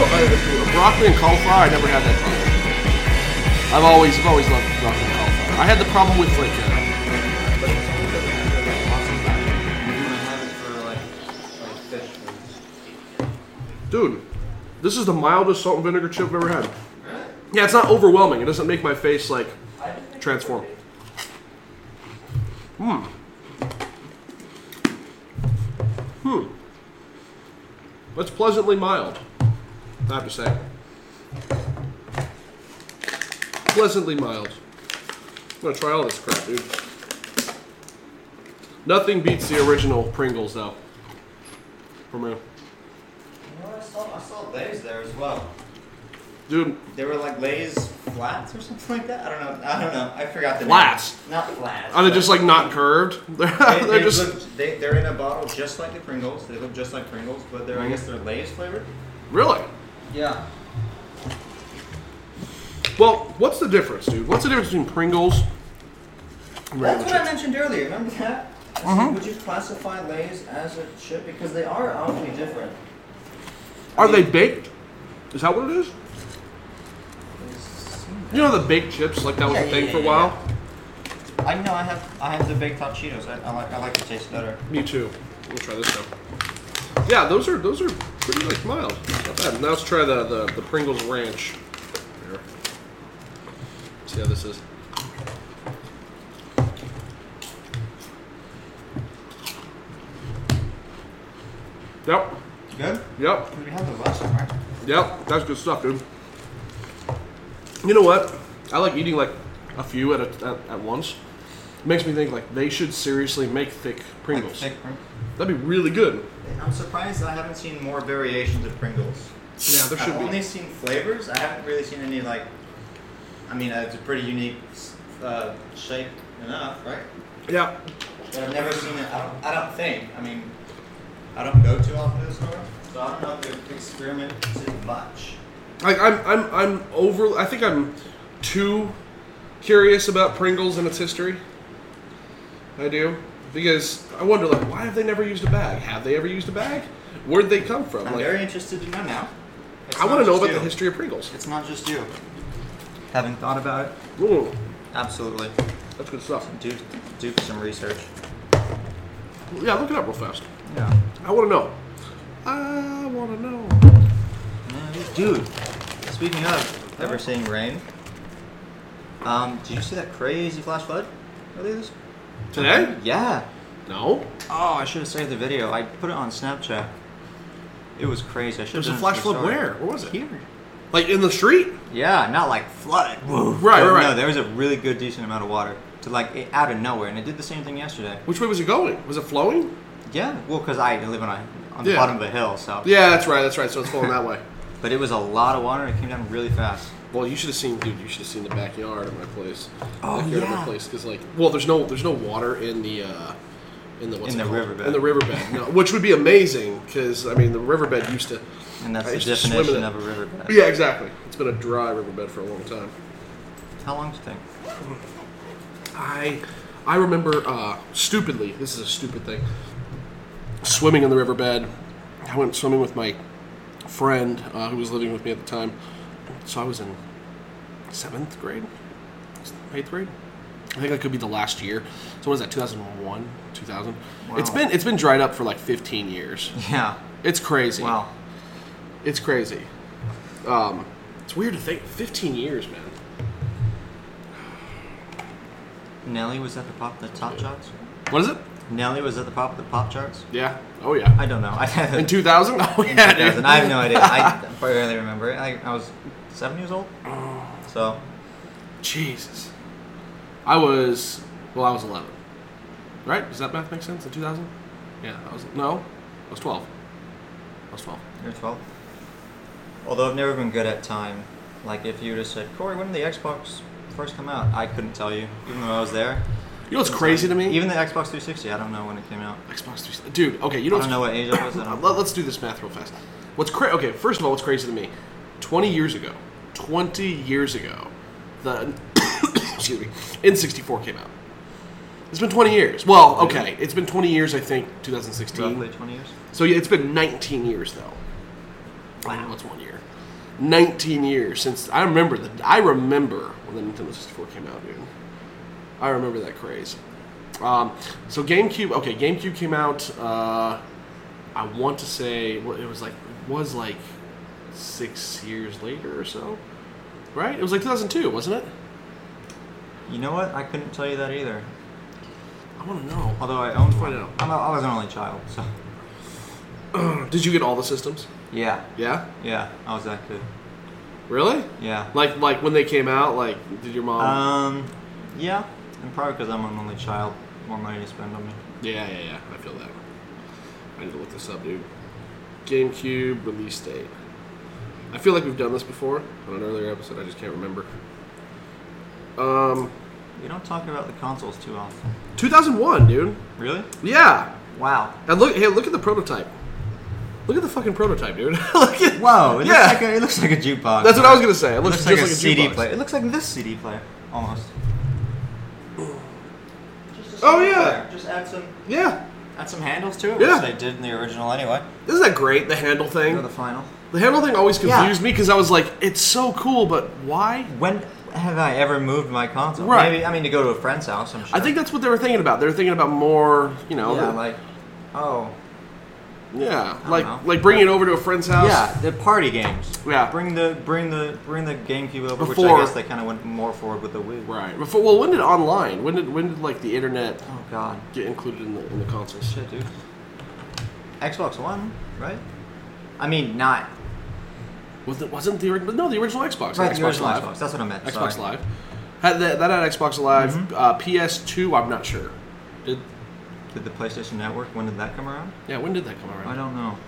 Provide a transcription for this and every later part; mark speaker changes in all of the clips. Speaker 1: uh, broccoli and cauliflower, I never had that problem. I've always, I've always loved broccoli and cauliflower. I had the problem with like, uh, dude, this is the mildest salt and vinegar chip I've ever had. Yeah, it's not overwhelming. It doesn't make my face like transform. Hmm. Hmm. That's pleasantly mild. I have to say. Pleasantly mild. I'm gonna try all this crap, dude. Nothing beats the original Pringles, though. For me.
Speaker 2: I saw, I saw Lay's there as well.
Speaker 1: Dude,
Speaker 2: They were like Lay's flats or something like that. I don't know. I don't know. I forgot the
Speaker 1: Flats?
Speaker 2: name. Not flats.
Speaker 1: are they
Speaker 2: but
Speaker 1: just like not curved? They're,
Speaker 2: They,
Speaker 1: they're
Speaker 2: they
Speaker 1: just.
Speaker 2: look- they, they're in a bottle just like the Pringles. They look just like Pringles, but they're I guess they're Lay's flavored.
Speaker 1: Really?
Speaker 2: Yeah.
Speaker 1: Well, what's the difference, dude? What's the difference between Pringles and
Speaker 2: That's
Speaker 1: regular
Speaker 2: what I
Speaker 1: chips?
Speaker 2: mentioned earlier. Remember that? I said,
Speaker 1: Mm-hmm.
Speaker 2: Would you classify Lay's as a chip because they are oddly different?
Speaker 1: Are they baked? Is that what it is?
Speaker 2: It's-
Speaker 1: You know the baked chips, like that was
Speaker 2: Yeah,
Speaker 1: a
Speaker 2: yeah,
Speaker 1: thing
Speaker 2: yeah,
Speaker 1: for a
Speaker 2: yeah,
Speaker 1: while?
Speaker 2: I know. I have I have the baked hot Cheetos. I, I like I like the taste better.
Speaker 1: Me too. We'll try this now. Yeah, those are those are pretty like mild. Not bad. Now let's try the the, the Pringles Ranch. Here. See how this is. Yep.
Speaker 2: Good.
Speaker 1: Yep.
Speaker 2: We had the last one, right?
Speaker 1: Yep, that's good stuff, dude. You know what? I like eating like a few at a, at, at once. makes me think like they should seriously make thick Pringles.
Speaker 2: Like thick Pring-
Speaker 1: That'd be really good.
Speaker 2: I'm surprised I haven't seen more variations of Pringles.
Speaker 1: Yeah, there
Speaker 2: I've
Speaker 1: should
Speaker 2: only
Speaker 1: be.
Speaker 2: seen flavors. I haven't really seen any like. I mean, uh, it's a pretty unique uh, shape enough, right?
Speaker 1: Yeah,
Speaker 2: But I've never seen it. I don't, I don't think. I mean, I don't go too often to the store, so I don't know if they experiment too much.
Speaker 1: like I'm I'm I'm over. I think I'm too curious about Pringles and its history. I do because I wonder like why have they never used a bag? Have they ever used a bag? Where'd they come from?
Speaker 2: I'm
Speaker 1: Like
Speaker 2: very interested to know now. It's
Speaker 1: I
Speaker 2: not
Speaker 1: want to know
Speaker 2: just
Speaker 1: about
Speaker 2: you.
Speaker 1: the history of Pringles.
Speaker 2: It's not just you. Having thought about it,
Speaker 1: Ooh,
Speaker 2: absolutely.
Speaker 1: that's good stuff.
Speaker 2: Do do some research.
Speaker 1: Yeah, look it up real fast.
Speaker 2: Yeah.
Speaker 1: I want to know. I want to know.
Speaker 2: Dude, speaking of ever seeing rain, um, did you see that crazy flash flood? earlier this-
Speaker 1: Today?
Speaker 2: Yeah.
Speaker 1: No.
Speaker 2: Oh, I should have saved the video. I put it on Snapchat. It was crazy. I should.
Speaker 1: There was a flash flood where? Where was it?
Speaker 2: Here.
Speaker 1: Like in the street?
Speaker 2: Yeah, not like flood. Whoa.
Speaker 1: Right,
Speaker 2: No,
Speaker 1: right, right.
Speaker 2: No, there was a really good, decent amount of water to like it, out of nowhere, and it did the same thing yesterday.
Speaker 1: Which way was it going? Was it flowing?
Speaker 2: Yeah. Well, because I live on a on the
Speaker 1: Yeah.
Speaker 2: bottom of a hill, so.
Speaker 1: Yeah, that's right. That's right. So it's flowing that way.
Speaker 2: But it was a lot of water. and It came down really fast.
Speaker 1: Well, you should have seen, dude. You should have seen the backyard of my place.
Speaker 2: Oh,
Speaker 1: backyard of my
Speaker 2: yeah.
Speaker 1: place, because like, well, there's no, there's no water in the, uh, in the what's
Speaker 2: In
Speaker 1: it
Speaker 2: the
Speaker 1: called?
Speaker 2: riverbed.
Speaker 1: In the riverbed, no, which would be amazing, because I mean, the riverbed used to.
Speaker 2: And that's
Speaker 1: I
Speaker 2: the
Speaker 1: used to swim in
Speaker 2: definition
Speaker 1: it.
Speaker 2: of a riverbed.
Speaker 1: Yeah, exactly. It's been a dry riverbed for a long time.
Speaker 2: How long do you think?
Speaker 1: I I remember uh, stupidly. This is a stupid thing. Swimming in the riverbed. I went swimming with my friend uh, who was living with me at the time. So I was in seventh grade, eighth grade. I think that could be the last year. So what is that? Two thousand one, two thousand. It's
Speaker 2: Wow.
Speaker 1: been it's been dried up for like fifteen years.
Speaker 2: Yeah.
Speaker 1: It's crazy.
Speaker 2: Wow.
Speaker 1: It's crazy. Um, it's weird to think. Fifteen years, man.
Speaker 2: Nelly was at the pop the top charts.
Speaker 1: What is it?
Speaker 2: Nelly was at the pop the pop charts.
Speaker 1: Yeah. Oh yeah.
Speaker 2: I don't know. I
Speaker 1: In
Speaker 2: in
Speaker 1: two thousand. Oh yeah. dude.
Speaker 2: 2000. I have no idea. I barely remember it. I, I was seven years old. So
Speaker 1: Jesus. I was well. I was eleven. Right? Does that math make sense? In two thousand? Yeah. I was no. I was twelve. I was twelve.
Speaker 2: you're 12. Although I've never been good at time. Like if you just said, Corey, when did the Xbox first come out? I couldn't tell you, even though I was there.
Speaker 1: You know what's crazy to me?
Speaker 2: Even the Xbox 360, I don't know when it came out.
Speaker 1: Xbox 360. Dude. Okay. You know.
Speaker 2: I
Speaker 1: What's,
Speaker 2: don't know what age I was. I don't
Speaker 1: Let, us do this math real fast. What's cra- Okay. First of all, what's crazy to me? Twenty years ago. Twenty years ago, the excuse me, N64 came out. It's been 20 years. Well, okay, it's been 20 years, I think, 2016.
Speaker 2: Roughly 20 years.
Speaker 1: So yeah, it's been 19 years though. Wow, it's one year. 19 years since I remember the I remember when the Nintendo 64 came out, dude. I remember that craze. Um, so GameCube, okay, GameCube came out. Uh, I want to say well, it was like it was like six years later or so, right? It was like 2002, wasn't it?
Speaker 2: You know what? I couldn't tell you that either.
Speaker 1: I want to know.
Speaker 2: Although I owned one.
Speaker 1: Find out.
Speaker 2: I'm a, I was an only child, so
Speaker 1: Did you get all the systems?
Speaker 2: yeah,
Speaker 1: Yeah.
Speaker 2: yeah, I was that good.
Speaker 1: Really?
Speaker 2: Yeah.
Speaker 1: Like like when they came out, like did your mom?
Speaker 2: Um, yeah, and probably because I'm an only child, more money to spend on me.
Speaker 1: Yeah, yeah, yeah. I feel that. I need to look this up, dude. GameCube release date. I feel like we've done this before on an earlier episode. I just can't remember. Um,
Speaker 2: We don't talk about the consoles too often.
Speaker 1: 2001, dude.
Speaker 2: Really?
Speaker 1: Yeah.
Speaker 2: Wow.
Speaker 1: And look, hey, look at the prototype. Look at the fucking prototype, dude. look at,
Speaker 2: Whoa! It
Speaker 1: Yeah.
Speaker 2: looks like a, it looks like a jukebox.
Speaker 1: That's what I was gonna say. It
Speaker 2: It
Speaker 1: looks,
Speaker 2: looks, like a,
Speaker 1: just like a,
Speaker 2: CD
Speaker 1: jukebox.
Speaker 2: player. It looks like this CD player almost. Just a
Speaker 1: Oh,
Speaker 2: CD
Speaker 1: yeah.
Speaker 2: player. Just add some
Speaker 1: Yeah.
Speaker 2: add some handles to it,
Speaker 1: Yeah.
Speaker 2: which they did in the original anyway.
Speaker 1: Isn't that great? The handle thing.
Speaker 2: Go to the final.
Speaker 1: The handle thing always
Speaker 2: Yeah.
Speaker 1: confused me because I was like, it's so cool, but why?
Speaker 2: When have I ever moved my console?
Speaker 1: Right.
Speaker 2: Maybe I mean to go to a friend's house. I'm sure.
Speaker 1: I think that's what they were thinking about. They were thinking about more, you know,
Speaker 2: yeah,
Speaker 1: the-
Speaker 2: like oh
Speaker 1: Yeah,
Speaker 2: don't
Speaker 1: like
Speaker 2: know.
Speaker 1: like bringing it over to a friend's house.
Speaker 2: yeah, the party games.
Speaker 1: Yeah.
Speaker 2: Bring the bring the bring the GameCube over,
Speaker 1: Before-
Speaker 2: which I guess they kind of went more forward with the Wii.
Speaker 1: right. Before, well, when did online? When did when did like the internet
Speaker 2: Oh God.
Speaker 1: get included in the in the consoles?
Speaker 2: Shit, dude. Xbox One, right? I mean, not
Speaker 1: Was it wasn't the original? No, the original Xbox.
Speaker 2: right,
Speaker 1: Xbox
Speaker 2: the original
Speaker 1: Live.
Speaker 2: Xbox. That's what I meant.
Speaker 1: Xbox
Speaker 2: sorry. Mm-hmm.
Speaker 1: Live. Had that, that had Xbox Live. Uh, PS2. I'm not sure. Did
Speaker 2: Did the PlayStation Network? When did that come around?
Speaker 1: yeah? When did that come around?
Speaker 2: I don't know.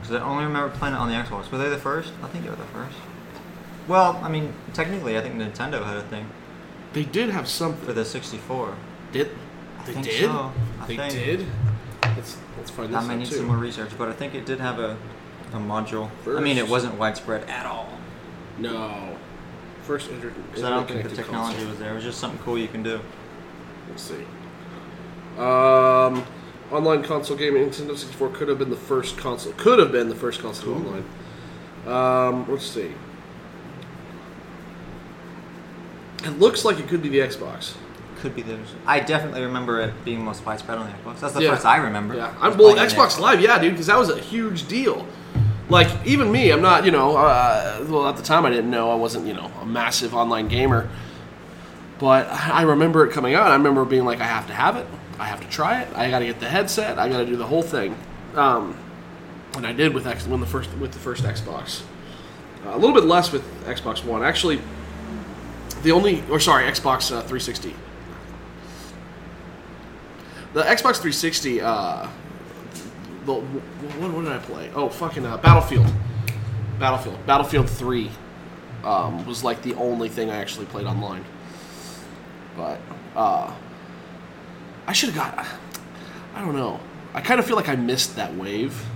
Speaker 2: Because I only remember playing it on the Xbox. Were they the first? I think they were the first. Well, I mean, technically, I think Nintendo had a thing
Speaker 1: They did have something.
Speaker 2: for the 64.
Speaker 1: Did they
Speaker 2: think
Speaker 1: did?
Speaker 2: so. I
Speaker 1: they
Speaker 2: think-
Speaker 1: did. Let's let's find
Speaker 2: I
Speaker 1: this
Speaker 2: may
Speaker 1: out
Speaker 2: need
Speaker 1: too.
Speaker 2: some more research, but I think it did have a, a module. I mean, it
Speaker 1: First.
Speaker 2: wasn't widespread at all.
Speaker 1: no. First inter-
Speaker 2: Because I don't think the
Speaker 1: interconnected
Speaker 2: technology
Speaker 1: console.
Speaker 2: was there. It was just something cool you can do.
Speaker 1: Let's see. Um, online console gaming. Nintendo 64 could have been the first console. Could have been the first console to go online. Um, let's see. It looks like it could be the Xbox.
Speaker 2: Could be the. I definitely remember it being most widespread on the Xbox. That's the
Speaker 1: Yeah.
Speaker 2: first I remember.
Speaker 1: Yeah,
Speaker 2: was
Speaker 1: I'm, well,
Speaker 2: playing it.
Speaker 1: Xbox Live, yeah, dude, because that was a huge deal. Like even me, I'm not, you know, uh, well at the time I didn't know I wasn't, you know, a massive online gamer. But I I remember it coming out. I remember being like, I have to have it. I have to try it. I got to get the headset. I got to do the whole thing. Um, and I did with X when the first with the first Xbox. Uh, a little bit less with Xbox One, actually. The only, or sorry, Xbox uh, 360. The Xbox 360. Uh, the, what, what did I play? Oh, fucking uh, Battlefield. Battlefield. Battlefield 3 um, was like the only thing I actually played online. But uh, I should have got. I don't know. I kind of feel like I missed that wave.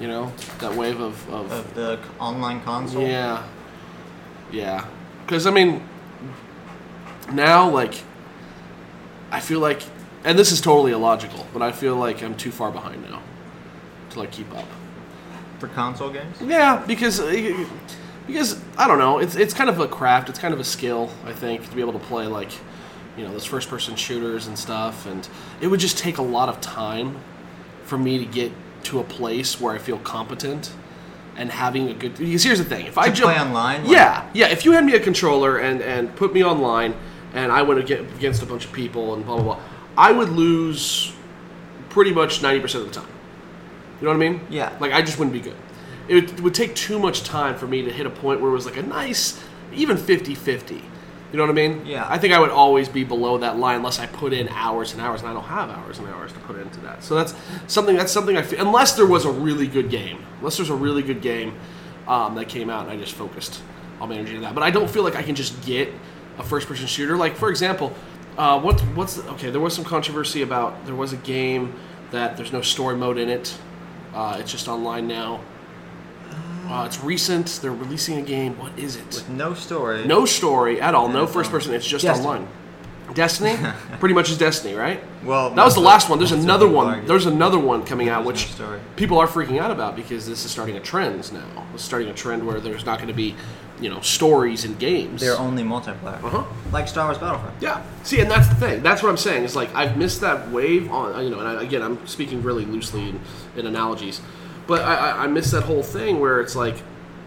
Speaker 1: You know, that wave of, of
Speaker 2: Of the c- online console.
Speaker 1: yeah. Yeah. Because, I mean, now, like, I feel like, and this is totally illogical, but I feel like I'm too far behind now to, like, keep up.
Speaker 2: For console games.
Speaker 1: Yeah, because. uh, Because I don't know, it's it's kind of a craft, it's kind of a skill, I think, to be able to play like, you know, those first-person shooters and stuff, and it would just take a lot of time for me to get to a place where I feel competent and having a good. Because here's the thing, if I
Speaker 2: To
Speaker 1: jump
Speaker 2: play online. like-
Speaker 1: yeah, yeah. If you hand me a controller and and put me online, and I went aga- against a bunch of people and blah blah blah, I would lose pretty much ninety percent of the time. You know what I mean?
Speaker 2: Yeah.
Speaker 1: Like I just wouldn't be good. It would, it would take too much time for me to hit a point where it was like a nice, even 50-50. You know what I mean?
Speaker 2: Yeah.
Speaker 1: I think I would always be below that line unless I put in hours and hours, and I don't have hours and hours to put into that. So that's something. That's something I feel. Unless there was a really good game. Unless there's a really good game um, that came out, and I just focused all my energy to that. But I don't feel like I can just get a first-person shooter. Like for example, uh, what what's the, okay? There was some controversy about there was a game that there's no story mode in it. Uh, it's just online now. Uh, it's recent. They're releasing a game. What is it?
Speaker 2: With no story.
Speaker 1: No story at all. No
Speaker 2: it's
Speaker 1: first person. It's just
Speaker 2: Destiny.
Speaker 1: online. Destiny, pretty much is Destiny, right?
Speaker 2: Well,
Speaker 1: That was the
Speaker 2: most
Speaker 1: last
Speaker 2: of-
Speaker 1: one. There's
Speaker 2: most of
Speaker 1: another
Speaker 2: people
Speaker 1: one.
Speaker 2: argue
Speaker 1: There's another one coming out,
Speaker 2: there's
Speaker 1: which
Speaker 2: no story.
Speaker 1: people are freaking out about because this is starting a trend now. It's starting a trend where there's not going to be, you know, stories in games.
Speaker 2: They're only multiplayer.
Speaker 1: Uh-huh.
Speaker 2: Like Star Wars Battlefront.
Speaker 1: Yeah. See, and that's the thing. That's what I'm saying. Is like I've missed that wave on. You know, and I, again, I'm speaking really loosely in, in analogies, but I, I, I miss that whole thing where it's like,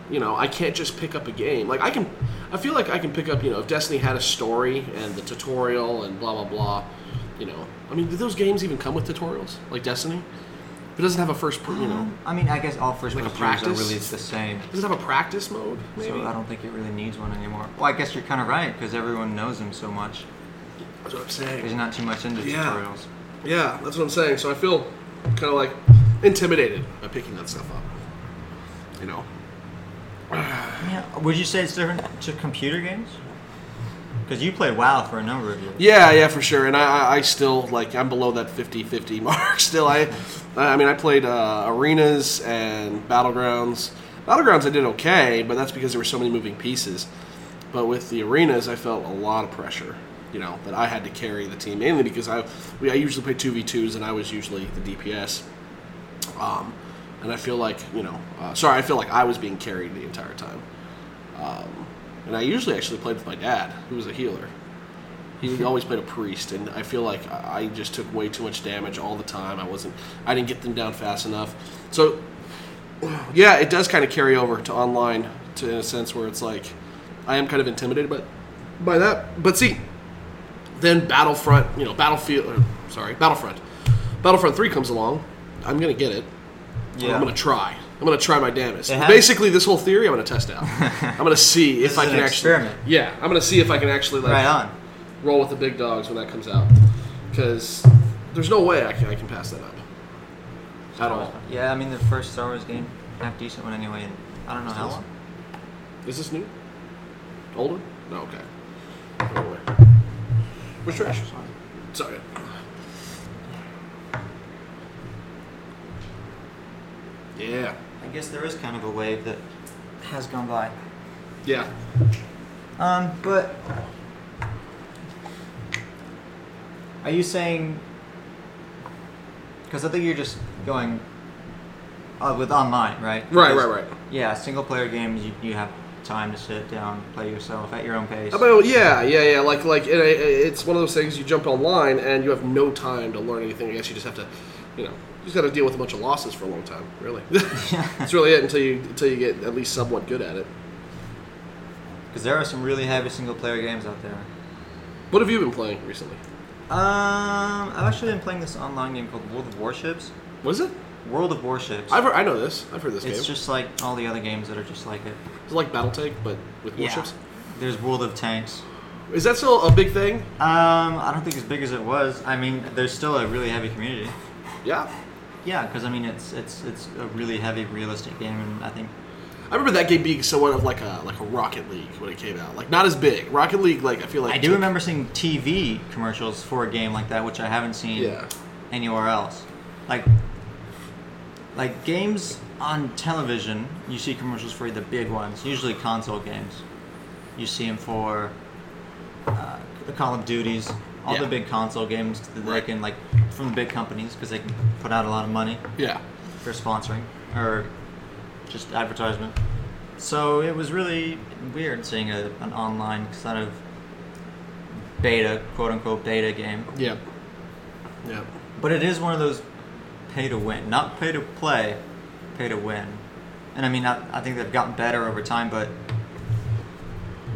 Speaker 1: you know, I can't just pick up a game. Like I can, I feel like I can pick up. You know, if Destiny had a story and the tutorial and blah blah blah. You know, I mean, did those games even come with tutorials like Destiny? If it doesn't have a first, per- you know,
Speaker 2: I mean, I guess all first
Speaker 1: Like a
Speaker 2: person shooters are
Speaker 1: practice?
Speaker 2: really the same.
Speaker 1: does it have a practice mode? Maybe.
Speaker 2: So I don't think it really needs one anymore. Well, I guess you're kind of right because everyone knows them so much.
Speaker 1: That's what I'm
Speaker 2: There's
Speaker 1: saying.
Speaker 2: not too much into
Speaker 1: Yeah.
Speaker 2: tutorials.
Speaker 1: Yeah, that's what I'm saying. So I feel kind of like intimidated by picking that stuff up. You know.
Speaker 2: Yeah. Would you say it's different to computer games? Because you played WoW for a number of years.
Speaker 1: Yeah, yeah, for sure. And I, I, I still like I'm below that 50-50 mark. Still, I, I mean, I played uh, arenas and battlegrounds. Battlegrounds, I did okay, but that's because there were so many moving pieces. But with the arenas, I felt a lot of pressure. You know that I had to carry the team mainly because I we, I usually play two v twos and I was usually the DPS. Um, and I feel like you know, uh, sorry, I feel like I was being carried the entire time. Um, and I usually actually played with my dad, who was a healer. He always played a priest, and I feel like I I just took way too much damage all the time. I wasn't, I didn't get them down fast enough. So, yeah, it does kind of carry over to online, to in a sense where it's like, I am kind of intimidated, by by that, but see, then Battlefront, you know, Battlefield, or, sorry, Battlefront, Battlefront Three comes along. I'm gonna get it. I'm gonna try. I'm gonna try my damnedest.
Speaker 2: It has-
Speaker 1: Basically, this whole theory, I'm gonna test out. I'm gonna see if
Speaker 2: This
Speaker 1: I
Speaker 2: is
Speaker 1: can
Speaker 2: an
Speaker 1: actually.
Speaker 2: experiment.
Speaker 1: Yeah, I'm gonna see if I can actually like
Speaker 2: right on.
Speaker 1: roll with the big dogs when that comes out, because there's no way I can, I can pass that up at all.
Speaker 2: Yeah, I mean the first Star Wars game, half decent one anyway. And I don't know how long.
Speaker 1: Is this new? Older? No, okay. Anyway. Where's trash? Sorry. Yeah.
Speaker 2: I guess there is kind of a wave that has gone by.
Speaker 1: Yeah.
Speaker 2: Um, but are you saying? Because I think you're just going uh, with online, right?
Speaker 1: Right,
Speaker 2: Because-
Speaker 1: right, right.
Speaker 2: Yeah, single player games. You, you have time to sit down, play yourself at your own pace.
Speaker 1: About yeah, yeah, yeah. Like like it, it- it's one of those things you jump online and you have no time to learn anything. I guess you just have to, you know, you just got to deal with a bunch of losses for a long time. Really, that's really it until you until you get at least somewhat good at it.
Speaker 2: Because there are some really heavy single player games out there.
Speaker 1: What have you been playing recently?
Speaker 2: Um, I've actually been playing this online game called World of Warships.
Speaker 1: What is it?
Speaker 2: World of Warships.
Speaker 1: I've heard, I know this. I've heard this
Speaker 2: it's
Speaker 1: game.
Speaker 2: just like all the other games that are just like it.
Speaker 1: it's like BattleTech, but with warships.
Speaker 2: There's World of Tanks.
Speaker 1: Is that still a big thing?
Speaker 2: Um, I don't think as big as it was. I mean, there's still a really heavy community.
Speaker 1: Yeah.
Speaker 2: Yeah, because I mean, it's it's it's a really heavy, realistic game, and I think
Speaker 1: I remember that game being somewhat of like a like a Rocket League when it came out. Like not as big. Rocket League, like I feel like
Speaker 2: I do remember seeing TV commercials for a game like that, which I haven't seen
Speaker 1: Yeah.
Speaker 2: anywhere else. Like, like games on television, you see commercials for the big ones, usually console games. You see them for uh, the Call of Duties, all
Speaker 1: Yeah.
Speaker 2: the big console games that
Speaker 1: Right.
Speaker 2: they can like from the big companies because they can put out a lot of money
Speaker 1: Yeah.
Speaker 2: for sponsoring or just advertisement. So it was really weird seeing a, an online kind of beta, quote unquote beta game.
Speaker 1: Yeah. Yeah.
Speaker 2: But it is one of those pay to win, not pay to play, pay to win. And I mean, I, I think they've gotten better over time, but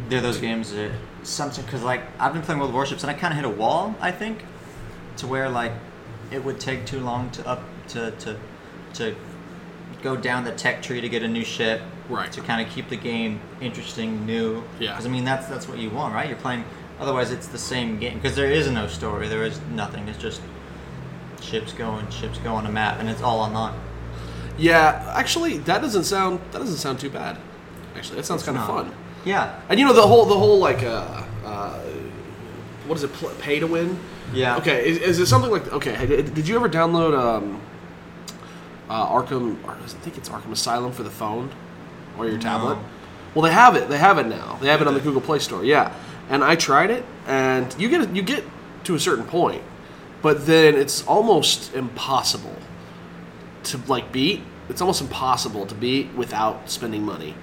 Speaker 2: they're those games that something because like I've been playing World of Warships and I kind of hit a wall, I think, to where like it would take too long to up to to to go down the tech tree to get a new ship,
Speaker 1: Right.
Speaker 2: To kind of keep the game interesting, new.
Speaker 1: Yeah.
Speaker 2: Because I mean, that's that's what you want, right? You're playing. Otherwise, it's the same game because there is no story. There is nothing. It's just ships going, ships go on a map, and it's all online.
Speaker 1: Yeah, actually, that doesn't sound that doesn't sound too bad. Actually, that sounds
Speaker 2: It's
Speaker 1: kind of
Speaker 2: not-
Speaker 1: fun.
Speaker 2: Yeah.
Speaker 1: And you know the whole the whole like uh, uh what is it pl- pay to win?
Speaker 2: Yeah.
Speaker 1: Okay, is, is it something like okay? had- Did you ever download um uh, Arkham? Or I think it's Arkham Asylum for the phone or your tablet. Well, they have it. They have it now. They have it on the Google Play Store. Yeah, and I tried it, and you get you get to a certain point, but then it's almost impossible to like beat. It's almost impossible to beat without spending money.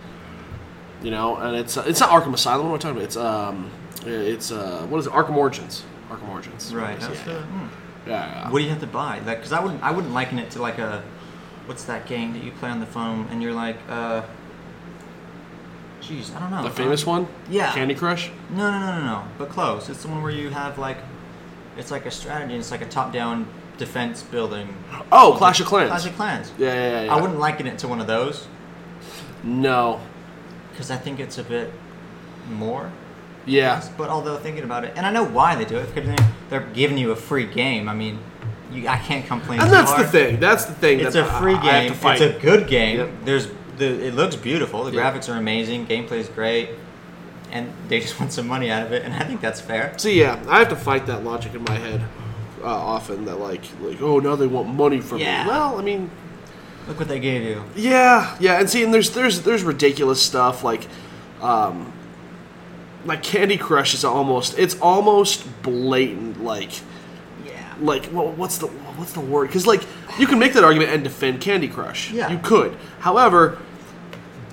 Speaker 1: You know, and it's uh, it's not Arkham Asylum. What am I talking about? It's um, it's uh, what is it? Arkham Origins. Arkham Origins.
Speaker 2: Right.
Speaker 1: Yeah,
Speaker 2: That's the- hmm.
Speaker 1: yeah, yeah.
Speaker 2: What do you have to buy? Like, because I wouldn't, I wouldn't liken it to like a, what's that game that you play on the phone and you're like, uh, jeez, I don't know.
Speaker 1: The famous one.
Speaker 2: Oh, Yeah.
Speaker 1: Candy Crush.
Speaker 2: No, no, no, no, no. But close. It's the one where you have like, it's like a strategy. and It's like a top-down defense building.
Speaker 1: Oh, Clash of Clans.
Speaker 2: Clash of Clans.
Speaker 1: Yeah, yeah, yeah. yeah.
Speaker 2: I wouldn't liken it to one of those
Speaker 1: No.
Speaker 2: because I think it's a bit more.
Speaker 1: Yeah.
Speaker 2: But although thinking about it, and I know why they do it because they're giving you a free game. I mean, you, I can't complain.
Speaker 1: And
Speaker 2: too
Speaker 1: that's the
Speaker 2: hard.
Speaker 1: thing. That's the thing.
Speaker 2: It's a
Speaker 1: that
Speaker 2: free
Speaker 1: I- I have
Speaker 2: game.
Speaker 1: to fight.
Speaker 2: It's a good game.
Speaker 1: Yep.
Speaker 2: There's the, it looks beautiful. The
Speaker 1: Yep.
Speaker 2: graphics are amazing. Gameplay is great, and they just want some money out of it, and I think that's fair.
Speaker 1: So yeah, I have to fight that logic in my head uh, often. That like, like, oh, now they want money from
Speaker 2: Yeah.
Speaker 1: me. Well, I mean,
Speaker 2: Look what they gave you.
Speaker 1: yeah, yeah, and see, and there's there's there's ridiculous stuff like, um, like Candy Crush is almost it's almost blatant like
Speaker 2: Yeah.
Speaker 1: like well, what's the what's the word? Because like you can make that argument and defend Candy Crush.
Speaker 2: Yeah.
Speaker 1: you could. However,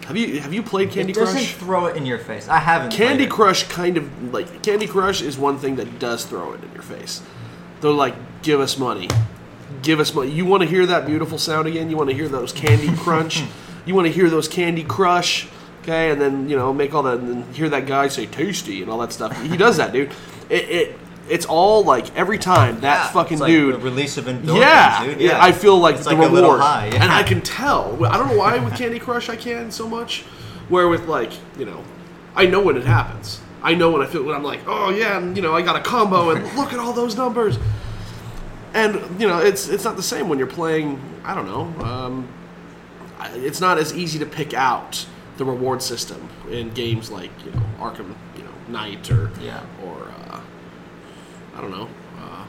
Speaker 1: have you have you played Candy
Speaker 2: it
Speaker 1: Crush?
Speaker 2: doesn't throw it in your face. I haven't. played
Speaker 1: Candy
Speaker 2: it.
Speaker 1: Crush kind of like Candy Crush is one thing that does throw it in your face. They're like, give us money, give us money. You want to hear that beautiful sound again? You want to hear those Candy Crunch? you want to hear those Candy Crush? Okay, and then you know make all that, and then hear that guy say tasty and all that stuff. He does that, dude. It, it it's all like every time that
Speaker 2: Yeah,
Speaker 1: fucking
Speaker 2: it's like
Speaker 1: dude
Speaker 2: the release of endorphins.
Speaker 1: yeah,
Speaker 2: dude.
Speaker 1: yeah, I feel like
Speaker 2: it's
Speaker 1: the
Speaker 2: like
Speaker 1: reward,
Speaker 2: a little high. Yeah.
Speaker 1: and I can tell. I don't know why with Candy Crush I can so much, where with like you know, I know when it happens. I know when I feel when I'm like, oh yeah, and, you know, I got a combo, and look at all those numbers. And you know, it's it's not the same when you're playing. I don't know. Um, I- it's not as easy to pick out the reward system in games like you know Arkham, you know, Knight or
Speaker 2: Yeah.
Speaker 1: or uh, I don't know. Uh,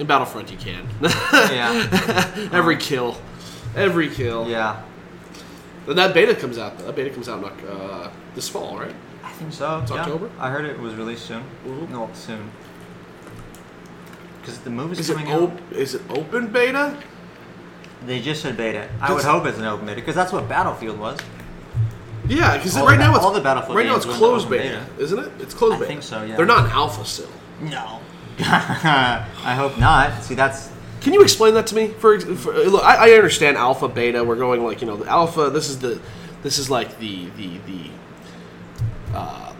Speaker 1: in Battlefront, you can.
Speaker 2: yeah.
Speaker 1: Every kill. Every kill.
Speaker 2: Yeah.
Speaker 1: And that beta comes out. That beta comes out in, uh, this fall, right?
Speaker 2: I think so. yeah.
Speaker 1: October?
Speaker 2: I heard it was released soon.
Speaker 1: Mhm.
Speaker 2: No, soon. Because the movie's
Speaker 1: Is it,
Speaker 2: coming out.
Speaker 1: op- is it open beta?
Speaker 2: They just said beta. I would
Speaker 1: That's-
Speaker 2: hope it's an open beta because that's what Battlefield was.
Speaker 1: Yeah, because
Speaker 2: All
Speaker 1: right
Speaker 2: the-
Speaker 1: now it's
Speaker 2: all the Battlefield
Speaker 1: Right now it's
Speaker 2: games went
Speaker 1: closed
Speaker 2: open
Speaker 1: beta, isn't it? It's closed
Speaker 2: I
Speaker 1: beta.
Speaker 2: think so, yeah.
Speaker 1: They're not in alpha still.
Speaker 2: No. I hope not. See, that's
Speaker 1: Can you explain that to me? For, ex- for look, I, I understand alpha, beta. We're going like you know the alpha. This is the, this is like the the the. Uh,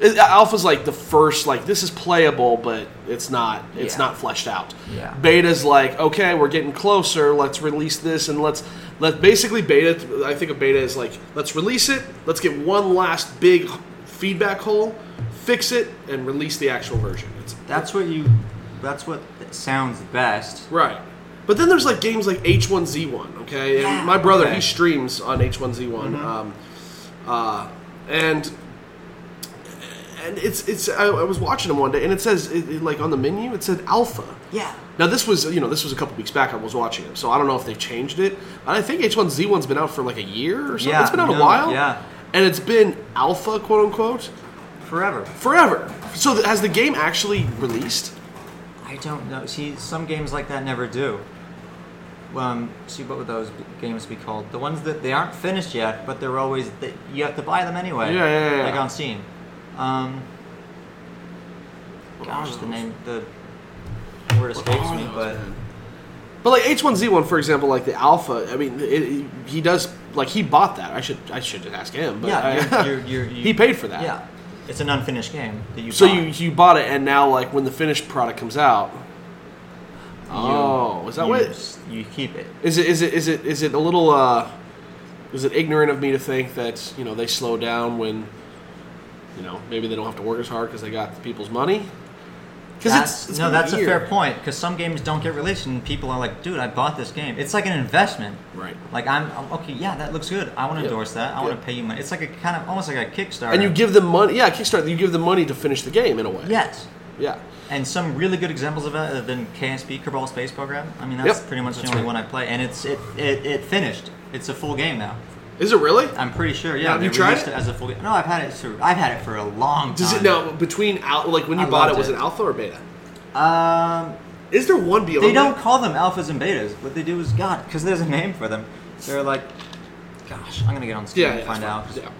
Speaker 1: it- alpha's like the first like this is playable, but it's not it's
Speaker 2: Yeah.
Speaker 1: not fleshed out.
Speaker 2: Yeah.
Speaker 1: Beta's like okay, we're getting closer. Let's release this and let's let basically beta. I think of beta as like let's release it. Let's get one last big feedback hole, fix it, and release the actual version. It's
Speaker 2: that's what you. That's what sounds best.
Speaker 1: Right. But then there's like games like H1Z1, okay? And
Speaker 2: Yeah, Mm-hmm.
Speaker 1: my brother,
Speaker 2: okay.
Speaker 1: he streams on H1Z1. Um, uh, and and it's it's I, I was watching him one day and it says it, it, like on the menu it said alpha.
Speaker 2: Yeah.
Speaker 1: Now this was you know this was a couple weeks back I was watching it. So I don't know if they've changed it. And I think H1Z1's been out for like a year or something.
Speaker 2: Yeah,
Speaker 1: it's been out a
Speaker 2: no,
Speaker 1: while.
Speaker 2: yeah.
Speaker 1: And it's been alpha quote unquote
Speaker 2: Forever.
Speaker 1: forever. So th- has the game actually released?
Speaker 2: I don't know. See, some games like that never do. Um, see, what would those b- games be called? The ones that they aren't finished yet, but they're always that you have to buy them anyway.
Speaker 1: Yeah, yeah, yeah.
Speaker 2: Like on Steam. Um, gosh, the name, the word escapes
Speaker 1: are
Speaker 2: me,
Speaker 1: those,
Speaker 2: but
Speaker 1: man? But like H one Z one, for example, like the Alpha. I mean, it, it- he does like he bought that. I should I should ask him. But
Speaker 2: yeah,
Speaker 1: I-
Speaker 2: you're, you're, you're, you
Speaker 1: he paid for that.
Speaker 2: Yeah, it's an unfinished game that you.
Speaker 1: So
Speaker 2: bought.
Speaker 1: you you bought it, and now like when the finished product comes out, oh, is that
Speaker 2: you,
Speaker 1: what?
Speaker 2: s- you keep it?
Speaker 1: Is it is it is it is it a little uh, is it ignorant of me to think that you know they slow down when, you know, maybe they don't have to work as hard because they got people's money. Because
Speaker 2: That's- no, that's a fair point because some games don't get released and people are like, dude, I bought this game. It's like an investment.
Speaker 1: Right.
Speaker 2: Like I'm, I'm- okay, yeah, that looks good. I want to
Speaker 1: Yeah.
Speaker 2: endorse that. I want
Speaker 1: Yeah.
Speaker 2: to pay you money. It's like a kind of almost like a Kickstarter.
Speaker 1: And you give them money. Yeah, Kickstarter. You give them money to finish the game in a way.
Speaker 2: yes.
Speaker 1: Yeah.
Speaker 2: And some really good examples of that have been KSP Kerbal Space Program. I mean, that's
Speaker 1: Yep.
Speaker 2: pretty much the
Speaker 1: That's
Speaker 2: only
Speaker 1: right.
Speaker 2: one I play, and it's it, it it finished. It's a full game now.
Speaker 1: Is it really?
Speaker 2: I'm pretty sure. Yeah,
Speaker 1: Have you
Speaker 2: they
Speaker 1: tried
Speaker 2: released
Speaker 1: it?
Speaker 2: as a full. No, I've had it. through- I've had it for a long time.
Speaker 1: Does it now between al- like when you
Speaker 2: I
Speaker 1: bought it,
Speaker 2: loved
Speaker 1: was
Speaker 2: it.
Speaker 1: it alpha or beta?
Speaker 2: Um,
Speaker 1: Is there one beyond?
Speaker 2: they don't
Speaker 1: that?
Speaker 2: call them alphas and betas. What they do is God, because there's a name for them. They're like, gosh, I'm gonna get on Steam
Speaker 1: Yeah,
Speaker 2: and
Speaker 1: yeah,
Speaker 2: find out.
Speaker 1: that's fine. Yeah.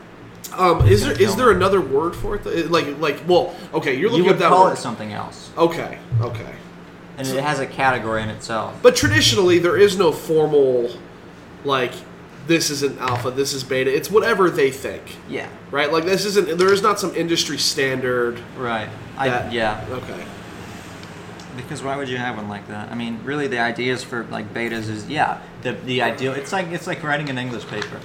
Speaker 1: Um, is
Speaker 2: gonna
Speaker 1: there is
Speaker 2: kill
Speaker 1: there another word for it? Th- Like like well, okay, you're
Speaker 2: You
Speaker 1: looking
Speaker 2: would
Speaker 1: up that
Speaker 2: call
Speaker 1: word.
Speaker 2: it something else,
Speaker 1: Okay, okay.
Speaker 2: and it has a category in itself.
Speaker 1: But traditionally, there is no formal like this is an alpha, this is beta. It's whatever they think,
Speaker 2: Yeah,
Speaker 1: right? Like this isn't there is not some industry standard.
Speaker 2: right. I
Speaker 1: That,
Speaker 2: yeah,
Speaker 1: Okay.
Speaker 2: because why would you have one like that? I mean, really, the ideas for like betas is yeah, the the ideal. It's like it's like writing an English paper,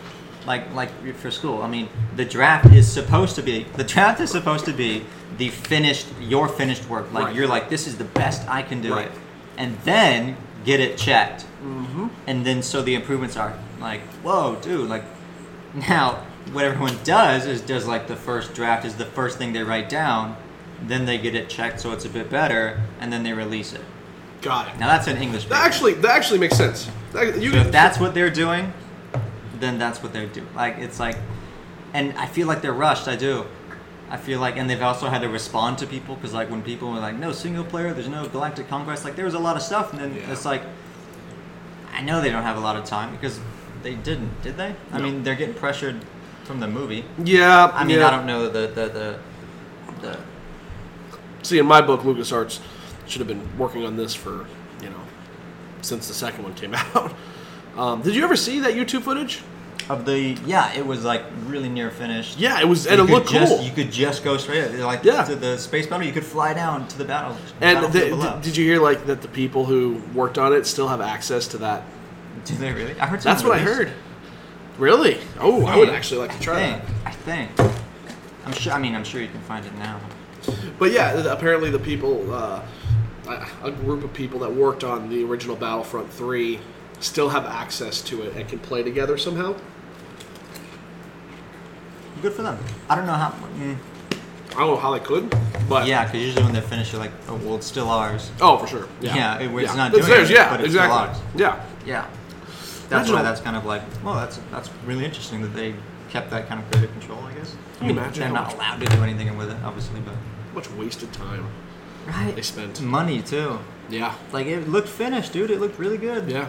Speaker 2: like like for school. I mean, the draft is supposed to be the draft is supposed to be the finished your finished work. Like
Speaker 1: Right.
Speaker 2: you're like this is the best I can do
Speaker 1: Right.
Speaker 2: it, and then get it checked,
Speaker 1: Mm-hmm.
Speaker 2: and then so the improvements are like whoa, dude, like now, what everyone does is does like the first draft is the first thing they write down, then they get it checked so it's a bit better, and then they release it.
Speaker 1: Got it.
Speaker 2: Now that's an English.
Speaker 1: That
Speaker 2: paper.
Speaker 1: actually that actually makes sense. That- you-
Speaker 2: So if that's what they're doing, then that's what they're doing. Like it's like, and I feel like they're rushed. I do. I feel like, and they've also had to respond to people because like when people were like, no single player, there's no Galactic Conquest. Like there was a lot of stuff, and then
Speaker 1: Yeah.
Speaker 2: it's like, I know they don't have a lot of time because they didn't, did they? I
Speaker 1: No.
Speaker 2: mean, they're getting pressured from the movie.
Speaker 1: yeah.
Speaker 2: I mean,
Speaker 1: yeah.
Speaker 2: I don't know the the the. the
Speaker 1: See, in my book, LucasArts should have been working on this for, you know, since the second one came out. Um, did you ever see that YouTube footage?
Speaker 2: of the yeah, it was like really near finished.
Speaker 1: Yeah, it was, and
Speaker 2: you
Speaker 1: it
Speaker 2: could
Speaker 1: looked
Speaker 2: just,
Speaker 1: cool.
Speaker 2: You could just go straight up, like
Speaker 1: Yeah.
Speaker 2: to the space battle. You could fly down to the battle.
Speaker 1: and the,
Speaker 2: battlefield below.
Speaker 1: d- did you hear like that the people who worked on it still have access to that?
Speaker 2: Do they really? I heard.
Speaker 1: That's
Speaker 2: someone
Speaker 1: what I
Speaker 2: released
Speaker 1: heard. Really? Oh, I
Speaker 2: it.
Speaker 1: would actually like to try
Speaker 2: I
Speaker 1: that.
Speaker 2: think. I think. I'm sure. I mean, I'm sure you can find it now.
Speaker 1: But yeah, th- apparently the people, uh, a- a group of people that worked on the original Battlefront 3 still have access to it and can play together somehow.
Speaker 2: Good for them. I don't know how. Mm,
Speaker 1: I don't know how they could, but
Speaker 2: yeah, because usually when they're finished, you're like, oh, well, it's still ours.
Speaker 1: Oh, for sure.
Speaker 2: Yeah, it- it's not
Speaker 1: It's
Speaker 2: doing
Speaker 1: theirs,
Speaker 2: it,
Speaker 1: yeah,
Speaker 2: but it's
Speaker 1: exactly.
Speaker 2: locked.
Speaker 1: Yeah.
Speaker 2: Yeah. That's
Speaker 1: Original.
Speaker 2: why that's kind of like, well, that's that's really interesting that they kept that kind of creative control, I guess.
Speaker 1: Can you imagine
Speaker 2: They're
Speaker 1: how
Speaker 2: not
Speaker 1: much-
Speaker 2: allowed to do anything with it, obviously, but.
Speaker 1: Much wasted time.
Speaker 2: Right.
Speaker 1: They spent.
Speaker 2: Money, too.
Speaker 1: Yeah.
Speaker 2: Like, it looked finished, dude. It looked really good.
Speaker 1: Yeah.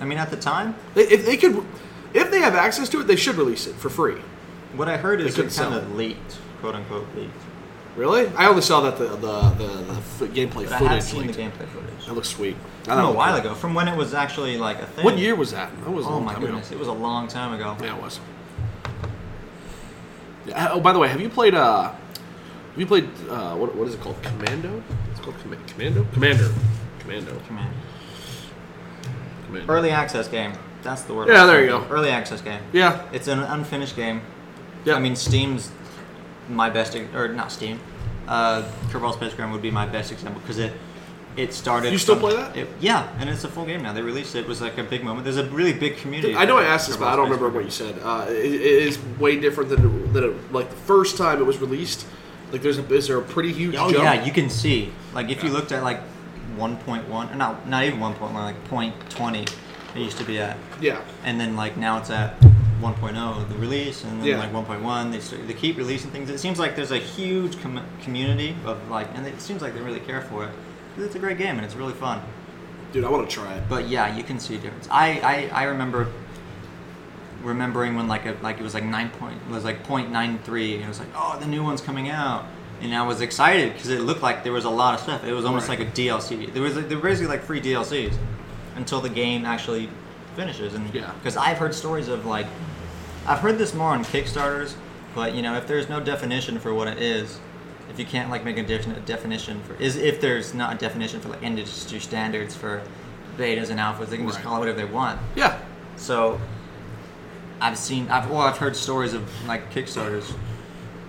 Speaker 2: I mean, at the time,
Speaker 1: They, if they could, if they have access to it, they should release it for free.
Speaker 2: what I heard is
Speaker 1: couldn't
Speaker 2: it
Speaker 1: sell
Speaker 2: kind
Speaker 1: it.
Speaker 2: of leaked, quote unquote leaked.
Speaker 1: Really? I only saw that the the the, the f- gameplay
Speaker 2: But
Speaker 1: footage.
Speaker 2: I have seen
Speaker 1: leaked. Oh,
Speaker 2: the gameplay footage.
Speaker 1: That looks sweet.
Speaker 2: From a while ago, from when it was actually like a thing.
Speaker 1: What year was that? That was a
Speaker 2: Oh
Speaker 1: long
Speaker 2: my
Speaker 1: time ago.
Speaker 2: goodness, it was a long time ago.
Speaker 1: Yeah, it was. Yeah, oh, by the way, have you played? uh Have you played? uh What, what is it called? Commando? It's called Com- Commando. Commander. Commando.
Speaker 2: Come on.
Speaker 1: Commando.
Speaker 2: Early access game. That's the word.
Speaker 1: Yeah, there you go.
Speaker 2: Early access game.
Speaker 1: Yeah.
Speaker 2: It's an unfinished game.
Speaker 1: Yeah.
Speaker 2: I mean, Steam's my best, ex- or not Steam. Uh, Kerbal Space Program would be my best example because it it started.
Speaker 1: You still
Speaker 2: from-
Speaker 1: play that?
Speaker 2: It, yeah, and it's a full game now. They released it. It was like a big moment. There's a really big community.
Speaker 1: I know I
Speaker 2: for
Speaker 1: asked this, but
Speaker 2: Kerbal
Speaker 1: I don't
Speaker 2: Space
Speaker 1: remember what
Speaker 2: Program.
Speaker 1: you said. Uh, it, it is way different than than it, like the first time it was released. Like there's a is there a pretty huge
Speaker 2: Oh
Speaker 1: jump?
Speaker 2: yeah, you can see. Like if you
Speaker 1: Yeah.
Speaker 2: looked at like 1.1, or not not even 1.1, like 0.20, it used to be at.
Speaker 1: yeah.
Speaker 2: and then like now it's at 1.0 the release and then
Speaker 1: Yeah.
Speaker 2: like 1.1 they, st- they keep releasing things it seems like there's a huge com- community of like and it seems like they really care for it it's a great game and it's really fun
Speaker 1: Dude, I want to try it.
Speaker 2: but yeah you can see a difference i i, I remember remembering when like a, like it was like 9 point it was like 0.93 and it was like oh the new one's coming out and I was excited because it looked like there was a lot of stuff. It was almost
Speaker 1: Right.
Speaker 2: like a DLC. There was like, there were basically like free DLCs until the game actually finishes. And
Speaker 1: Yeah.
Speaker 2: because I've heard stories of like I've heard this more on Kickstarters, but you know, if there's no definition for what it is, if you can't like make a definite definition for is if there's not a definition for like industry standards for betas and alphas, they can just
Speaker 1: Right.
Speaker 2: call it whatever they want.
Speaker 1: Yeah.
Speaker 2: So I've seen I've well I've heard stories of like Kickstarters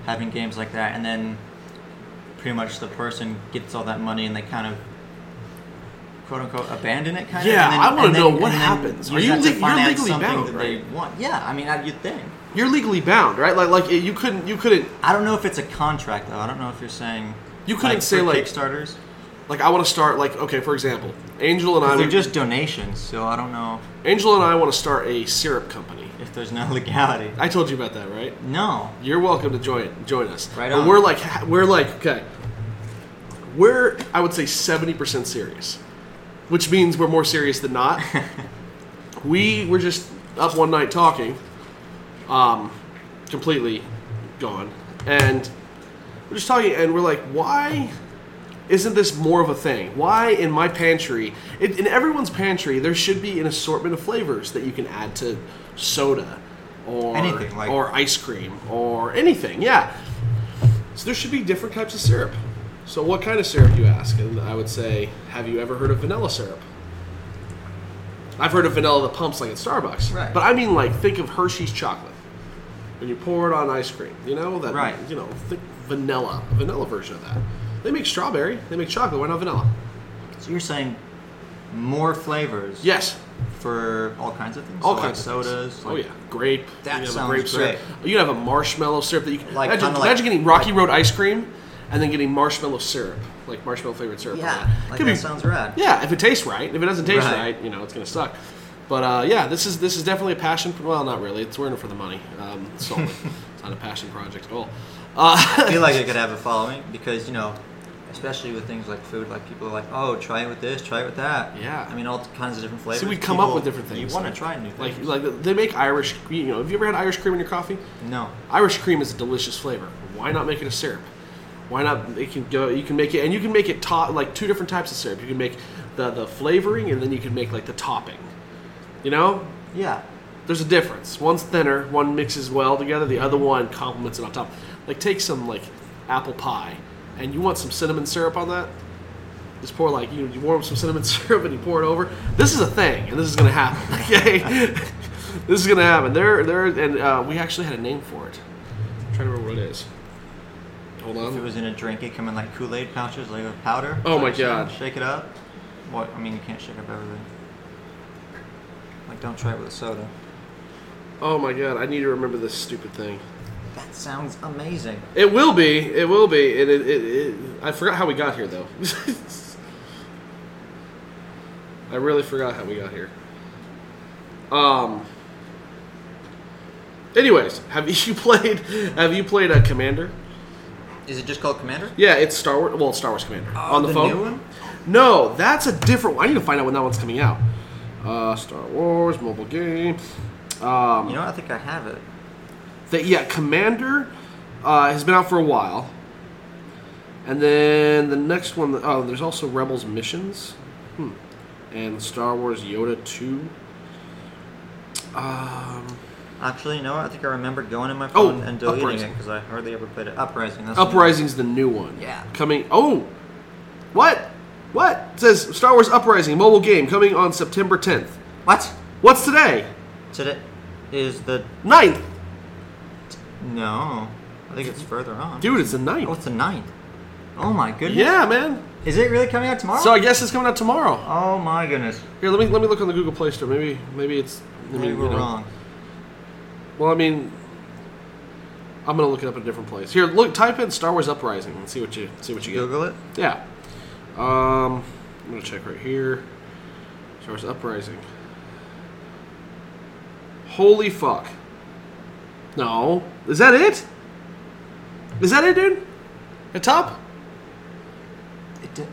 Speaker 2: having games like that and then pretty much the person gets all that money and they kind of quote unquote abandon it kind
Speaker 1: Yeah,
Speaker 2: of and
Speaker 1: I wanna
Speaker 2: and
Speaker 1: know what
Speaker 2: and
Speaker 1: happens. Are
Speaker 2: use
Speaker 1: you
Speaker 2: that to
Speaker 1: le- you're
Speaker 2: finance
Speaker 1: legally
Speaker 2: something
Speaker 1: bound,
Speaker 2: that
Speaker 1: right?
Speaker 2: they want yeah I mean I, you'd think
Speaker 1: You're legally bound, right? Like like you couldn't you couldn't
Speaker 2: I don't know if it's a contract though I don't know if you're saying
Speaker 1: You couldn't
Speaker 2: for
Speaker 1: say, like-
Speaker 2: Kickstarters
Speaker 1: like I want to start like okay for example Angel and I
Speaker 2: they're
Speaker 1: we-
Speaker 2: just donations so I don't know
Speaker 1: Angel and I want to start a syrup company.
Speaker 2: if there's no legality.
Speaker 1: I told you about that, right?
Speaker 2: No.
Speaker 1: You're welcome to join join us.
Speaker 2: Right
Speaker 1: But
Speaker 2: on.
Speaker 1: we're like ha- we're like okay. We're I would say seventy percent serious, which means we're more serious than not. we were just up one night talking, um, completely gone, and we're just talking, and we're like, why? Isn't this more of a thing? Why in my pantry, in, in everyone's pantry, there should be an assortment of flavors that you can add to soda or
Speaker 2: Anything, like-
Speaker 1: or ice cream or anything. Yeah. So there should be different types of syrup. So what kind of syrup you ask? And I would say, have you ever heard of vanilla syrup? I've heard of vanilla that pumps like at Starbucks.
Speaker 2: Right.
Speaker 1: But I mean like think of Hershey's chocolate. When you pour it on ice cream, you know that
Speaker 2: Right.
Speaker 1: you know, think vanilla, a vanilla version of that. They make strawberry, they make chocolate, why not vanilla?
Speaker 2: So you're saying more flavors
Speaker 1: Yes.
Speaker 2: for all kinds of things?
Speaker 1: All
Speaker 2: So, like
Speaker 1: kinds of
Speaker 2: sodas.
Speaker 1: things.
Speaker 2: like-
Speaker 1: oh yeah, grape. you
Speaker 2: That
Speaker 1: can have a
Speaker 2: sounds
Speaker 1: grape syrup. You can have a marshmallow syrup that you can
Speaker 2: Like,
Speaker 1: imagine,
Speaker 2: kinda like-
Speaker 1: imagine getting Rocky Road ice cream and then getting marshmallow syrup, like marshmallow flavored syrup. on
Speaker 2: Yeah.
Speaker 1: that.
Speaker 2: Like
Speaker 1: Could
Speaker 2: that
Speaker 1: be-
Speaker 2: sounds rad.
Speaker 1: yeah, if it tastes right. If it doesn't taste
Speaker 2: Right.
Speaker 1: right, you know it's gonna suck. But uh, yeah, this is this is definitely a passion. Well, not really. It's we're in it for the money. Um, solely. it's not a passion project at all.
Speaker 2: I feel like it could have a following because you know, especially with things like food, like people are like, oh, try it with this, try it with that.
Speaker 1: Yeah.
Speaker 2: I mean, all kinds of different flavors.
Speaker 1: See, we come up
Speaker 2: People-
Speaker 1: with different things.
Speaker 2: You want to try new
Speaker 1: Like
Speaker 2: things?
Speaker 1: like they make Irish. You know, have you ever had Irish cream in your coffee?
Speaker 2: no.
Speaker 1: Irish cream is a delicious flavor. Why not make it a syrup? Why not? It can go. You can make it, and you can make it top like two different types of syrup. You can make the the flavoring, and then you can make like the topping. You know,
Speaker 2: Yeah.
Speaker 1: there's a difference. One's thinner, one mixes well together. The other one complements it on top. Like take some like apple pie, and you want some cinnamon syrup on that. Just pour like you, you warm some cinnamon syrup and you pour it over. This is a thing, and this is gonna happen. Okay, this is gonna happen. There, there, and uh, we actually had a name for it. I'm trying to remember what it is. Hold
Speaker 2: If it
Speaker 1: on.
Speaker 2: was in a drink, it come in like Kool Aid pouches, like a powder.
Speaker 1: Oh my
Speaker 2: Like,
Speaker 1: God.
Speaker 2: Shake it up. What? I mean, you can't shake up everything. Like, don't try it with a soda.
Speaker 1: Oh my god, I need to remember this stupid thing.
Speaker 2: That sounds amazing.
Speaker 1: It will be. It will be. And it, it, it, I forgot how we got here, though. I really forgot how we got here. Um. Anyways, have you played? Have you played a Commander?
Speaker 2: Is it just called Commander?
Speaker 1: Yeah, it's Star Wars. Well, it's Star Wars Commander on the,
Speaker 2: Oh, the
Speaker 1: phone.
Speaker 2: new one?
Speaker 1: No, that's a different one. I need to find out when that one's coming out. Uh, Star Wars mobile game. Uh,
Speaker 2: You know, I think I have it.
Speaker 1: That yeah, Commander uh, has been out for a while, and then the next one. Oh, there's also Rebels Missions, hmm. and Star Wars Yoda Two. Um,
Speaker 2: Actually, you know, what? I think I remember going in my
Speaker 1: Oh,
Speaker 2: phone and deleting
Speaker 1: Uprising.
Speaker 2: it because I hardly ever played it. Uprising. That's the name.
Speaker 1: Uprising's the new one.
Speaker 2: Yeah.
Speaker 1: Coming. Oh, what? What it says Star Wars Uprising mobile game coming on September 10th.
Speaker 2: What?
Speaker 1: What's today?
Speaker 2: Today is the
Speaker 1: 9th.
Speaker 2: no. I think it's further on.
Speaker 1: Dude, it's the
Speaker 2: Oh,
Speaker 1: 9th.
Speaker 2: it's the 9th. Oh my goodness.
Speaker 1: Yeah, man.
Speaker 2: Is it really coming out tomorrow?
Speaker 1: So I guess it's coming out tomorrow.
Speaker 2: oh my goodness.
Speaker 1: Here, let me let me look on the Google Play Store. Maybe maybe it's I
Speaker 2: Maybe
Speaker 1: mean,
Speaker 2: we're
Speaker 1: you know,
Speaker 2: wrong.
Speaker 1: Well, I mean, I'm gonna look it up in a different place. Here, look, type in Star Wars Uprising and see what you see what you get.
Speaker 2: Google it.
Speaker 1: Yeah. Um, I'm gonna check right here. Star Wars Uprising. Holy fuck! No, is that it? Is that it, dude? At top?
Speaker 2: it di-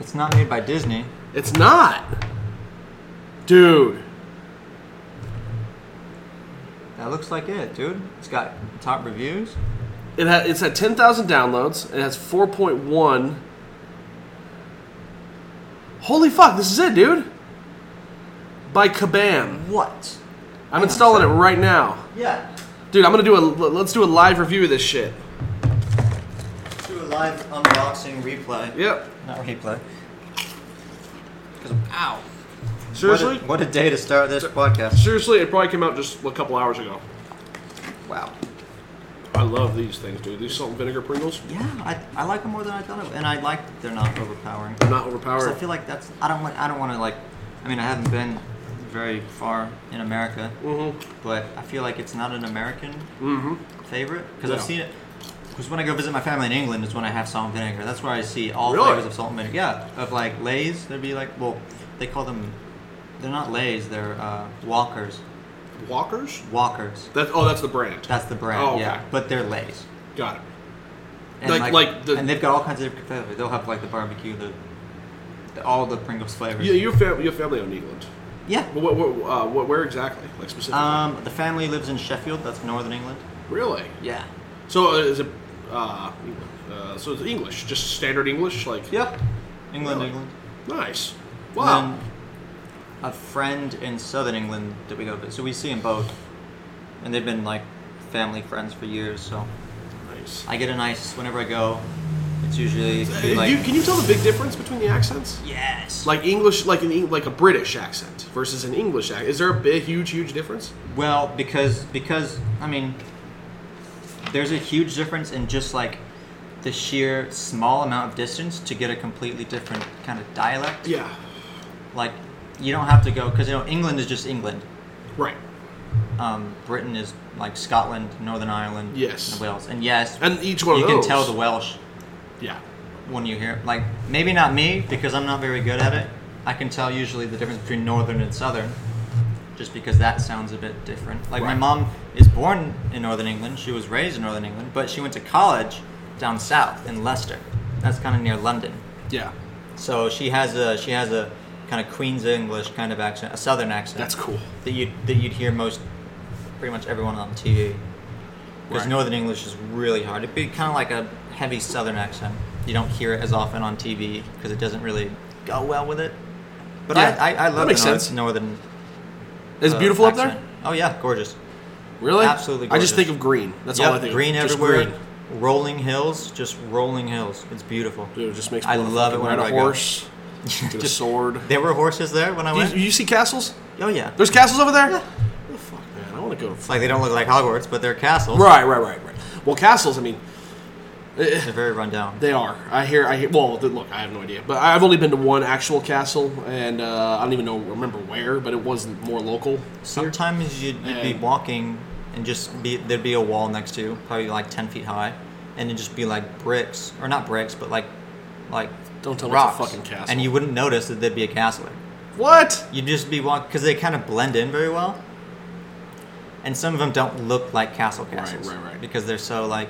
Speaker 2: it's not made by Disney.
Speaker 1: It's not, dude.
Speaker 2: That looks like it, dude. It's got top reviews.
Speaker 1: It ha- it's at 10,000 downloads. It has 4.1. Holy fuck, this is it, dude. By Kabam.
Speaker 2: What?
Speaker 1: I'm installing it right now.
Speaker 2: Yeah.
Speaker 1: Dude, I'm going to do a let's do a live review of this shit.
Speaker 2: Do a live unboxing replay.
Speaker 1: Yep.
Speaker 2: Not replay.
Speaker 1: Ow.
Speaker 2: Seriously?
Speaker 1: Seriously?
Speaker 2: What a, day to start this podcast.
Speaker 1: Seriously, it probably came out just a couple hours ago.
Speaker 2: Wow.
Speaker 1: I love these things, dude. These salt and vinegar Pringles.
Speaker 2: Yeah, I, I like them more than I thought of, and I like that they're not overpowering.
Speaker 1: I'm not
Speaker 2: 'Cause I
Speaker 1: overpowered.
Speaker 2: feel like that's I don't want I don't want to like I mean I haven't been very far in America,
Speaker 1: Mm-hmm.
Speaker 2: but I feel like it's not an American
Speaker 1: Mm-hmm.
Speaker 2: favorite because I've
Speaker 1: Yeah.
Speaker 2: seen it. Because when I go visit my family in England is when I have salt and vinegar. That's where I see all
Speaker 1: Really?
Speaker 2: flavors of salt and vinegar. Yeah, of like Lay's, there'd be like well, they call them They're not lays. They're uh, walkers.
Speaker 1: Walkers?
Speaker 2: Walkers.
Speaker 1: That oh, that's the brand.
Speaker 2: That's the brand.
Speaker 1: Oh, okay.
Speaker 2: Yeah, but they're lays.
Speaker 1: Got it.
Speaker 2: And
Speaker 1: Like-
Speaker 2: like,
Speaker 1: like the-
Speaker 2: and they've got all kinds of different flavors. They'll have like the barbecue, the, the all the Pringles flavors.
Speaker 1: Yeah, your fam- your family owned England.
Speaker 2: Yeah.
Speaker 1: But what, what, uh, what, where exactly? Like specifically?
Speaker 2: Um, the family lives in Sheffield. That's northern England.
Speaker 1: really?
Speaker 2: Yeah.
Speaker 1: So uh, is it? Uh, uh, so it's English, just standard English, like
Speaker 2: Yep. England,
Speaker 1: Really?
Speaker 2: England.
Speaker 1: nice. Wow.
Speaker 2: And then a friend in southern England that we go visit. So we see them both, and they've been like family friends for years. So
Speaker 1: nice.
Speaker 2: I get an ice whenever I go. It's usually it'd be
Speaker 1: Uh,
Speaker 2: like
Speaker 1: you, can you tell the big difference between the accents?
Speaker 2: yes.
Speaker 1: Like English, like an Eng- like a British accent versus an English accent. Is there a big, huge, huge difference?
Speaker 2: Well, because because I mean, there's a huge difference in just like the sheer small amount of distance to get a completely different kind of dialect.
Speaker 1: Yeah.
Speaker 2: Like you don't have to go because you know England is just England.
Speaker 1: Right.
Speaker 2: Um, Britain is like Scotland, Northern Ireland,
Speaker 1: Yes.
Speaker 2: and Wales, and yes,
Speaker 1: And each one
Speaker 2: you
Speaker 1: of
Speaker 2: can
Speaker 1: those-
Speaker 2: tell the Welsh
Speaker 1: Yeah.
Speaker 2: when you hear like maybe not me because I'm not very good at it. I can tell usually the difference between northern and southern, just because that sounds a bit different. Like my
Speaker 1: Right.
Speaker 2: mom is born in northern England. She was raised in northern England, but she went to college down south in Leicester. That's kind of near London.
Speaker 1: Yeah.
Speaker 2: So she has a she has a kind of Queen's English kind of accent, a southern accent.
Speaker 1: That's cool.
Speaker 2: That you that you'd hear most, pretty much everyone on TV. Because
Speaker 1: Right.
Speaker 2: Northern English is really hard. It'd be kind of like a heavy Southern accent. You don't hear it as often on TV because it doesn't really go well with it. But
Speaker 1: Yeah,
Speaker 2: I, I, I
Speaker 1: that
Speaker 2: love
Speaker 1: makes
Speaker 2: the Nor-
Speaker 1: sense.
Speaker 2: Northern.
Speaker 1: It's
Speaker 2: uh,
Speaker 1: beautiful up
Speaker 2: accent.
Speaker 1: there.
Speaker 2: Oh yeah, gorgeous.
Speaker 1: Really?
Speaker 2: Absolutely
Speaker 1: I just
Speaker 2: gorgeous.
Speaker 1: think of green. That's all I
Speaker 2: Yep,
Speaker 1: think. of.
Speaker 2: green
Speaker 1: Just
Speaker 2: everywhere.
Speaker 1: green.
Speaker 2: Rolling hills, just rolling hills. It's beautiful.
Speaker 1: Dude, it just makes.
Speaker 2: I
Speaker 1: me wanna
Speaker 2: love it
Speaker 1: fucking
Speaker 2: whenever
Speaker 1: ride
Speaker 2: I
Speaker 1: a
Speaker 2: go.
Speaker 1: horse. Get a
Speaker 2: Just-
Speaker 1: sword.
Speaker 2: There were horses there when I
Speaker 1: Do you,
Speaker 2: went.
Speaker 1: do you see castles?
Speaker 2: Oh yeah.
Speaker 1: There's castles over there. Oh, fuck, man, I want to go.
Speaker 2: It's like they don't look like Hogwarts, but they're castles.
Speaker 1: Right, right, right, right. Well, castles. I mean,
Speaker 2: They're very run down.
Speaker 1: They are. I hear. I hear. Well, th- look, I have no idea, but I've only been to one actual castle, and uh, I don't even know remember where, but it was more local.
Speaker 2: Sometimes you'd, you'd be
Speaker 1: And-
Speaker 2: walking and just be there'd be a wall next to you, probably like ten feet high, and it'd just be like bricks or not bricks, but like like
Speaker 1: Don't tell me it's a
Speaker 2: rocks.
Speaker 1: fucking castle.
Speaker 2: And you wouldn't notice that there'd be a castle. there.
Speaker 1: What?
Speaker 2: You'd just be walking because they kind of blend in very well, and some of them don't look like castle castles,
Speaker 1: right, right.
Speaker 2: Because they're so like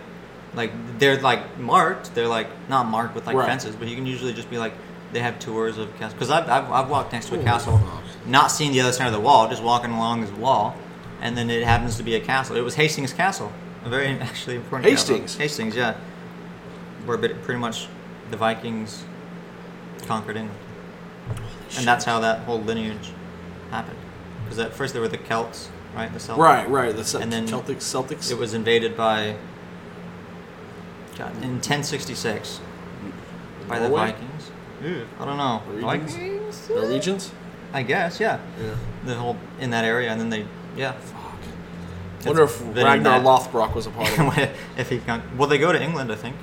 Speaker 2: like they're like marked. They're like not marked with like
Speaker 1: Right.
Speaker 2: fences, but you can usually just be like. They have tours of castles because I've, I've, I've walked next to a
Speaker 1: Holy
Speaker 2: castle,
Speaker 1: fuck.
Speaker 2: not seeing the other side of the wall, just walking along this wall, and then it happens to be a castle. It was Hastings Castle, a very actually important castle.
Speaker 1: Hastings?
Speaker 2: Hastings, yeah, where bit- pretty much the Vikings conquered England, and that's how that whole lineage happened. Because at first they were the Celts, right? The Celts.
Speaker 1: Right, right. The Celt-
Speaker 2: And then
Speaker 1: Celtic Celtics.
Speaker 2: It was invaded by God, in 1066 by the
Speaker 1: Norway?
Speaker 2: Vikings. I don't know.
Speaker 1: Norwegians?
Speaker 2: Vikings?
Speaker 1: Norwegians.
Speaker 2: I guess, yeah.
Speaker 1: Yeah.
Speaker 2: The whole in that area, and then they, yeah.
Speaker 1: Fuck. Wonder if
Speaker 2: been in
Speaker 1: Ragnar
Speaker 2: that-
Speaker 1: Lothbrok was a part of it.
Speaker 2: if he can, well, they go to England, I think.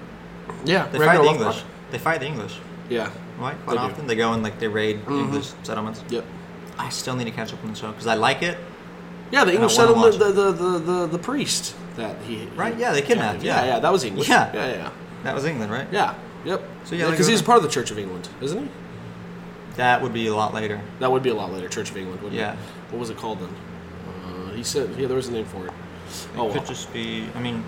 Speaker 1: yeah,
Speaker 2: They
Speaker 1: Ragnar
Speaker 2: fight the
Speaker 1: Lothbrok.
Speaker 2: English. They fight the English,
Speaker 1: Yeah.
Speaker 2: right?
Speaker 1: They
Speaker 2: Quite
Speaker 1: do. Mm-hmm.
Speaker 2: often, they go and like they raid English settlements.
Speaker 1: Yep.
Speaker 2: I still need to catch up on the show because I like it.
Speaker 1: Yeah, the English
Speaker 2: wanna
Speaker 1: settled
Speaker 2: watch
Speaker 1: the, the, the, the, the priest that he
Speaker 2: Right,
Speaker 1: he
Speaker 2: yeah, they kidnapped,
Speaker 1: Yeah,
Speaker 2: yeah.
Speaker 1: yeah, that was English.
Speaker 2: Yeah.
Speaker 1: yeah, yeah,
Speaker 2: That was England, right?
Speaker 1: yeah. Yep.
Speaker 2: So, yeah, they
Speaker 1: because
Speaker 2: go
Speaker 1: he's
Speaker 2: to-
Speaker 1: part of the Church of England, isn't he?
Speaker 2: That would be a lot later.
Speaker 1: That would be a lot later. Church of England, wouldn't
Speaker 2: Yeah.
Speaker 1: it? What was it called then? Uh, he said, yeah, there was a name for it.
Speaker 2: It
Speaker 1: Oh,
Speaker 2: could
Speaker 1: well.
Speaker 2: just be. I mean,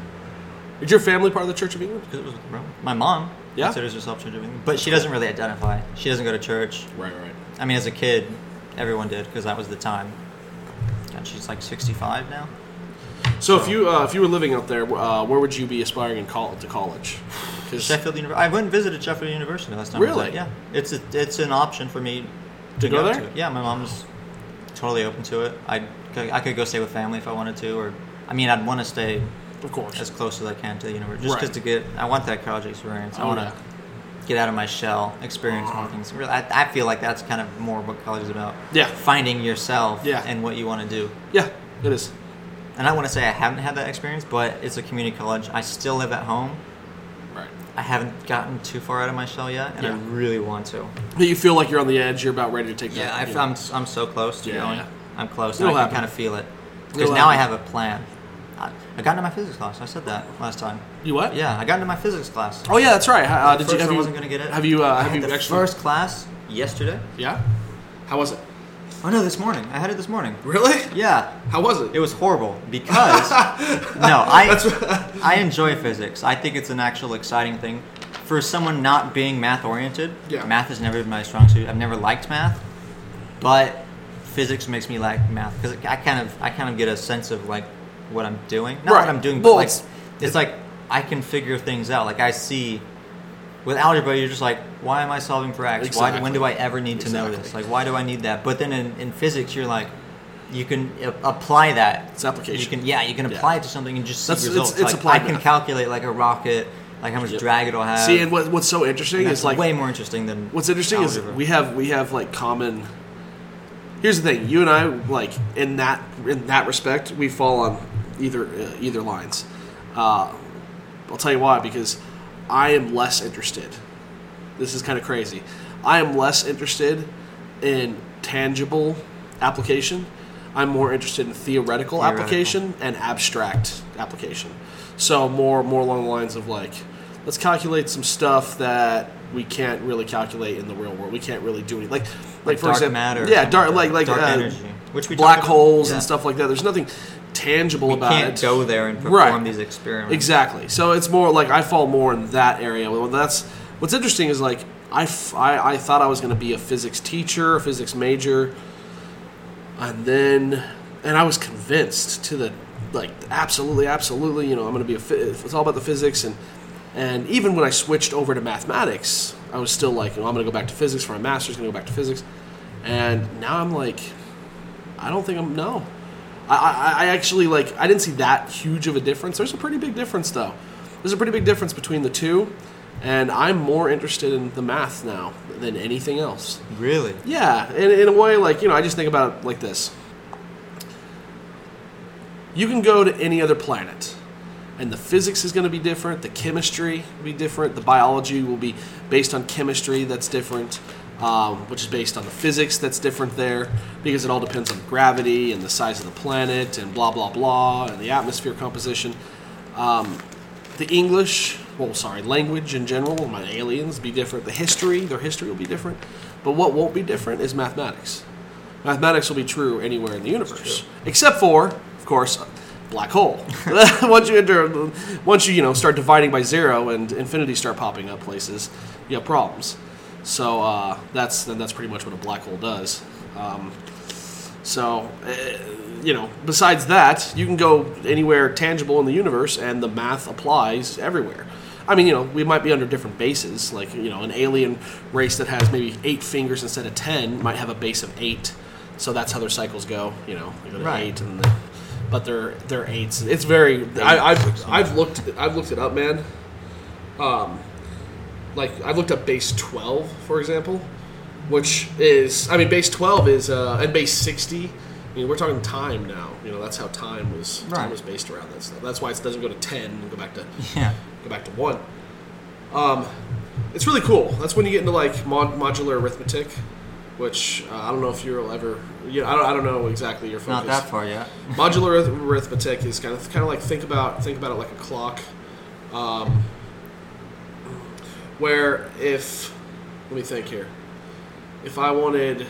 Speaker 1: Is your family part of the Church of England?
Speaker 2: 'cause it was Rome. My mom
Speaker 1: Yeah?
Speaker 2: considers herself Church of England, but she doesn't really identify. She doesn't go to church.
Speaker 1: Right, right.
Speaker 2: I mean, as a kid, everyone did because that was the time. God, she's like 65 now.
Speaker 1: So if you uh, if you were living out there, uh, where would you be aspiring in col- to college? 'Cause-
Speaker 2: Sheffield University. I went and visited Sheffield University last time. I was
Speaker 1: Really?
Speaker 2: there, Yeah. It's a, it's an option for me to,
Speaker 1: go there?
Speaker 2: To. Yeah, my mom's totally open to it. I I could go stay with family if I wanted to, or I mean, I'd want to stay
Speaker 1: of course.
Speaker 2: as close as I can to the university, just
Speaker 1: Right.
Speaker 2: because to get I want that college experience. I
Speaker 1: Oh,
Speaker 2: want to
Speaker 1: yeah.
Speaker 2: get out of my shell, experience more things. Really, I, I feel like that's kind of more what college is about.
Speaker 1: Yeah.
Speaker 2: Finding yourself.
Speaker 1: Yeah.
Speaker 2: And what you want to do.
Speaker 1: yeah, it is.
Speaker 2: And I want to say I haven't had that experience, but it's a community college. I still live at home.
Speaker 1: Right.
Speaker 2: I haven't gotten too far out of my shell yet, and I
Speaker 1: Yeah.
Speaker 2: really want to.
Speaker 1: But you feel like you're on the edge. You're about ready to take
Speaker 2: Yeah,
Speaker 1: that.
Speaker 2: I,
Speaker 1: you
Speaker 2: f-
Speaker 1: know.
Speaker 2: I'm s- I'm so close to
Speaker 1: Yeah,
Speaker 2: going.
Speaker 1: yeah.
Speaker 2: I'm close,
Speaker 1: It'll
Speaker 2: and I
Speaker 1: happen.
Speaker 2: can kind of feel it because
Speaker 1: It'll
Speaker 2: now I have
Speaker 1: happen.
Speaker 2: a plan. I, I got into my physics class. I said that last time.
Speaker 1: You what?
Speaker 2: Yeah, I got into my physics class.
Speaker 1: Oh yeah, that's right. Uh,
Speaker 2: At
Speaker 1: did
Speaker 2: first
Speaker 1: you have
Speaker 2: I
Speaker 1: you
Speaker 2: wasn't gonna get it.
Speaker 1: have you uh,
Speaker 2: I
Speaker 1: have
Speaker 2: had
Speaker 1: you
Speaker 2: the
Speaker 1: actually
Speaker 2: first class yesterday?
Speaker 1: yeah? How was it?
Speaker 2: Oh no, this morning. I had it this morning.
Speaker 1: Really?
Speaker 2: Yeah.
Speaker 1: How was it?
Speaker 2: It was horrible because
Speaker 1: That's
Speaker 2: no, I
Speaker 1: what-
Speaker 2: I enjoy physics. I think it's an actual exciting thing for someone not being math oriented.
Speaker 1: Yeah.
Speaker 2: Math has never been my strong suit. I've never liked math, but physics makes me like math because I kind of I kind of get a sense of like what I'm doing. Not
Speaker 1: Right.
Speaker 2: what I'm doing, but
Speaker 1: Well,
Speaker 2: like
Speaker 1: it's-
Speaker 2: it's, like I can figure things out. Like I see. With algebra, you're just like, why am I solving for x? Why? When do I
Speaker 1: Exactly.
Speaker 2: ever need to know
Speaker 1: Exactly.
Speaker 2: this? Like, why do I need that? But then in, in physics, you're like, you can a- apply that.
Speaker 1: It's application.
Speaker 2: You can yeah, you can
Speaker 1: Yeah.
Speaker 2: apply it to something and just see
Speaker 1: That's- it's-
Speaker 2: results.
Speaker 1: it's
Speaker 2: Like,
Speaker 1: applied
Speaker 2: I can
Speaker 1: math.
Speaker 2: calculate like a rocket, like how much
Speaker 1: Yep.
Speaker 2: drag it'll have.
Speaker 1: See, and what, what's so interesting
Speaker 2: And
Speaker 1: is
Speaker 2: that's
Speaker 1: like
Speaker 2: way more interesting than
Speaker 1: What's interesting is
Speaker 2: algebra.
Speaker 1: we have we have like common. Here's the thing, you and I like in that in that respect we fall on either uh, either lines. Uh, I'll tell you why because I am less interested. This is kind of crazy. I am less interested in tangible application. I'm more interested in theoretical,
Speaker 2: Theoretical.
Speaker 1: application and abstract application. So more more along the lines of like let's calculate some stuff that we can't really calculate in the real world. We can't really do any like like for
Speaker 2: dark
Speaker 1: example
Speaker 2: matter or
Speaker 1: yeah
Speaker 2: something
Speaker 1: dark
Speaker 2: like
Speaker 1: like
Speaker 2: that.
Speaker 1: like
Speaker 2: Dark
Speaker 1: uh,
Speaker 2: energy, which we
Speaker 1: black
Speaker 2: talked about.
Speaker 1: holes
Speaker 2: Yeah.
Speaker 1: and stuff like that. There's nothing tangible
Speaker 2: we
Speaker 1: about
Speaker 2: can't
Speaker 1: it.
Speaker 2: go there and perform
Speaker 1: Right.
Speaker 2: these experiments.
Speaker 1: Exactly. So it's more like I fall more in that area. Well, that's what's interesting is like I, f- I, I thought I was going to be a physics teacher, a physics major, and then and I was convinced to the like absolutely, absolutely. You know, I'm going to be a. phy- It's all about the physics and and even when I switched over to mathematics, I was still like, you know, I'm going to go back to physics for my master's. Going to go back to physics, and now I'm like, I don't think I'm no. I, I, I actually like I didn't see that huge of a difference. There's a pretty big difference though. There's a pretty big difference between the two, and I'm more interested in the math now than anything else.
Speaker 2: Really?
Speaker 1: Yeah, in, in a way, like you know, I just think about it like this. You can go to any other planet, and the physics is going to be different. The chemistry will be different. The biology will be based on chemistry that's different, um, which is based on the physics that's different there, because it all depends on gravity and the size of the planet and blah blah blah and the atmosphere composition the English, well, sorry, language in general, my aliens be different. The history, their history will be different. But what won't be different is mathematics. Mathematics will be true anywhere in the universe, except for, of course, black hole. once you enter, once you you know start dividing by zero and infinities start popping up places, you have problems. So uh, that's then that's pretty much what a black hole does. Um, so, uh, you know, besides that, you can go anywhere tangible in the universe, and the math applies everywhere. I mean, you know, we might be under different bases. Like, you know, an alien race that has maybe eight fingers instead of ten might have a base of eight. So that's how their cycles go. You know, they go to
Speaker 2: Right.
Speaker 1: eight, and then, but they're they're eights. It's very. I, I've I've looked I've looked it up, man. Um, like I looked up base twelve, for example, which is I mean base twelve is uh, and base sixty. I mean we're talking time now. You know that's how time was time
Speaker 2: Right.
Speaker 1: was based around that stuff. That's why it doesn't go to ten and go back to
Speaker 2: Yeah.
Speaker 1: go back to one. Um, it's really cool. That's when you get into like mod- modular arithmetic, which uh, I don't know if you'll ever. You know, I don't I don't know exactly your focus
Speaker 2: Not that far yet.
Speaker 1: modular arith- arithmetic is kind of kind of like think about think about it like a clock, um, where if let me think here, if I wanted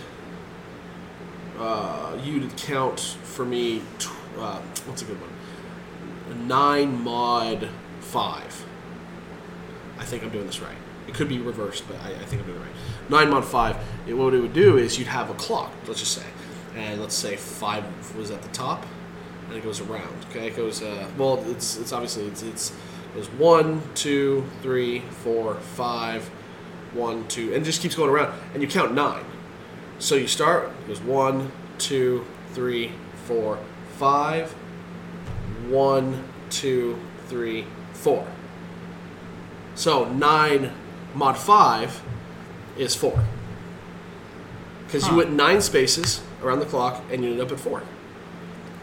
Speaker 1: uh, you to count for me, tw- uh, what's a good one? Nine mod five. I think I'm doing this right. It could be reversed, but I, I think I'm doing it right. Nine mod five. It, what it would do is you'd have a clock. Let's just say, and let's say five was at the top, and it goes around. Okay, it goes. Uh, well, it's it's obviously it's it's it goes one, two, three, four, five, one, two, and it just keeps going around. And you count nine. So you start. It goes one, two, three, four, five, one, two, three, four. So nine mod five is four. Because
Speaker 2: Huh.
Speaker 1: you went nine spaces around the clock and you ended up at four.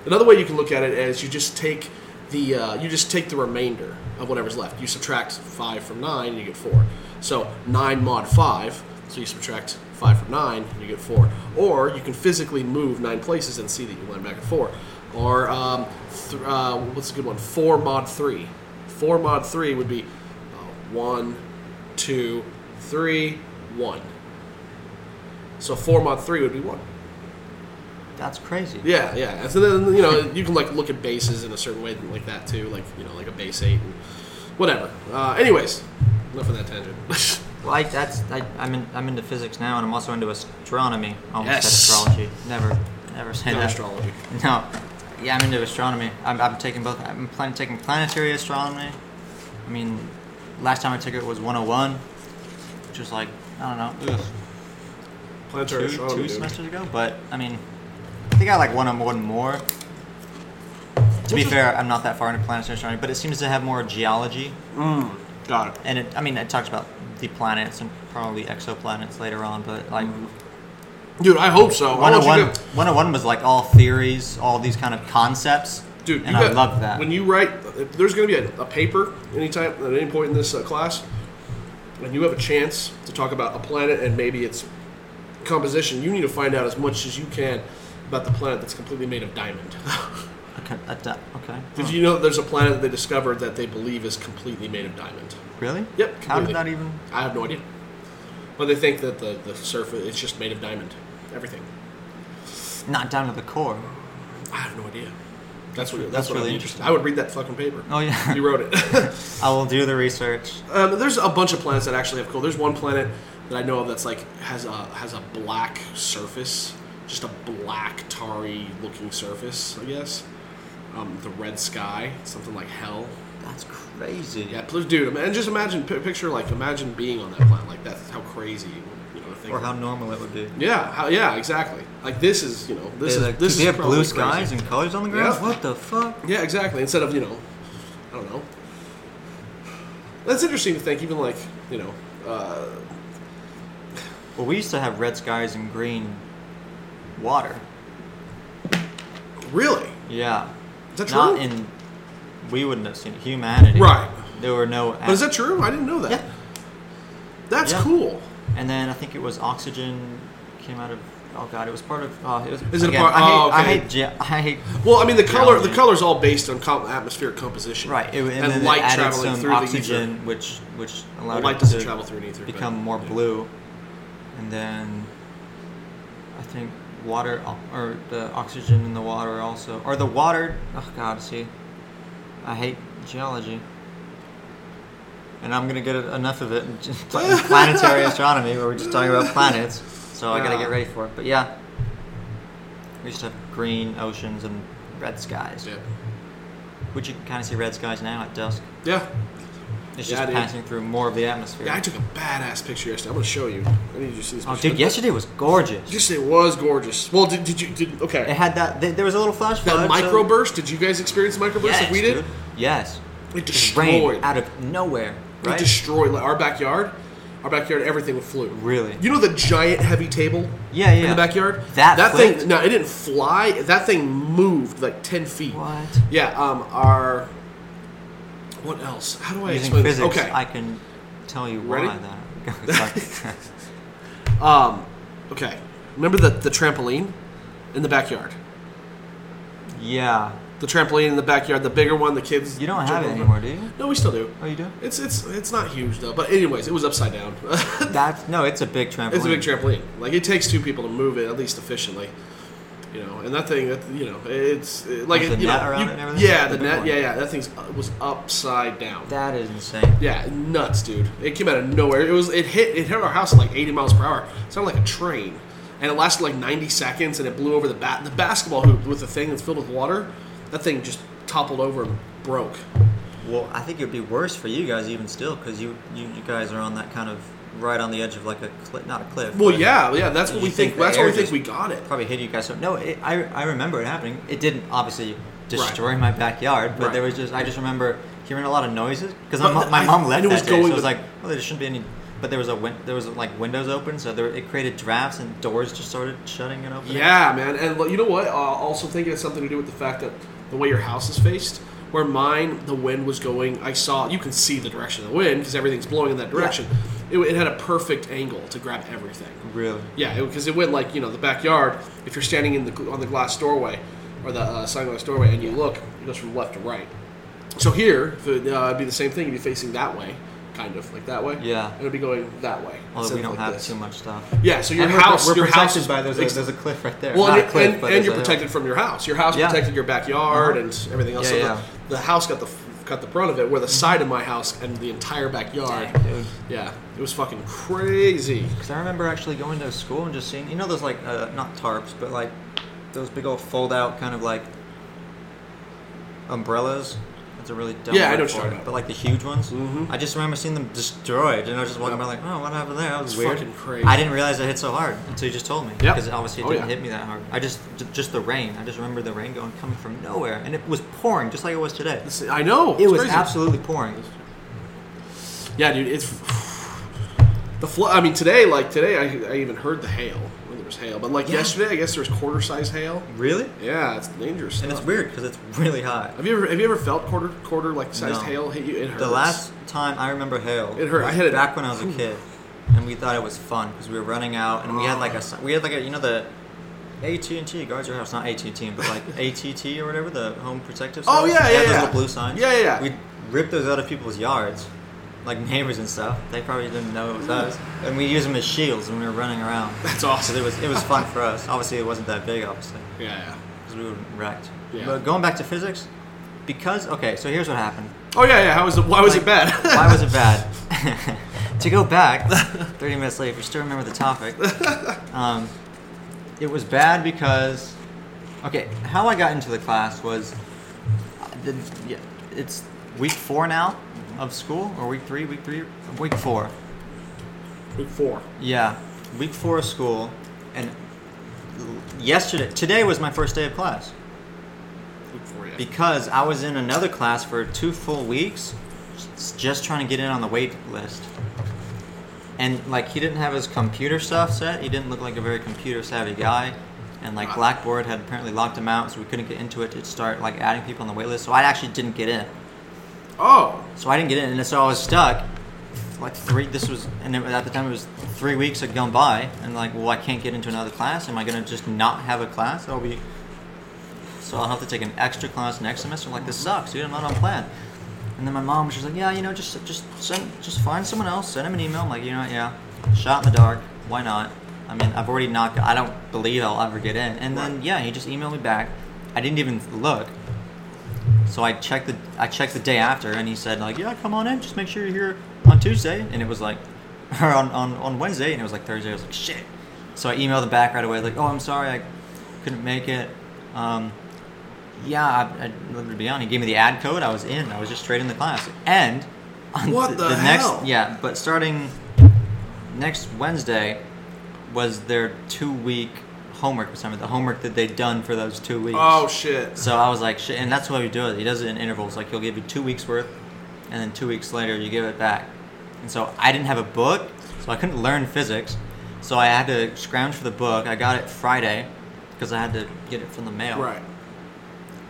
Speaker 1: Another way you can look at it is you just take the uh, you just take the remainder of whatever's left. You subtract five from nine and you get four. So nine mod five. So you subtract five from nine and you get four. Or you can physically move nine places and see that you land back at four. Or um, th- uh, what's a good one? Four mod three. Four mod three would be uh, one, two, three, one. So four mod three would be one.
Speaker 2: that's crazy.
Speaker 1: Yeah, yeah. So then you know you can like look at bases in a certain way like that too, like you know like a base eight, and whatever. Uh, anyways, enough of that tangent.
Speaker 2: Well, I, that's I, I'm in, I'm into physics now, and I'm also into astronomy. I Almost
Speaker 1: Yes.
Speaker 2: said astrology. Never, never say
Speaker 1: Not
Speaker 2: that.
Speaker 1: astrology.
Speaker 2: No. Yeah, I'm into astronomy. I'm, I'm taking both. I'm planning taking planetary astronomy. I mean, last time I took it was 101, which was like I don't know, ugh,
Speaker 1: Planetary
Speaker 2: two,
Speaker 1: astronomy,
Speaker 2: two
Speaker 1: dude.
Speaker 2: semesters ago. But I mean, I think I like 101 more. To be
Speaker 1: Which is-
Speaker 2: fair, I'm not that far into planetary astronomy, but it seems to have more geology,
Speaker 1: Got it.
Speaker 2: and it, I mean, it talks about the planets and probably exoplanets later on. But like,
Speaker 1: Dude, I hope so. I want Mm-hmm. you
Speaker 2: 101,
Speaker 1: to-
Speaker 2: 101 was like all theories, all these kind of concepts.
Speaker 1: dude,
Speaker 2: and
Speaker 1: you
Speaker 2: I
Speaker 1: got-
Speaker 2: love that.
Speaker 1: When you write, if there's going to be a, a paper anytime at any point in this uh, class, and you have a chance to talk about a planet and maybe its composition, you need to find out as much as you can about the planet that's completely made of diamond.
Speaker 2: okay, that, that- okay.
Speaker 1: Did you know that there's a planet that they discovered that they believe is completely made of diamond?
Speaker 2: Really?
Speaker 1: Yep.
Speaker 2: How did
Speaker 1: completely.
Speaker 2: that even?
Speaker 1: I have no idea. But they think that the, the surface is just made of diamond. Everything.
Speaker 2: Not down to the core.
Speaker 1: I have no idea. That's what. That's,
Speaker 2: That's
Speaker 1: what
Speaker 2: really
Speaker 1: I'm
Speaker 2: interesting.
Speaker 1: I would read that fucking paper.
Speaker 2: Oh yeah.
Speaker 1: You wrote it.
Speaker 2: I will do the research.
Speaker 1: um, there's a bunch of planets that actually have cool. There's one planet that I know of that's like has a has a black surface, just a black tarry looking surface. I guess. Um, the red sky, something like hell.
Speaker 2: That's crazy.
Speaker 1: Yeah, pl- dude. And just imagine, pi picture like imagine being on that planet. Like that's how crazy you know. to Think
Speaker 2: Or how normal it would be.
Speaker 1: Yeah, how, yeah, exactly. Like this is, you know, this
Speaker 2: they,
Speaker 1: is
Speaker 2: like,
Speaker 1: this
Speaker 2: they
Speaker 1: is
Speaker 2: have
Speaker 1: probably
Speaker 2: blue
Speaker 1: crazy.
Speaker 2: skies and colors on the ground.
Speaker 1: Yeah.
Speaker 2: What the fuck?
Speaker 1: Yeah, exactly. Instead of you know, I don't know. That's interesting to think. Even like you know, uh,
Speaker 2: Well, we used to have red skies and green water.
Speaker 1: really,
Speaker 2: Yeah.
Speaker 1: is that true?
Speaker 2: Not in. We wouldn't have seen it. humanity.
Speaker 1: Right.
Speaker 2: There were no.
Speaker 1: but is that true? I didn't know that.
Speaker 2: Yeah.
Speaker 1: That's
Speaker 2: Yeah.
Speaker 1: cool.
Speaker 2: And then I think it was oxygen came out of. Oh god, it was part of. Uh, it was,
Speaker 1: Is it a
Speaker 2: again,
Speaker 1: part-
Speaker 2: I hate,
Speaker 1: oh,
Speaker 2: I
Speaker 1: okay.
Speaker 2: hate. ge- I hate.
Speaker 1: Well, I mean, the color the
Speaker 2: Geology.
Speaker 1: color's all based on com- atmospheric composition,
Speaker 2: Right. It, and,
Speaker 1: and,
Speaker 2: then
Speaker 1: light
Speaker 2: it added
Speaker 1: traveling
Speaker 2: some
Speaker 1: through the ether.
Speaker 2: oxygen, which which
Speaker 1: Well,
Speaker 2: allowed
Speaker 1: light
Speaker 2: it
Speaker 1: doesn't
Speaker 2: to
Speaker 1: travel through an ether. but-
Speaker 2: become more
Speaker 1: yeah.
Speaker 2: blue. And then I think water o- or the oxygen in the water also, or the water. Oh god, see, I hate geology. And I'm gonna get a- enough of it in just pla- in planetary astronomy, where we're just talking about planets. So I gotta
Speaker 1: Yeah.
Speaker 2: get ready for it. But yeah, we used to have green oceans and red skies,
Speaker 1: Yeah.
Speaker 2: which you can kind of see red skies now at dusk.
Speaker 1: Yeah.
Speaker 2: It's
Speaker 1: Yeah,
Speaker 2: just
Speaker 1: dude.
Speaker 2: passing through more of the atmosphere.
Speaker 1: Yeah, I took a badass picture yesterday. I'm gonna show you. I need you to see this.
Speaker 2: oh,
Speaker 1: picture.
Speaker 2: dude, yesterday was gorgeous.
Speaker 1: Just it was gorgeous. Well, did, did you did
Speaker 2: It
Speaker 1: okay?
Speaker 2: had that. Th- there was a little flash flood.
Speaker 1: That
Speaker 2: so-
Speaker 1: microburst. Did you guys experience microburst
Speaker 2: Yes,
Speaker 1: like we did?
Speaker 2: dude. Yes.
Speaker 1: It
Speaker 2: Rain
Speaker 1: destroyed.
Speaker 2: out of nowhere.
Speaker 1: It
Speaker 2: uh, Right.
Speaker 1: destroyed like, our backyard. Our backyard, everything flew.
Speaker 2: Really?
Speaker 1: You know the giant heavy table?
Speaker 2: Yeah,
Speaker 1: In
Speaker 2: yeah.
Speaker 1: the backyard.
Speaker 2: That flipped?
Speaker 1: thing. No, it didn't fly. That thing moved like ten feet.
Speaker 2: what?
Speaker 1: Yeah. Um. Our. What else? How do I
Speaker 2: Using
Speaker 1: explain
Speaker 2: physics,
Speaker 1: this? Okay.
Speaker 2: I can tell you
Speaker 1: Ready?
Speaker 2: why that. Sorry.
Speaker 1: um. Okay. Remember the the trampoline in the backyard.
Speaker 2: yeah.
Speaker 1: The trampoline in the backyard, the bigger one, the kids.
Speaker 2: You don't have
Speaker 1: jump
Speaker 2: it
Speaker 1: over.
Speaker 2: anymore, do you?
Speaker 1: No, we still do.
Speaker 2: Oh, you do?
Speaker 1: It's it's it's not huge though. But anyways, it was upside down.
Speaker 2: That's no. It's a big trampoline.
Speaker 1: it's a big trampoline. Like it takes two people to move it at least efficiently. You know, and that thing, that you know, it's it, like
Speaker 2: With the
Speaker 1: you
Speaker 2: net
Speaker 1: know,
Speaker 2: around
Speaker 1: you-
Speaker 2: it and everything?
Speaker 1: yeah,
Speaker 2: The
Speaker 1: the,
Speaker 2: big
Speaker 1: net,
Speaker 2: one.
Speaker 1: yeah, yeah, that thing's uh, was upside down.
Speaker 2: That is insane.
Speaker 1: yeah, nuts, dude. It came out of nowhere. It was it hit it hit our house at like 80 miles per hour. It sounded like a train, and it lasted like 90 seconds, and it blew over the bat the basketball hoop with the thing that's filled with water. That thing just toppled over and broke.
Speaker 2: Well, I think it'd be worse for you guys even still because you, you you guys are on that kind of right on the edge of like a cliff, not a cliff.
Speaker 1: Well,
Speaker 2: but-
Speaker 1: yeah, yeah, that's what
Speaker 2: You
Speaker 1: we
Speaker 2: think
Speaker 1: think.
Speaker 2: the
Speaker 1: That's why
Speaker 2: air
Speaker 1: we think
Speaker 2: just-
Speaker 1: we got it.
Speaker 2: probably hit you guys. So no, it, I I remember it happening. It didn't obviously destroy my backyard, but
Speaker 1: Right.
Speaker 2: there was just I just remember hearing a lot of noises because
Speaker 1: But
Speaker 2: my,
Speaker 1: the-
Speaker 2: my
Speaker 1: I-
Speaker 2: mom
Speaker 1: and
Speaker 2: left
Speaker 1: it was
Speaker 2: that day, so
Speaker 1: going
Speaker 2: I was
Speaker 1: to-
Speaker 2: like, oh, there shouldn't be any. But there was a win- there was like windows open, so there it created drafts and doors just started shutting and opening.
Speaker 1: Yeah, man. And like, you know what? Uh, also thinking it's something to do with the fact that the way your house is faced. Where mine, the wind was going. I saw you can see the direction of the wind because everything's blowing in that direction. It, it had a perfect angle to grab everything.
Speaker 2: really.
Speaker 1: Yeah, because it, went like you know the backyard. If you're standing in the gl- on the glass doorway or the uh, sunglass doorway and you look, it goes from left to right. So here, if it, uh, it'd be the same thing. You'd be facing that way, kind of like that way.
Speaker 2: Yeah.
Speaker 1: It would be going that way. instead
Speaker 2: Although we
Speaker 1: of
Speaker 2: don't
Speaker 1: like
Speaker 2: have
Speaker 1: this.
Speaker 2: too much stuff.
Speaker 1: Yeah, so your
Speaker 2: And we're-
Speaker 1: house,
Speaker 2: we're
Speaker 1: your
Speaker 2: protected
Speaker 1: house is
Speaker 2: by there's a,
Speaker 1: ex-
Speaker 2: there's a cliff right there.
Speaker 1: Well,
Speaker 2: Not
Speaker 1: and,
Speaker 2: a cliff,
Speaker 1: and,
Speaker 2: but
Speaker 1: and
Speaker 2: there's
Speaker 1: you're
Speaker 2: a hill.
Speaker 1: protected from your house. Your house
Speaker 2: Yeah.
Speaker 1: protected your backyard
Speaker 2: Uh-huh.
Speaker 1: and everything else.
Speaker 2: Yeah,
Speaker 1: so
Speaker 2: yeah.
Speaker 1: The, the house got the f- got the brunt of it, where the side of my house and the entire backyard.
Speaker 2: Dang, dude.
Speaker 1: Yeah, it was fucking crazy.
Speaker 2: Because I remember actually going to school and just seeing, you know, those like uh, not tarps, but like those big old fold out kind of like umbrellas. That's a really dumb
Speaker 1: Yeah, I
Speaker 2: word
Speaker 1: know what
Speaker 2: for
Speaker 1: you're
Speaker 2: it,
Speaker 1: talking about.
Speaker 2: But like the huge ones.
Speaker 1: Mhm.
Speaker 2: I just remember seeing them destroyed, and I was just walking
Speaker 1: Yep.
Speaker 2: by like, oh, what happened there? That was
Speaker 1: It's
Speaker 2: weird.
Speaker 1: fucking crazy.
Speaker 2: I didn't realize it hit so hard until you just told me.
Speaker 1: Yep.
Speaker 2: Because obviously it
Speaker 1: Oh,
Speaker 2: didn't
Speaker 1: yeah.
Speaker 2: hit me that hard. I just j- just the rain. I just remember the rain going coming from nowhere, and it was pouring just like it was today.
Speaker 1: This- I know
Speaker 2: It
Speaker 1: it's
Speaker 2: was
Speaker 1: crazy.
Speaker 2: absolutely pouring.
Speaker 1: Yeah, dude, it's the flood. I mean, today, like today, I, I even heard the hail when there was hail. But like
Speaker 2: Yeah.
Speaker 1: yesterday, I guess there was quarter size hail.
Speaker 2: Really?
Speaker 1: Yeah, it's dangerous.
Speaker 2: And it's
Speaker 1: stuff.
Speaker 2: weird because it's really high.
Speaker 1: Have you ever have you ever felt quarter quarter like sized
Speaker 2: No.
Speaker 1: hail hit you? It hurts.
Speaker 2: The last time I remember hail,
Speaker 1: It hurt. I
Speaker 2: was
Speaker 1: hit it.
Speaker 2: back when I was a kid, and we thought it was fun because we were running out, and we had like a si- we had like a you know the AT and T guards your house, not AT T, but like ATT or whatever the home protective.
Speaker 1: Oh,
Speaker 2: service.
Speaker 1: yeah,
Speaker 2: They had
Speaker 1: yeah,
Speaker 2: those
Speaker 1: yeah.
Speaker 2: little blue signs.
Speaker 1: Yeah, yeah, yeah.
Speaker 2: We ripped those out of people's yards, like neighbors and stuff. They probably didn't know it was us, and we used them as shields when we were running around.
Speaker 1: That's
Speaker 2: So
Speaker 1: awesome.
Speaker 2: it was it was fun for us. Obviously, it wasn't that big, obviously
Speaker 1: yeah, yeah.
Speaker 2: because we were wrecked.
Speaker 1: Yeah.
Speaker 2: But going back to physics, because okay, so here's what happened.
Speaker 1: Oh yeah, yeah. How was it? Why was it
Speaker 2: Like,
Speaker 1: bad?
Speaker 2: why was it bad? to go back, 30 minutes later, if you still remember the topic, um, it was bad because, okay, how I got into the class was, uh, the, yeah, it's week four now of school, or week three, week three, week four.
Speaker 1: Week four.
Speaker 2: Yeah, week four of school, and yesterday, today was my first day of class.
Speaker 1: Week four. Yeah.
Speaker 2: because I was in another class for two full weeks, s- just trying to get in on the wait list. And like he didn't have his computer stuff set. He didn't look like a very computer savvy guy. And like
Speaker 1: Right.
Speaker 2: Blackboard had apparently locked him out, so we couldn't get into it to start like adding people on the wait list. So I actually didn't get in.
Speaker 1: oh.
Speaker 2: So I didn't get in, and so I was stuck. Like three, this was, and it- at the time it was three weeks had gone by, and like, well, I can't get into another class. Am I gonna just not have a class? I'll be, so I'll have to take an extra class next semester. I'm like, this sucks, dude. I'm not on plan. And then my mom was just like, yeah, you know, just just send, just find someone else, send him an email. I'm like, you know, what, yeah, shot in the dark. Why not? I mean, I've already not. I don't believe I'll ever get in. And then
Speaker 1: Right.
Speaker 2: yeah, he just emailed me back. I didn't even look. So I checked the I checked the day after, and he said like, "Yeah, come on in. Just make sure you're here on Tuesday." And it was like, or on, on, on Wednesday, and it was like Thursday. I was like, "Shit!" So I emailed him back right away, like, "Oh, I'm sorry, I couldn't make it." Um, yeah, I, I, to be honest, he gave me the ad code. I was in. I was just straight in the class. And on
Speaker 1: What the hell?
Speaker 2: next, yeah, but starting next Wednesday was their two week homework assignment. The homework that they'd done for those two weeks.
Speaker 1: Oh shit.
Speaker 2: So I was like, shit, and that's why we do it. He does it in intervals. Like he'll give you two weeks worth, and then two weeks later you give it back. And so I didn't have a book, so I couldn't learn physics. So I had to scrounge for the book. I got it Friday because I had to get it from the mail.
Speaker 1: Right.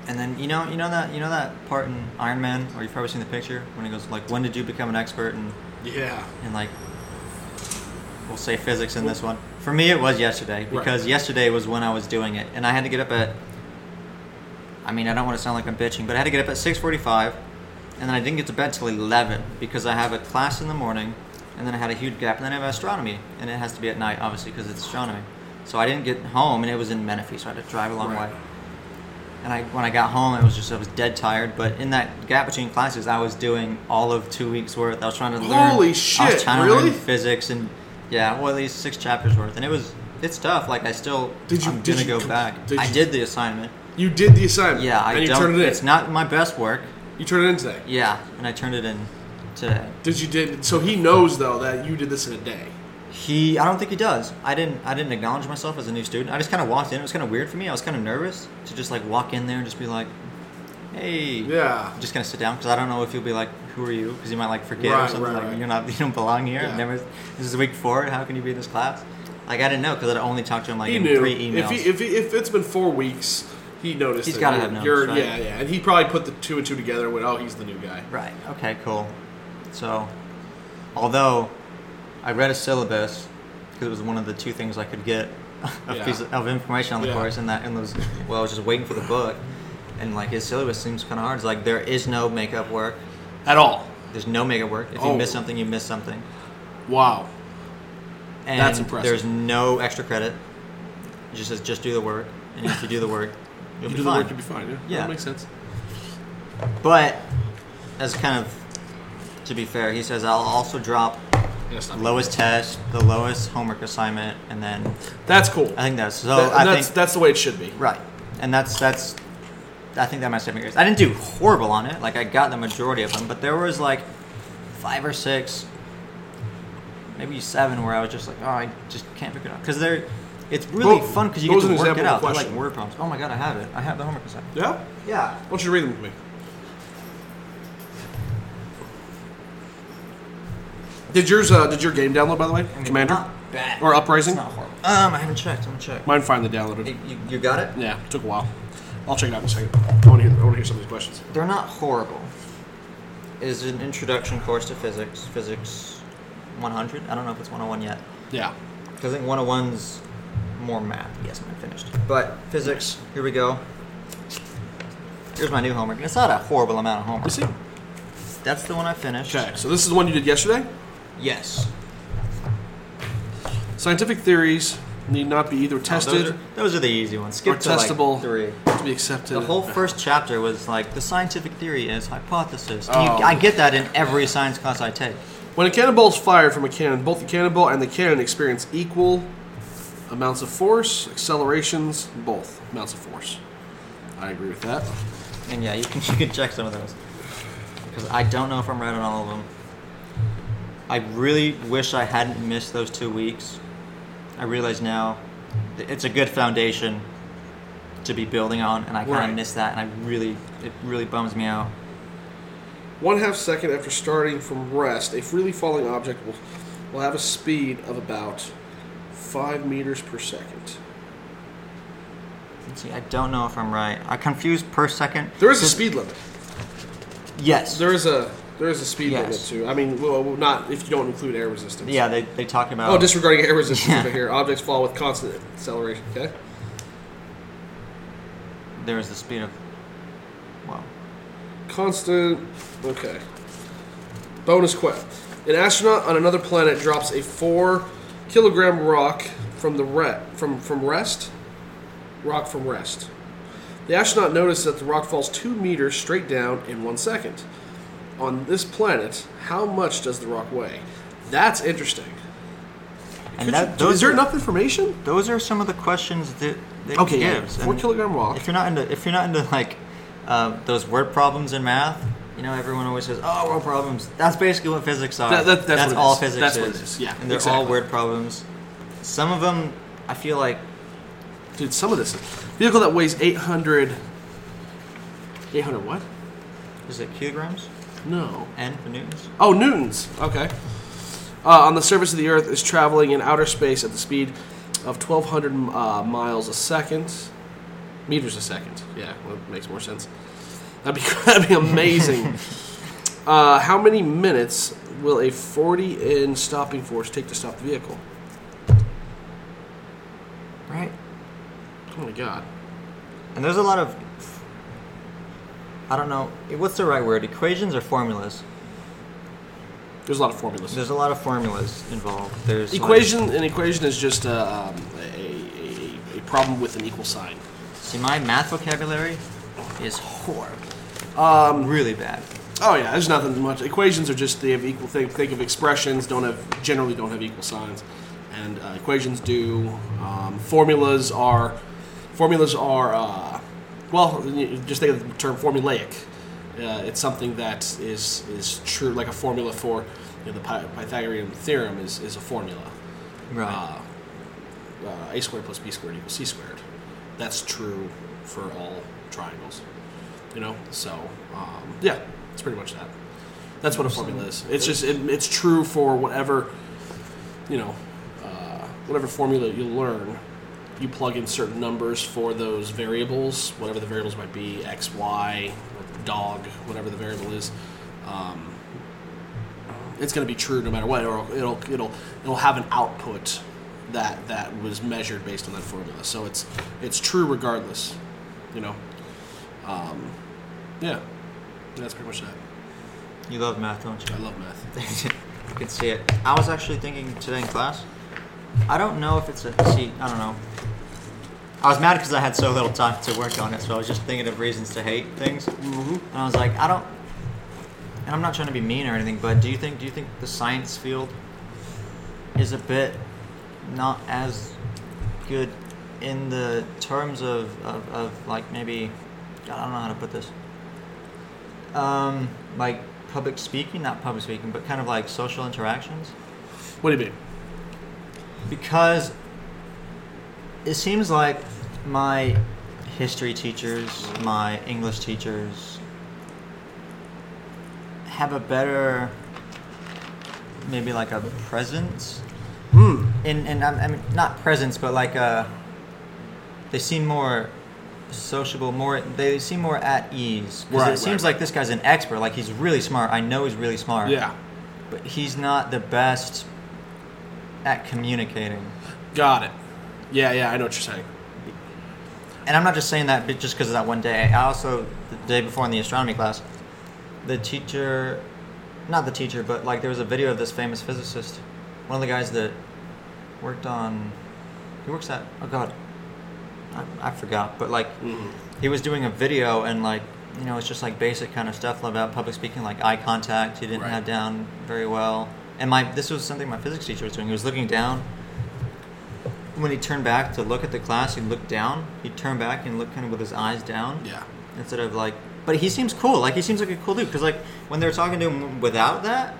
Speaker 2: And then you know, you know that you know that part in Iron Man, or you've probably seen the picture when he goes like, "When did you become an expert?" and
Speaker 1: Yeah.
Speaker 2: and like we'll say physics in this one. For me, it was yesterday because
Speaker 1: Right.
Speaker 2: yesterday was when I was doing it, and I had to get up at. I mean, I don't want to sound like I'm bitching, but I had to get up at six forty-five, and then I didn't get to bed till eleven because I have a class in the morning, and then I had a huge gap, and then I have astronomy, and it has to be at night, obviously, because it's astronomy. So I didn't get home, and it was in Menifee, so I had to drive a long
Speaker 1: Right.
Speaker 2: way. And I, when I got home, it was just I was dead tired. But in that gap between classes, I was doing all of two weeks worth. I was trying to learn.
Speaker 1: Holy
Speaker 2: I
Speaker 1: shit,
Speaker 2: was trying to
Speaker 1: really?
Speaker 2: learn physics and yeah, well at least six chapters worth, and it was it's tough. Like I still
Speaker 1: Did you-
Speaker 2: I'm
Speaker 1: did
Speaker 2: gonna
Speaker 1: you
Speaker 2: go
Speaker 1: com-
Speaker 2: back.
Speaker 1: did
Speaker 2: I
Speaker 1: you-
Speaker 2: did the assignment.
Speaker 1: You did the assignment.
Speaker 2: Yeah, I
Speaker 1: And you
Speaker 2: don't-
Speaker 1: turned it in.
Speaker 2: It's not my best work.
Speaker 1: You turned it in today.
Speaker 2: Yeah, and I turned it in today.
Speaker 1: Did you did? So he knows though that you did this in a day.
Speaker 2: He, I don't think he does. I didn't. I didn't acknowledge myself as a new student. I just kind of walked in. It was kind of weird for me. I was kind of nervous to just like walk in there and just be like, "Hey,
Speaker 1: Yeah.
Speaker 2: I'm just gonna sit down because I don't know if you'll be like, who are you? Because you might like forget or
Speaker 1: Right,
Speaker 2: something
Speaker 1: right,
Speaker 2: like
Speaker 1: right.
Speaker 2: you're not, you don't belong here.
Speaker 1: Yeah.
Speaker 2: I've Never, this is week four. How can you be in this class? Like I didn't know because I only talked to him like
Speaker 1: he
Speaker 2: in
Speaker 1: knew.
Speaker 2: three
Speaker 1: If,
Speaker 2: emails.
Speaker 1: he, if, he, if it's been four weeks, he noticed.
Speaker 2: He's
Speaker 1: that
Speaker 2: gotta
Speaker 1: you-
Speaker 2: have noticed,
Speaker 1: you're-
Speaker 2: right?
Speaker 1: Yeah, yeah. And he probably put the two and two together. and Went, oh, he's the new guy.
Speaker 2: right. Okay. Cool. So, although I read a syllabus because it was one of the two things I could get a
Speaker 1: Yeah.
Speaker 2: piece of information on the
Speaker 1: Yeah.
Speaker 2: course, and that and those. Well, I was just waiting for the book, and like his syllabus seems kind of hard. It's like there is no makeup work.
Speaker 1: At all.
Speaker 2: There's no make it work. If you
Speaker 1: Oh.
Speaker 2: miss something, you miss something.
Speaker 1: Wow.
Speaker 2: And
Speaker 1: That's impressive.
Speaker 2: There's no extra credit. It just says just do the work, and if you do the work, you'll
Speaker 1: You do
Speaker 2: be
Speaker 1: the
Speaker 2: fine.
Speaker 1: work, you'll be fine. Yeah,
Speaker 2: Yeah.
Speaker 1: that makes sense.
Speaker 2: but that's kind of to be fair. He says I'll also drop
Speaker 1: Yeah, stop.
Speaker 2: lowest test, the lowest homework assignment, and then
Speaker 1: That's cool.
Speaker 2: I think that's so.
Speaker 1: That-
Speaker 2: I
Speaker 1: that's
Speaker 2: think
Speaker 1: that's the way it should be.
Speaker 2: Right, and that's that's. I think that my seven grades. I didn't do horrible on it. Like I got the majority of them, but there was like five or six, maybe seven, where I was just like, oh, I just can't figure it out because they're. It's really
Speaker 1: Well,
Speaker 2: fun because you
Speaker 1: that
Speaker 2: get
Speaker 1: was
Speaker 2: to
Speaker 1: an example
Speaker 2: work
Speaker 1: of
Speaker 2: it
Speaker 1: a
Speaker 2: out. They're like
Speaker 1: question.
Speaker 2: word problems. Oh my god, I have it. I have the homework assignment.
Speaker 1: Yeah. Why
Speaker 2: Yeah.
Speaker 1: don't you read them with me? Did yours? Uh, did your game download by the way,
Speaker 2: I mean,
Speaker 1: Commander?
Speaker 2: not bad.
Speaker 1: Or Uprising?
Speaker 2: It's not horrible. Um, I haven't checked. I'm gonna check.
Speaker 1: Mine finally downloaded.
Speaker 2: You, you, you got it.
Speaker 1: Yeah, took a while. I'll check it out in a second. I want to hear. I want to hear some of these questions.
Speaker 2: They're not horrible. Is an introduction course to physics. Physics 100. I don't know if it's 101 yet.
Speaker 1: Yeah.
Speaker 2: I think 101's more math. Yes, I'm finished. But physics, here we go. Here's my new homework. It's not a horrible amount of homework.
Speaker 1: Let's see.
Speaker 2: That's the one I finished.
Speaker 1: Okay, so this is the one you did yesterday.
Speaker 2: Yes.
Speaker 1: Scientific theories need not be either
Speaker 2: No, Oh, those
Speaker 1: tested
Speaker 2: are- those, are, the easy ones. Skip
Speaker 1: or
Speaker 2: to like,
Speaker 1: testable
Speaker 2: three.
Speaker 1: to be accepted.
Speaker 2: The whole first chapter was like the scientific theory is hypothesis. You-
Speaker 1: Oh.
Speaker 2: I get that in every science class I take.
Speaker 1: When a cannonball is fired from a cannon, both the cannonball and the cannon experience equal amounts of force, accelerations, both amounts of force. I agree with that.
Speaker 2: And yeah, you can you can check some of those because I don't know if I'm right on all of them. I really wish I hadn't missed those two weeks. I realize now that it's a good foundation to be building on, and I kind of
Speaker 1: Right.
Speaker 2: miss that, and I really it really bums me out.
Speaker 1: One half second after starting from rest, a freely falling object will, will have a speed of about five meters per second.
Speaker 2: Let's see, I don't know if I'm right. I confuse per second.
Speaker 1: There is a
Speaker 2: Just-
Speaker 1: speed limit.
Speaker 2: Yes.
Speaker 1: There is a there is a speed
Speaker 2: Yes.
Speaker 1: limit too. I mean, well, well, not if you don't include air resistance.
Speaker 2: yeah, they they talk about.
Speaker 1: Oh, disregarding air resistance
Speaker 2: Yeah.
Speaker 1: over here. Objects fall with constant acceleration. Okay.
Speaker 2: there is the speed of. Well,
Speaker 1: Constant. Okay. Bonus quest. An astronaut on another planet drops a four kilogram rock from the re- from from rest. Rock from rest. The astronaut notices that the rock falls two meters straight down in one second. On this planet, how much does the rock weigh? That's interesting.
Speaker 2: and
Speaker 1: Could
Speaker 2: that
Speaker 1: you-
Speaker 2: those
Speaker 1: is there
Speaker 2: are,
Speaker 1: enough information?
Speaker 2: Those are some of the questions that, that it
Speaker 1: Okay, yeah.
Speaker 2: gives.
Speaker 1: Four
Speaker 2: and-
Speaker 1: kilogram rock.
Speaker 2: If you're not into if you're not into like uh, those word problems in math, you know everyone always says, "Oh, word problems." That's basically what physics are.
Speaker 1: That- that- that's what it
Speaker 2: all
Speaker 1: is.
Speaker 2: physics
Speaker 1: That's
Speaker 2: is.
Speaker 1: what it is. Yeah,
Speaker 2: and they're all
Speaker 1: exactly.
Speaker 2: word problems. Some of them, I feel like
Speaker 1: Dude, some of this. Vehicle that weighs 800. 800 what?
Speaker 2: is it kilograms
Speaker 1: No.
Speaker 2: and for newtons?
Speaker 1: Oh, Newtons. Okay. Uh, on the surface of the Earth is traveling in outer space at the speed of 1,200 uh, miles a second. Meters a second. Yeah, well, it makes more sense. That'd be, that'd be amazing. uh, how many minutes will a 40 in stopping force take to stop the vehicle?
Speaker 2: Right.
Speaker 1: Oh my god.
Speaker 2: And there's a lot of I don't know what's the right word. Equations or formulas?
Speaker 1: There's a lot of formulas.
Speaker 2: There's a lot of formulas involved. There's like-
Speaker 1: Equation an equation is just a, um, a, a, a problem with an equal sign.
Speaker 2: see, my math vocabulary is horrible. Um, really bad.
Speaker 1: Oh yeah, there's nothing much. Equations are just they have equal. Think think of expressions don't have generally don't have equal signs, and uh, equations do. Um, formulas are formulas are uh, well, you- just think of the term formulaic. Uh, it's something that is is true, like a formula for you know, the Py- Pythagorean theorem is is a formula.
Speaker 2: Right.
Speaker 1: uh, uh, a squared plus b squared equals c squared. That's true for all triangles. You know, so um, yeah, it's pretty much that. That's what a formula is. It's just it, it's true for whatever you know, uh, whatever formula you learn. You plug in certain numbers for those variables, whatever the variables might be, x, y, dog, whatever the variable is. Um, it's going to be true no matter what. Or it'll it'll it'll have an output that that was measured based on that formula. So it's it's true regardless, you know. Um, yeah, that's pretty much that.
Speaker 2: You love math, don't you?
Speaker 1: I love math.
Speaker 2: you can see it. I was actually thinking today in class. I don't know if it's a see. I don't know. I was mad because I had so little time to work on it, so I was just thinking of reasons to hate things, and
Speaker 1: Mm-hmm.
Speaker 2: I was like, I don't. And I'm not trying to be mean or anything, but do you think do you think the science field is a bit not as good in the terms of of, of like maybe God, I don't know how to put this. Um, like public speaking, not public speaking, but kind of like social interactions
Speaker 1: What do you mean?
Speaker 2: because it seems like my history teachers, my English teachers have a better maybe like a presence
Speaker 1: Hmm.
Speaker 2: and and I'm- I mean not presence but like uh they seem more sociable more they seem more at ease 'Cause
Speaker 1: Right,
Speaker 2: it seems
Speaker 1: right.
Speaker 2: like this guy's an expert like he's really smart I know he's really smart
Speaker 1: Yeah.
Speaker 2: but he's not the best at communicating
Speaker 1: Got it. Yeah, yeah, I know what you're saying.
Speaker 2: and I'm not just saying that but just because of that one day. I also the day before in the astronomy class, the teacher, not the teacher, but like there was a video of this famous physicist, one of the guys that worked on, he works at oh god, I, I forgot, but like
Speaker 1: Mhm.
Speaker 2: he was doing a video and like you know it's just like basic kind of stuff about public speaking like eye contact he didn't
Speaker 1: Right.
Speaker 2: have down very well and my this was something my physics teacher was doing he was looking down when he turned back to look at the class he looked down he turned back and looked kind of with his eyes down
Speaker 1: Yeah.
Speaker 2: instead of like but he seems cool like he seems like a cool dude because like when they were talking to him without that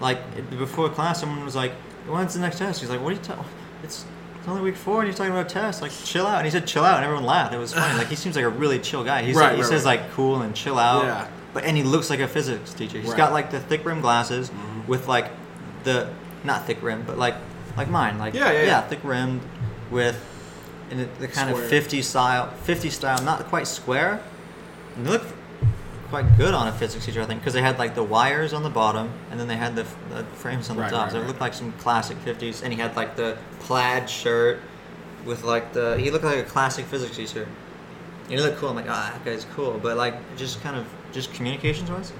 Speaker 2: like before class someone was like when's the next test he's like what are you talking it's it's only week four and you're talking about tests like chill out and he said chill out and everyone laughed it was funny like he seems like a really chill guy he's
Speaker 1: Right,
Speaker 2: like, he
Speaker 1: right,
Speaker 2: says
Speaker 1: right.
Speaker 2: like cool and chill out
Speaker 1: Yeah.
Speaker 2: but and he looks like a physics teacher He's
Speaker 1: Right. Mm-hmm.
Speaker 2: got like the thick rim glasses with like the not thick rim but like like mine like
Speaker 1: Yeah, yeah, yeah.
Speaker 2: thick rimmed with and it, the kind
Speaker 1: Square.
Speaker 2: of 50 style 50 style not quite square and they look quite good on a physics teacher, I think, because they had like the wires on the bottom, and then they had the, f- the frames on the
Speaker 1: Right,
Speaker 2: top.
Speaker 1: right,
Speaker 2: so it
Speaker 1: right.
Speaker 2: looked like some classic '50s. And he had like the plaid shirt with like the he looked like a classic physics teacher. And he looked cool. I'm like, ah, that guy's cool. But like, just kind of just communications wise,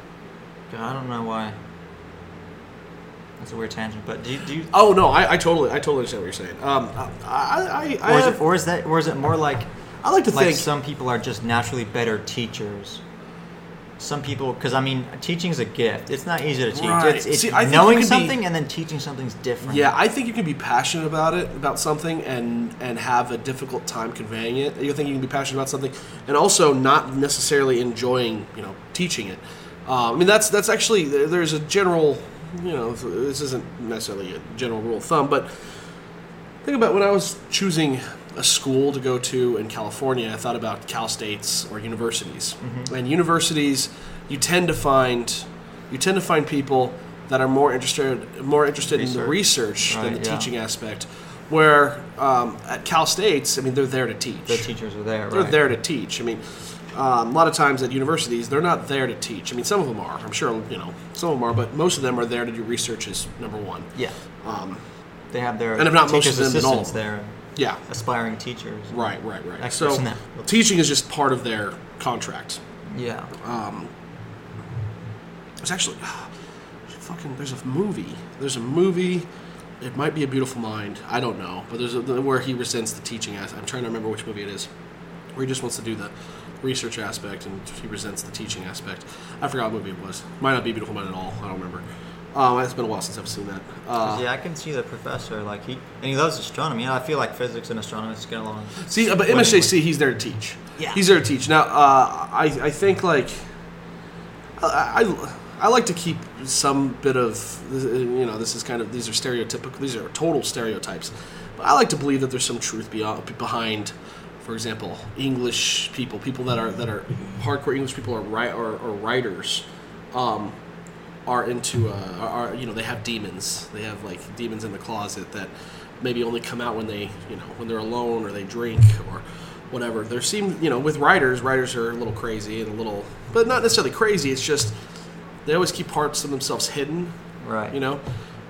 Speaker 2: God, I don't know why. That's a weird tangent, but do you, do you
Speaker 1: Oh no, I, I totally, I totally understand what you're saying. Um, I, I, I,
Speaker 2: or,
Speaker 1: I,
Speaker 2: is it,
Speaker 1: have,
Speaker 2: or is that or is it more like
Speaker 1: I like to
Speaker 2: like
Speaker 1: think.
Speaker 2: some people are just naturally better teachers. Some people, because I mean, teaching's a gift. It's not easy to teach.
Speaker 1: Right.
Speaker 2: It's, it's
Speaker 1: See, I think
Speaker 2: knowing
Speaker 1: you can be-
Speaker 2: something and then teaching something's different.
Speaker 1: Yeah, I think you can be passionate about it, about something, and and have a difficult time conveying it. You think you can be passionate about something, and also not necessarily enjoying, you know, teaching it. Uh, I mean, that's that's actually there, there's a general, you know, this isn't necessarily a general rule of thumb, but think about when I was choosing a school to go to in California, I thought about Cal States or universities.
Speaker 2: Mm-hmm.
Speaker 1: And universities, you tend to find you tend to find people that are more interested more interested in the research than
Speaker 2: Right,
Speaker 1: the
Speaker 2: yeah.
Speaker 1: teaching aspect. Where um, at Cal States, I mean, they're there to teach.
Speaker 2: the teachers are there.
Speaker 1: They're
Speaker 2: right?
Speaker 1: there to teach. I mean, um, a lot of times at universities, they're not there to teach. I mean, some of them are. I'm sure you know some of them are, but most of them are there to do research. Is number one.
Speaker 2: Yeah,
Speaker 1: Um,
Speaker 2: they have their
Speaker 1: And if not most
Speaker 2: teachers'
Speaker 1: of them, then all
Speaker 2: assistants
Speaker 1: of them.
Speaker 2: there,
Speaker 1: yeah.
Speaker 2: aspiring teachers.
Speaker 1: Right, right, right.
Speaker 2: Experts
Speaker 1: so
Speaker 2: in that.
Speaker 1: teaching is just part of their contract.
Speaker 2: Yeah,
Speaker 1: It's actually ah, fucking. There's a movie. There's a movie. It might be a Beautiful Mind. I don't know, but there's a, where he resents the teaching. As I'm trying to remember which movie it is, where he just wants to do the research aspect and he resents the teaching aspect. I forgot what movie it was. Might not be Beautiful Mind at all. I don't remember. Um, it's been a while since I've seen that. Uh,
Speaker 2: 'Cause, yeah, I can see the professor like he and he loves astronomy. And I feel like physics and astronomy is getting along.
Speaker 1: See, uh, but MSJC, he's there to teach.
Speaker 2: Yeah.
Speaker 1: he's there to teach. Now, uh, I I think like I, I I like to keep some bit of you know this is kind of these are stereotypical these are total stereotypes, but I like to believe that there's some truth beyond, behind, for example, English people people that are that are hardcore English people are right or, or writers. Um, are into uh, are are, you know they have demons they have like demons in the closet that maybe only come out when they you know when they're alone or they drink or whatever there seem you know with writers writers are a little crazy and a little but not necessarily crazy it's just they always keep parts of themselves hidden
Speaker 2: Right.
Speaker 1: you know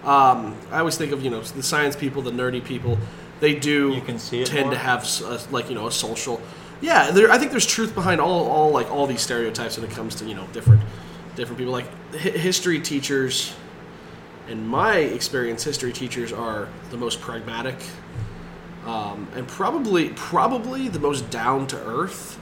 Speaker 1: um, i always think of you know the science people the nerdy people they do
Speaker 2: You can see it
Speaker 1: tend
Speaker 2: more?
Speaker 1: to have s- a, like you know a social yeah there, i think there's truth behind all all like all these stereotypes when it comes to you know different different people. Like hi- history teachers, in my experience, history teachers are the most pragmatic, um, and probably probably the most down to earth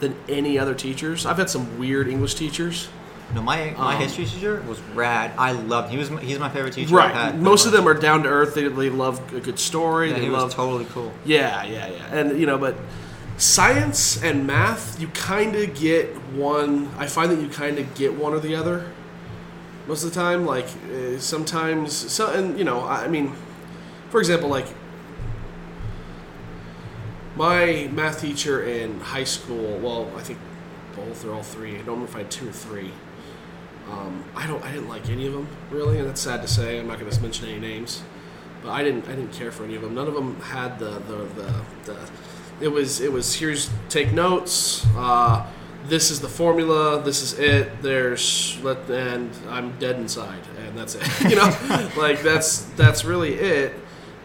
Speaker 1: than any other teachers. I've had some weird English teachers.
Speaker 2: No, my my
Speaker 1: Um,
Speaker 2: history teacher was rad. I loved. He was my- he's my favorite teacher. I've
Speaker 1: Right.
Speaker 2: had,
Speaker 1: Most of them are down to earth. They, they love a good story.
Speaker 2: Yeah,
Speaker 1: they
Speaker 2: he
Speaker 1: love
Speaker 2: was totally cool.
Speaker 1: Yeah, yeah, yeah. And you know, but science and math, you kind of get one. I find that you kind of get one or the other most of the time. Like uh, sometimes, so and you know, I, I mean, for example, like my math teacher in high school. Well, I think both or all three. I don't remember if I had two or three. Um, I don't. I didn't like any of them really, and that's sad to say. I'm not going to mention any names, but I didn't. I didn't care for any of them. None of them had the the, the, the it was it was here's take notes. Uh, this is the formula. This is it. There's let and I'm dead inside, and that's it. You know, like that's that's really it.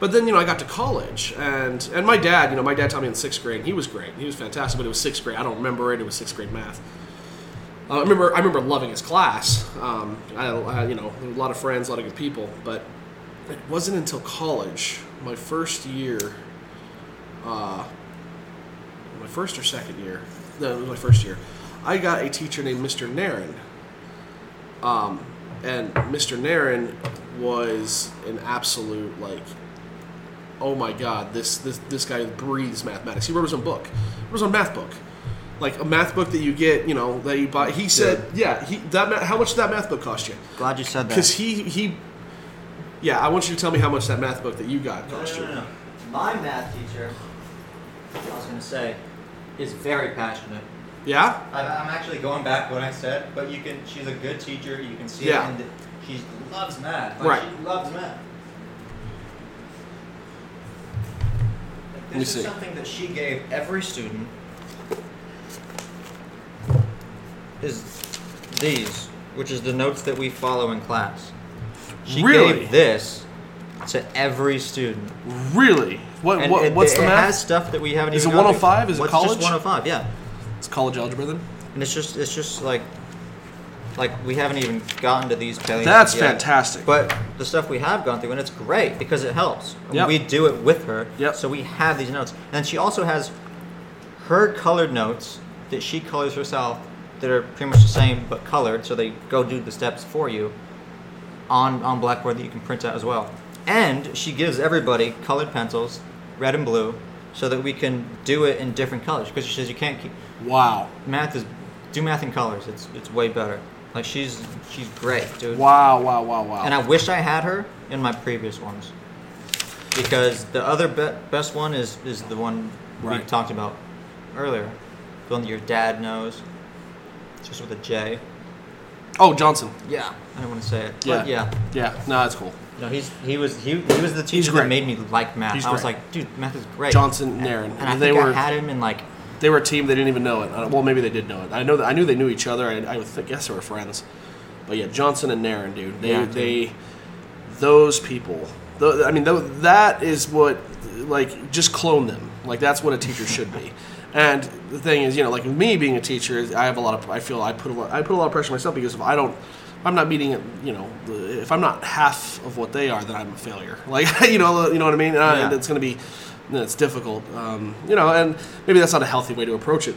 Speaker 1: But then you know I got to college, and and my dad, you know, my dad taught me in sixth grade. and He was great. He was fantastic, but it was sixth grade. I don't remember it. It was sixth grade math. Uh, I remember I remember loving his class. Um, I, I you know a lot of friends, a lot of good people, but it wasn't until college, my first year, uh, my first or second year, no, it was my first year. I got a teacher named Mr. Narin. Um, and Mr. Narin was an absolute like oh my god, this this this guy breathes mathematics. He wrote his own book. He wrote his own math book, like a math book that you get, you know, that you buy. He said, yeah, he that ma- how much did that math book cost you?
Speaker 2: Glad you said that.
Speaker 1: Because he he, yeah, I want you to tell me how much that math book that you got
Speaker 2: No,
Speaker 1: cost
Speaker 2: no,
Speaker 1: you.
Speaker 2: no, no. My math teacher, I was gonna say, is very passionate.
Speaker 1: Yeah,
Speaker 2: I, I'm actually going back what I said, but you can. She's a good teacher. You can see
Speaker 1: Yeah.
Speaker 2: it, and she loves math.
Speaker 1: Right.
Speaker 2: She loves math. Like,
Speaker 1: me
Speaker 2: This is
Speaker 1: see.
Speaker 2: something that she gave every student. Is these, which is the notes that we follow in class. She
Speaker 1: Really?
Speaker 2: gave this to every student.
Speaker 1: really? What
Speaker 2: And
Speaker 1: what
Speaker 2: it,
Speaker 1: what's
Speaker 2: it,
Speaker 1: the
Speaker 2: it
Speaker 1: math?
Speaker 2: has stuff that we haven't
Speaker 1: Is
Speaker 2: even
Speaker 1: it
Speaker 2: gone through.
Speaker 1: 105? Is it
Speaker 2: What's
Speaker 1: college?
Speaker 2: Just 105, yeah.
Speaker 1: it's college algebra then.
Speaker 2: And it's just it's just like like we haven't even gotten to these paleo.
Speaker 1: That's
Speaker 2: yet.
Speaker 1: fantastic.
Speaker 2: But the stuff we have gone through and it's great because it helps. And
Speaker 1: Yep.
Speaker 2: We do it with her.
Speaker 1: Yep.
Speaker 2: So we have these notes. And she also has her colored notes that she colors herself that are pretty much the same but colored, so they go do the steps for you on on Blackboard that you can print out as well. And she gives everybody colored pencils, red and blue, so that we can do it in different colors. Because she says you can't keep
Speaker 1: Wow,
Speaker 2: math is do math in colors. It's it's way better. Like she's she's great, dude.
Speaker 1: wow, wow, wow, wow.
Speaker 2: And I wish I had her in my previous ones because the other be- best one is is the one we
Speaker 1: Right.
Speaker 2: talked about earlier, the one that your dad knows, just with a J.
Speaker 1: oh Johnson.
Speaker 2: Yeah, I don't want to say it.
Speaker 1: Yeah,
Speaker 2: But yeah.
Speaker 1: yeah. No, that's cool.
Speaker 2: No, he's he was he, he was the teacher that
Speaker 1: great.
Speaker 2: made me like math.
Speaker 1: He's
Speaker 2: I was
Speaker 1: great.
Speaker 2: like, dude, math is great.
Speaker 1: Johnson,
Speaker 2: and,
Speaker 1: Nairn.
Speaker 2: and I
Speaker 1: They
Speaker 2: think I
Speaker 1: were-
Speaker 2: had him in like
Speaker 1: They were a team. They didn't even know it. I don't- Well, maybe they did know it. I know that I knew they knew each other. I, I would think, guess they were friends. But yeah, Johnson and Naren, dude. They
Speaker 2: Yeah, dude.
Speaker 1: they those people. Tho- I mean, tho- that is what like just clone them. Like that's what a teacher should be. And the thing is, you know, like me being a teacher, is I have a lot of. I feel I put a lot. I put a lot of pressure on myself because if I don't. if I'm not meeting it, you know. the- If I'm not half of what they are, then I'm a failure. Like, you know, you know what I mean. And I-
Speaker 2: Yeah.
Speaker 1: it's going to be, you know, it's difficult. Um, you know, and maybe that's not a healthy way to approach it.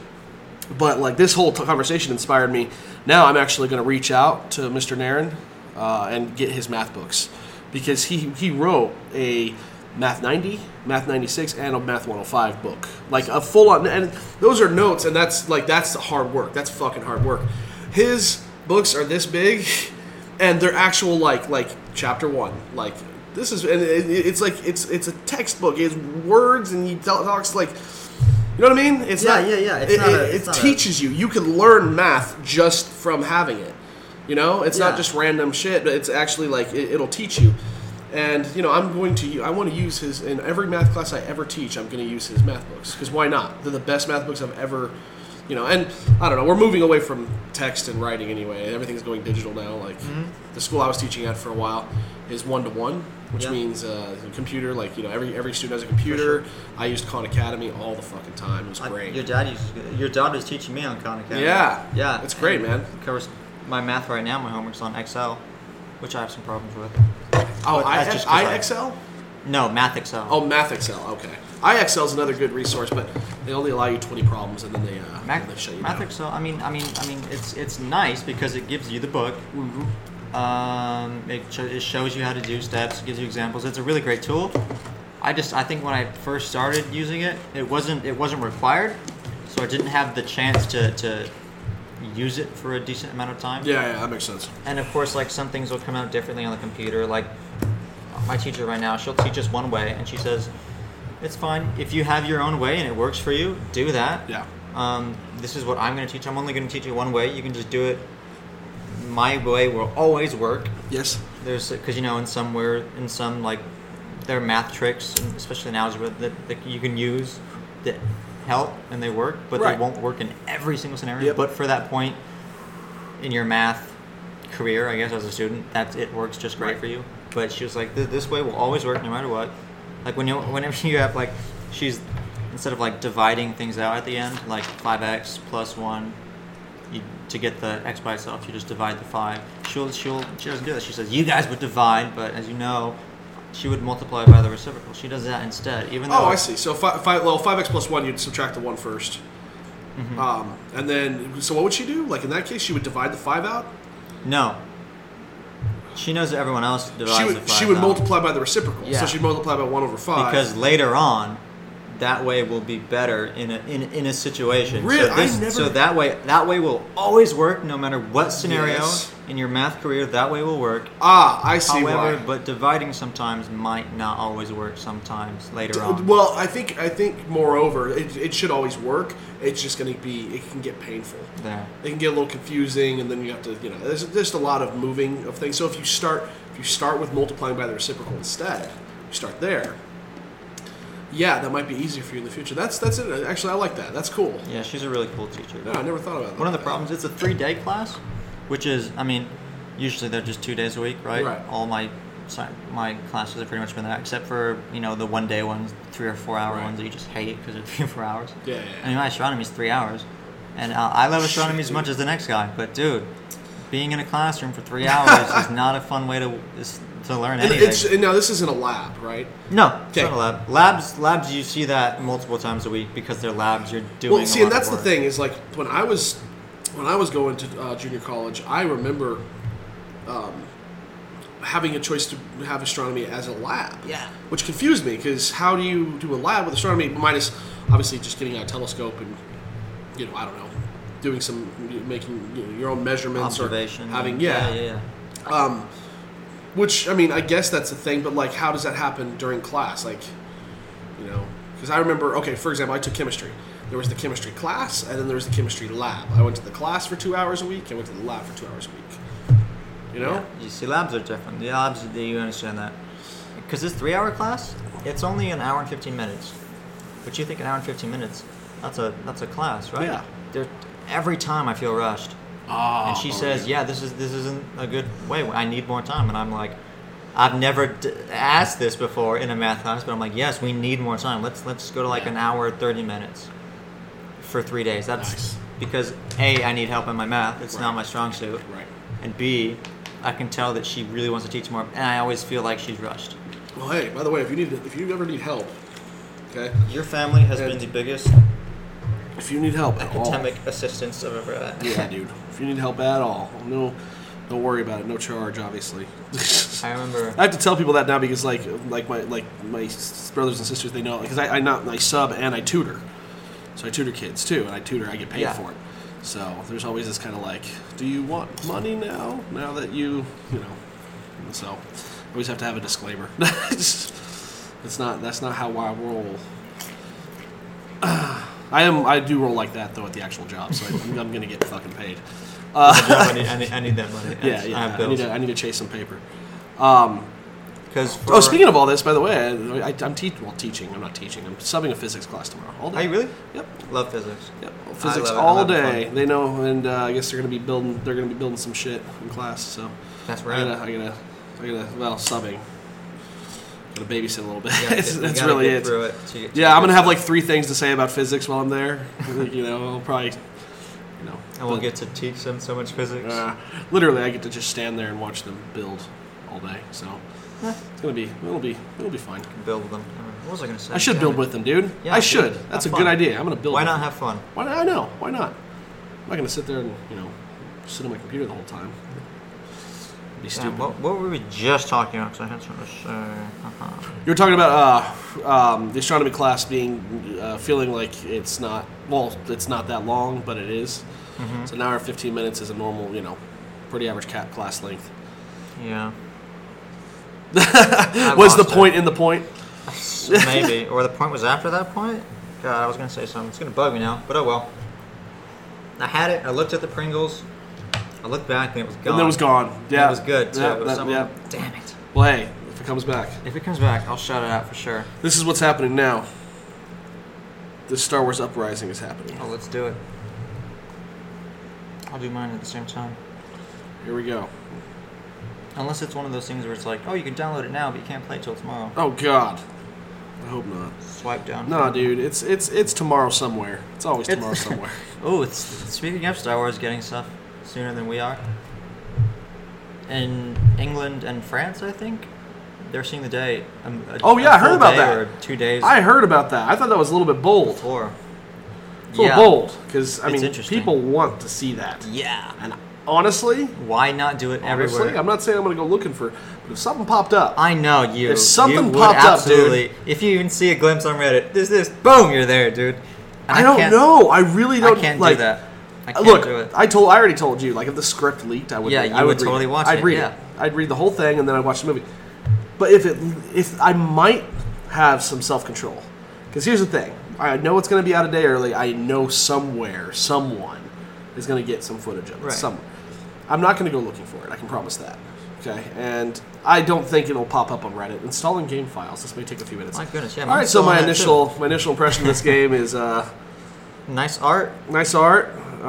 Speaker 1: But like this whole t- conversation inspired me. Now I'm actually going to reach out to Mr. Nairn uh, and get his math books because he he wrote a math 90, math 96, and a math 105 book, like a full on. And those are notes, and that's like that's hard work. That's fucking hard work. His books are this big, and they're actual like like chapter one like. This is and it- it's like it's it's a textbook. It's words and he tell- talks like you know what I mean? It's
Speaker 2: Yeah,
Speaker 1: not,
Speaker 2: yeah, yeah. It's
Speaker 1: it
Speaker 2: not a-
Speaker 1: it-
Speaker 2: it's
Speaker 1: it
Speaker 2: not a-
Speaker 1: teaches you. You can learn math just from having it. You know, it's
Speaker 2: Yeah.
Speaker 1: not just random shit, but it's actually like it, it'll teach you. And you know, I'm going to. u- I want to use his in every math class I ever teach. I'm going to use his math books because why not? They're the best math books I've ever. You know, and I don't know. We're moving away from text and writing anyway. Everything's going digital now. Like the school I was teaching at for a while is one to one, which
Speaker 2: Mm-hmm. Yeah.
Speaker 1: means uh, a computer. Like you know, every every student has a computer. I used Khan Academy all the fucking time. It was
Speaker 2: I-
Speaker 1: great.
Speaker 2: Your dad used, your dad was teaching me on Khan Academy.
Speaker 1: Yeah.
Speaker 2: yeah,
Speaker 1: It's great,
Speaker 2: and
Speaker 1: man.
Speaker 2: Covers my math right now, my homework's on Excel, which I have some problems with.
Speaker 1: Oh,
Speaker 2: But
Speaker 1: I,
Speaker 2: that's just 'cause I-
Speaker 1: I Excel.
Speaker 2: No, math Excel.
Speaker 1: Oh, Math Excel. Okay, IXL is another good resource, but they only allow you twenty problems, and then they uh,
Speaker 2: Math,
Speaker 1: they shut you
Speaker 2: math
Speaker 1: down.
Speaker 2: Excel. I mean, I mean, I mean, it's it's nice because it gives you the book.
Speaker 1: Mm-hmm.
Speaker 2: Um, it, sho it shows you how to do steps. Gives you examples. It's a really great tool. I just I think when I first started using it, it wasn't it wasn't required, so I didn't have the chance to to use it for a decent amount of time.
Speaker 1: Yeah, yeah, that makes sense.
Speaker 2: And of course, like some things will come out differently on the computer. Like my teacher right now, she'll teach us one way, and she says, "It's fine if you have your own way and it works for you. Do that.
Speaker 1: Yeah.
Speaker 2: Um, this is what I'm going to teach. I'm only going to teach you one way. You can just do it. My way will always work.
Speaker 1: Yes.
Speaker 2: There's because you know in some where in some like there are math tricks, and especially in algebra, that, that you can use that help and they work, but
Speaker 1: Right.
Speaker 2: they won't work in every single scenario.
Speaker 1: Yep.
Speaker 2: But for that point in your math career, I guess as a student, that it works just great
Speaker 1: Right.
Speaker 2: for you. But she was like, "Th- this way will always work no matter what. Like when you whenever you have like she's instead of like dividing things out at the end, like five x plus one. You, to get the x by itself, you just divide the five. She'll she'll she doesn't do that. She says you guys would divide, but as you know, she would multiply by the reciprocal. She does that instead, even though
Speaker 1: Oh, I see. So five, five, well, five x plus one, you'd subtract the one first.
Speaker 2: Mm-hmm.
Speaker 1: Um, and then, so what would she do? Like in that case, she would divide the five out.
Speaker 2: no. She knows that everyone else divides
Speaker 1: she
Speaker 2: the
Speaker 1: would
Speaker 2: five
Speaker 1: she would
Speaker 2: out.
Speaker 1: multiply by the reciprocal.
Speaker 2: Yeah.
Speaker 1: So she'd multiply by one over five.
Speaker 2: because later on that way will be better in a in, in a situation
Speaker 1: Really?
Speaker 2: so,
Speaker 1: I
Speaker 2: this,
Speaker 1: never-
Speaker 2: so that way that way will always work no matter what scenario
Speaker 1: Yes.
Speaker 2: in your math career that way will work
Speaker 1: ah, I see
Speaker 2: however
Speaker 1: why.
Speaker 2: but dividing sometimes might not always work sometimes later on
Speaker 1: Well, I think I think moreover, it, it should always work. It's just going to be it can get painful.
Speaker 2: there
Speaker 1: It can get a little confusing, and then you have to you know there's just a lot of moving of things. So if you start if you start with multiplying by the reciprocal instead, you start there. Yeah, that might be easier for you in the future. That's that's it. Actually, I like that. That's cool.
Speaker 2: yeah she's a really cool teacher
Speaker 1: No, I never thought about that.
Speaker 2: One of the problems, it's a three day class, which is, I mean, usually they're just two days a week, right?
Speaker 1: Right.
Speaker 2: All my sci- my classes have pretty much been that, except for, you know, the one day ones, three or four hour
Speaker 1: Right.
Speaker 2: ones that you just hate because they're three or four hours.
Speaker 1: Yeah, yeah,
Speaker 2: I mean, my astronomy's three hours. And uh, I love astronomy as
Speaker 1: Shit,
Speaker 2: much
Speaker 1: dude.
Speaker 2: as the next guy, but dude, being in a classroom for three hours is not a fun way to is, to learn
Speaker 1: And
Speaker 2: anything.
Speaker 1: it's and now this isn't a lab, right?
Speaker 2: no, it's not
Speaker 1: Okay.
Speaker 2: a lab. Labs, labs, you see that multiple times a week because they're labs. You're doing.
Speaker 1: Well, see,
Speaker 2: a
Speaker 1: and
Speaker 2: lot
Speaker 1: that's
Speaker 2: of
Speaker 1: the
Speaker 2: work.
Speaker 1: thing is like when I was when I was going to uh, junior college, I remember um, having a choice to have astronomy as a lab.
Speaker 2: Yeah.
Speaker 1: which confused me because how do you do a lab with astronomy minus obviously just getting out a telescope and you know I don't know doing some making you know, your own measurements
Speaker 2: Observation.
Speaker 1: or having
Speaker 2: yeah, yeah. yeah.
Speaker 1: which I mean, I guess that's the thing, but like, how does that happen during class? Like, you know, because I remember, okay, for example, I took chemistry. There was the chemistry class, and then there was the chemistry lab. I went to the class for two hours a week. I went to the lab for two hours a week. You know,
Speaker 2: You see, labs are different. The labs, do you understand that? Because this three-hour class, it's only an hour and fifteen minutes. But you think an hour and fifteen minutes? That's a that's a class, right?
Speaker 1: Yeah.
Speaker 2: There, every time I feel rushed,
Speaker 1: ah,
Speaker 2: and she says, "Yeah, this is this isn't a good way. I need more time." And I'm like, "I've never d- asked this before in a math class, but I'm like, yes, we need more time. Let's let's go to like an hour thirty minutes for three days. That's
Speaker 1: Nice.
Speaker 2: because a I need help in my math. It's
Speaker 1: Right.
Speaker 2: not my strong suit
Speaker 1: right.
Speaker 2: and B, I can tell that she really wants to teach more, and I always feel like she's rushed.
Speaker 1: Well, hey, by the way, if you need, if you ever need help, okay,
Speaker 2: Your family has
Speaker 1: Yeah.
Speaker 2: been the biggest
Speaker 1: if you need help at all,
Speaker 2: academic assistance I've ever had.
Speaker 1: Oh. yeah, dude, if you need help at all, no, don't worry about it. No charge, obviously.
Speaker 2: I remember.
Speaker 1: I have to tell people that now because like like my like my s- brothers and sisters they know because I, I not I sub and I tutor, so I tutor kids too and I tutor I get paid
Speaker 2: Yeah.
Speaker 1: for it. So there's always this kind of like, do you want money now? Now that you you know, so I always have to have a disclaimer. it's not that's not how I roll. I am I do roll like that though at the actual job, so I, I'm gonna get fucking paid.
Speaker 2: I, need, I, need, I need that money.
Speaker 1: Yeah,
Speaker 2: I
Speaker 1: yeah.
Speaker 2: have
Speaker 1: I need
Speaker 2: bills.
Speaker 1: to, I need to chase some paper.
Speaker 2: Because
Speaker 1: Oh, speaking of all this, by the way, I, I, I'm te- well, teaching. I'm not teaching. I'm subbing a physics class tomorrow. All day.
Speaker 2: Are you really?
Speaker 1: Yep.
Speaker 2: Love physics.
Speaker 1: Yep.
Speaker 2: I
Speaker 1: Physics
Speaker 2: love it. I
Speaker 1: all
Speaker 2: love the
Speaker 1: day.
Speaker 2: fun.
Speaker 1: They know, and uh, I guess they're gonna be building. They're gonna be building some shit in class. So
Speaker 2: That's
Speaker 1: I
Speaker 2: right.
Speaker 1: gotta, I gotta, I gotta. Well, subbing. Gotta babysit a little bit.
Speaker 2: You gotta
Speaker 1: that's
Speaker 2: get- you
Speaker 1: that's
Speaker 2: gotta
Speaker 1: really
Speaker 2: get
Speaker 1: it.
Speaker 2: through to get- to
Speaker 1: Yeah,
Speaker 2: get
Speaker 1: I'm gonna have
Speaker 2: stuff.
Speaker 1: like three things to say about physics while I'm there. you know, I'll probably no.
Speaker 2: And we'll get to teach them so much physics.
Speaker 1: Uh, literally, I get to just stand there and watch them build all day. So
Speaker 2: Eh,
Speaker 1: it's gonna be, it'll be, it'll be fine.
Speaker 2: build them. What was I gonna say?
Speaker 1: I should
Speaker 2: Damn
Speaker 1: build
Speaker 2: it.
Speaker 1: with them, dude.
Speaker 2: Yeah,
Speaker 1: I
Speaker 2: dude,
Speaker 1: should.
Speaker 2: have
Speaker 1: That's a
Speaker 2: fun.
Speaker 1: good idea. I'm gonna build.
Speaker 2: Why
Speaker 1: with
Speaker 2: not
Speaker 1: them.
Speaker 2: have fun?
Speaker 1: Why not? I know. Why not? I'm not gonna sit there and you know sit on my computer the whole time. It'd be
Speaker 2: Damn,
Speaker 1: stupid.
Speaker 2: what, what were we just talking about? 'Cause I had something to say. Uh-huh.
Speaker 1: You were talking about uh, um, the astronomy class being uh, feeling like it's not well, it's not that long, but it is.
Speaker 2: Mm-hmm.
Speaker 1: So an hour and 15 minutes is a normal, you know, pretty average cat class length.
Speaker 2: Yeah.
Speaker 1: Was the
Speaker 2: lost it.
Speaker 1: point in the point?
Speaker 2: Maybe. Or the point was after that point? God, I was going to say something. It's going to bug me now, but oh well. I had it. I looked at the Pringles. I looked back and it was gone.
Speaker 1: And then it was gone. Yeah,
Speaker 2: That was good, too.
Speaker 1: Yeah,
Speaker 2: It was
Speaker 1: that-
Speaker 2: something-
Speaker 1: yeah.
Speaker 2: Damn it.
Speaker 1: Well, hey, if it comes back,
Speaker 2: If it comes back, I'll shout it out for sure.
Speaker 1: this is what's happening now. The Star Wars uprising is happening.
Speaker 2: Oh, let's do it. I'll do mine at the same time.
Speaker 1: Here we go.
Speaker 2: Unless it's one of those things where it's like, oh, you can download it now, but you can't play it till tomorrow.
Speaker 1: Oh God, I hope not.
Speaker 2: Swipe down.
Speaker 1: Nah, dude, it's it's it's tomorrow somewhere. It's always
Speaker 2: It's-
Speaker 1: tomorrow somewhere.
Speaker 2: Oh, it's, speaking of Star Wars getting stuff sooner than we are, in England and France, I think they're seeing the day. Um, a-
Speaker 1: Oh, yeah,
Speaker 2: a
Speaker 1: I heard
Speaker 2: full
Speaker 1: about
Speaker 2: day
Speaker 1: that.
Speaker 2: Or two days
Speaker 1: I heard about that. I thought that was a little bit bold.
Speaker 2: before.
Speaker 1: It's a little bold because I
Speaker 2: It's
Speaker 1: mean,
Speaker 2: interesting.
Speaker 1: people want to see that.
Speaker 2: Yeah.
Speaker 1: And honestly,
Speaker 2: Why not do it
Speaker 1: honestly,
Speaker 2: everywhere?
Speaker 1: I'm not saying I'm going to go looking for, it, but if something popped up,
Speaker 2: I know you.
Speaker 1: If something
Speaker 2: you would
Speaker 1: popped up, dude.
Speaker 2: absolutely, If you even see a glimpse on Reddit, there's this. Boom, you're there, dude. And
Speaker 1: I, don't
Speaker 2: can't-
Speaker 1: know. I really
Speaker 2: I
Speaker 1: don't.
Speaker 2: can't
Speaker 1: like, uh,
Speaker 2: do that. I can't
Speaker 1: look,
Speaker 2: do it.
Speaker 1: I told, I already told you. Like if the script leaked, I would.
Speaker 2: Yeah,
Speaker 1: read-
Speaker 2: you
Speaker 1: I
Speaker 2: would
Speaker 1: read
Speaker 2: totally
Speaker 1: it.
Speaker 2: watch
Speaker 1: I'd
Speaker 2: it,
Speaker 1: read
Speaker 2: yeah.
Speaker 1: I'd read the whole thing and then I'd watch the movie. But if it, if I might have some self control, because here's the thing: I know it's going to be out a day early. I know somewhere someone is going to get some footage of it.
Speaker 2: Right.
Speaker 1: Somewhere. I'm not going to go looking for it. I can promise that. Okay, and I don't think it'll pop up on Reddit. Installing game files. This may take a few minutes.
Speaker 2: My goodness, yeah.
Speaker 1: All right,
Speaker 2: mine's
Speaker 1: so
Speaker 2: still on
Speaker 1: my
Speaker 2: that, too.
Speaker 1: initial my initial impression of this game is uh,
Speaker 2: nice art.
Speaker 1: nice art.
Speaker 2: Looks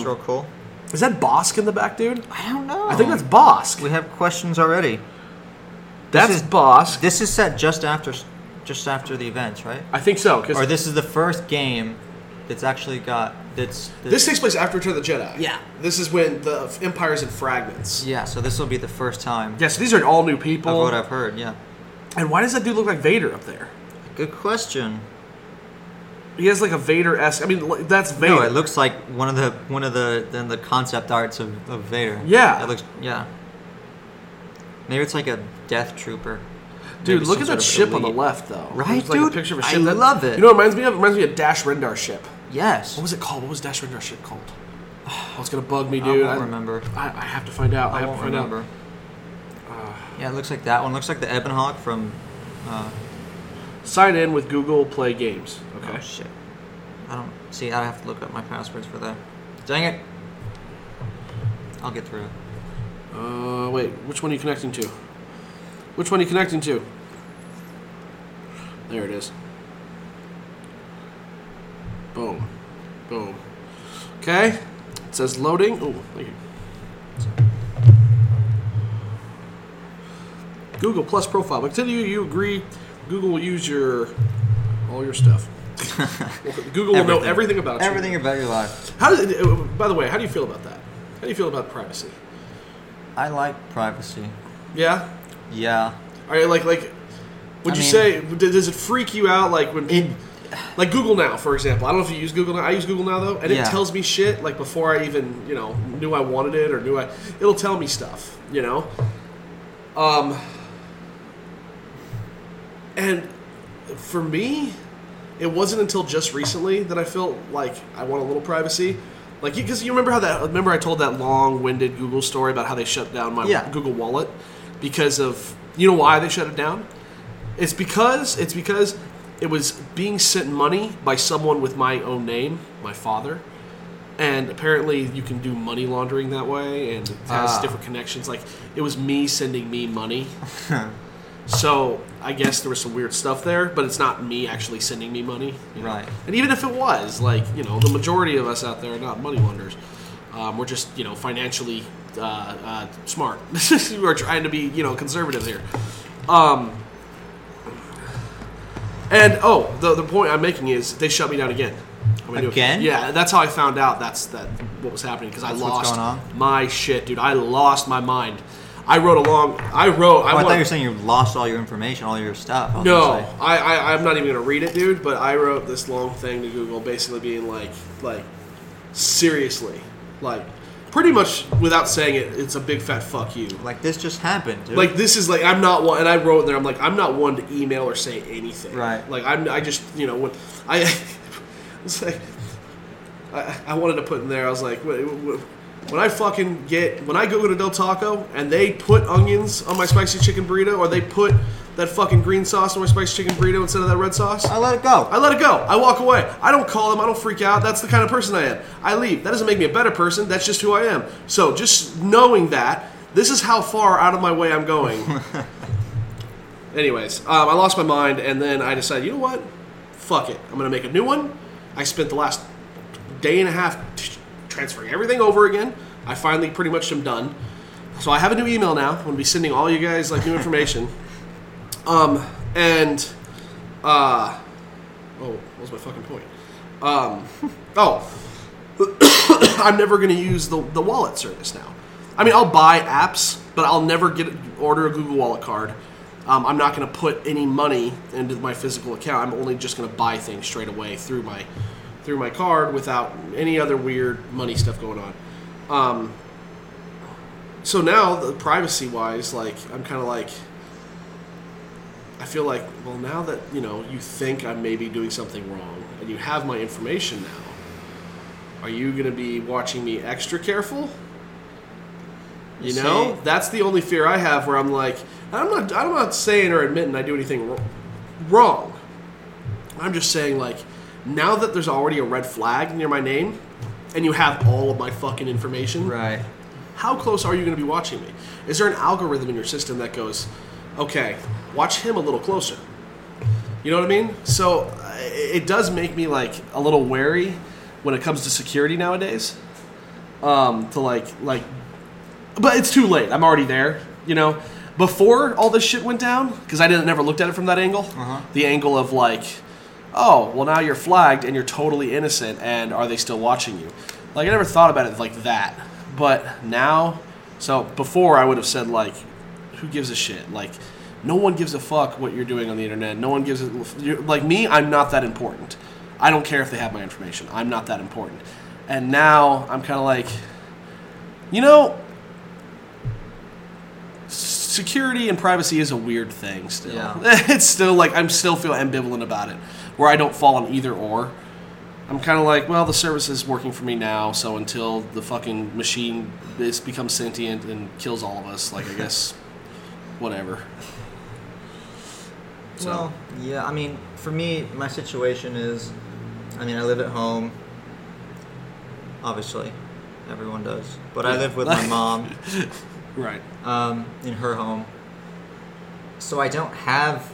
Speaker 1: Um,
Speaker 2: real cool.
Speaker 1: is that Bosk in the back, dude?
Speaker 2: I don't know.
Speaker 1: I think that's Bosk.
Speaker 2: We have questions already.
Speaker 1: That's
Speaker 2: is-
Speaker 1: Bosk.
Speaker 2: This is set just after, just after the events, right?
Speaker 1: I think so. 'cause
Speaker 2: Or this is the first game that's actually got that's.
Speaker 1: this takes place after Return of the Jedi.
Speaker 2: Yeah.
Speaker 1: This is when the Empire's in fragments.
Speaker 2: Yeah, so this will be the first time
Speaker 1: Yeah, so these are all new
Speaker 2: of what
Speaker 1: people.
Speaker 2: I've heard. Yeah.
Speaker 1: And why does that dude look like Vader up there?
Speaker 2: Good question.
Speaker 1: He has like a Vader esque. I mean, like, that's Vader.
Speaker 2: No, Oh, it looks like one of the one of the then the concept arts of, of Vader.
Speaker 1: Yeah.
Speaker 2: It looks yeah. Maybe it's like a death trooper.
Speaker 1: dude,
Speaker 2: Maybe
Speaker 1: look
Speaker 2: some
Speaker 1: at
Speaker 2: sort
Speaker 1: that
Speaker 2: of
Speaker 1: ship on the
Speaker 2: elite.
Speaker 1: left, though.
Speaker 2: Right,
Speaker 1: There's, like,
Speaker 2: dude?
Speaker 1: A picture of a
Speaker 2: I
Speaker 1: ship that-
Speaker 2: love it.
Speaker 1: You know what it reminds me of? It reminds me of Dash Rendar's ship.
Speaker 2: Yes.
Speaker 1: What was it called? What was Dash Rendar's ship called? Oh, it's gonna bug me,
Speaker 2: I
Speaker 1: dude.
Speaker 2: won't remember.
Speaker 1: I, I have to find out. I,
Speaker 2: I
Speaker 1: have
Speaker 2: won't
Speaker 1: to find
Speaker 2: remember.
Speaker 1: out.
Speaker 2: yeah, it looks like that one. Looks like the Ebonhawk from. Uh,
Speaker 1: Sign in with Google Play Games. Okay.
Speaker 2: Oh shit! I don't see. I have to look up my passwords for that. Dang it! I'll get through it.
Speaker 1: Uh, wait, which one are you connecting to? Which one are you connecting to? There it is. Boom. Boom. Okay. It says loading. Oh, thank you. Google Plus profile. But continue, you agree. Google will use your all your stuff. Google will know everything about you.
Speaker 2: Everything about your life.
Speaker 1: How does, uh, by the way, how do you feel about that? How do you feel about privacy?
Speaker 2: I like privacy.
Speaker 1: Yeah?
Speaker 2: Yeah.
Speaker 1: All right, like like, would
Speaker 2: I
Speaker 1: you
Speaker 2: mean-
Speaker 1: say d- does it freak you out? Like when
Speaker 2: It. oh,
Speaker 1: like Google Now, for example. I don't know if you use Google Now. I use Google Now though, and
Speaker 2: Yeah.
Speaker 1: it tells me shit like before I even you know knew I wanted it or knew I. It'll tell me stuff, you know. Um. And for me, it wasn't until just recently that I felt like I want a little privacy. Like, because you remember how that? Remember I told that long-winded Google story about how they shut down my
Speaker 2: Yeah.
Speaker 1: Google Wallet because of you know why they shut it down? It's because it's because it was being sent money by someone with my own name, my father, and apparently you can do money laundering that way, and it has
Speaker 2: Ah.
Speaker 1: different connections. Like it was me sending me money. So I guess there was some weird stuff there, but it's not me actually sending me money. you know?
Speaker 2: Right.
Speaker 1: And even if it was, like, you know, the majority of us out there are not money launderers. Um, we're just, you know, financially uh, uh, smart. we're trying to be, you know, conservative here. Um, and, oh, the, the point I'm making is they shut me down again. I mean, it-
Speaker 2: Again?
Speaker 1: Yeah, that's how I found out that's that what was happening because I
Speaker 2: That's
Speaker 1: lost
Speaker 2: what's going on?
Speaker 1: my shit, dude. I lost my mind. I wrote along. I wrote. I,
Speaker 2: Oh, I,
Speaker 1: want-
Speaker 2: thought you were saying you lost all your information, all your stuff. I was gonna
Speaker 1: No,
Speaker 2: say.
Speaker 1: I, I I'm not even gonna read it, dude. But I wrote this long thing to Google, basically being like, like, seriously, like, pretty much without saying it, it's a big fat fuck you.
Speaker 2: Like this just happened, dude.
Speaker 1: Like this is like I'm not one, and I wrote in there. I'm like I'm not one to email or say anything.
Speaker 2: Right.
Speaker 1: Like I'm I just you know when I it's like I, I wanted to put in there. I was like wh- wh- when I fucking get when I go to Del Taco and they put onions on my spicy chicken burrito or they put that fucking green sauce on my spicy chicken burrito instead of that red sauce.
Speaker 2: I let it go.
Speaker 1: I let it go. I walk away. I don't call them. I don't freak out. That's the kind of person I am. I leave. That doesn't make me a better person. That's just who I am. So just knowing that, this is how far out of my way I'm going. Anyways, um, I lost my mind, and then I decided, you know what? Fuck it. I'm going to make a new one. I spent the last day and a half t- transferring everything over again. I finally pretty much am done. So I have a new email now. I'm going to be sending all you guys like new information. um, and uh, oh, what was my fucking point? Um, oh, I'm never going to use the, the wallet service now. I mean, I'll buy apps, but I'll never get order a Google Wallet card. Um, I'm not going to put any money into my physical account. I'm only just going to buy things straight away through my through my card without any other weird money stuff going on. Um, so now, the privacy wise, like I'm kind of like I feel like well now that you know you think I'm maybe doing something wrong and you have my information now. Are you going to be watching me extra careful? You
Speaker 2: See-
Speaker 1: know, that's the only fear I have. Where I'm like, I'm not, I'm not saying or admitting I do anything wr- wrong. I'm just saying like, now that there's already a red flag near my name, and you have all of my fucking information,
Speaker 2: Right.
Speaker 1: how close are you going to be watching me? Is there an algorithm in your system that goes, okay, watch him a little closer? You know what I mean? So uh, it it does make me like a little wary when it comes to security nowadays. Um, to like like, but it's too late. I'm already there. You know, before all this shit went down, because I didn't never looked at it from that angle. The angle of like, oh, well now you're flagged and you're totally innocent, and are they still watching you? Like I never thought about it like that. But now, so before I would have said like, who gives a shit? Like, no one gives a fuck what you're doing on the internet. No one gives a you're- like me. I'm not that important. I don't care if they have my information. I'm not that important. And now I'm kind of like, you know, s- security and privacy is a weird thing. Still,
Speaker 2: Yeah.
Speaker 1: it's still like I'm still feel ambivalent about it, where I don't fall on either or. I'm kind of like, well, the service is working for me now, so until the fucking machine is becomes sentient and kills all of us, like I guess, whatever. So
Speaker 2: Well, yeah. I mean, for me, my situation is, I mean, I live at home. Obviously, everyone does, but I
Speaker 1: Yeah.
Speaker 2: live with my mom
Speaker 1: right,
Speaker 2: um, in her home, so I don't have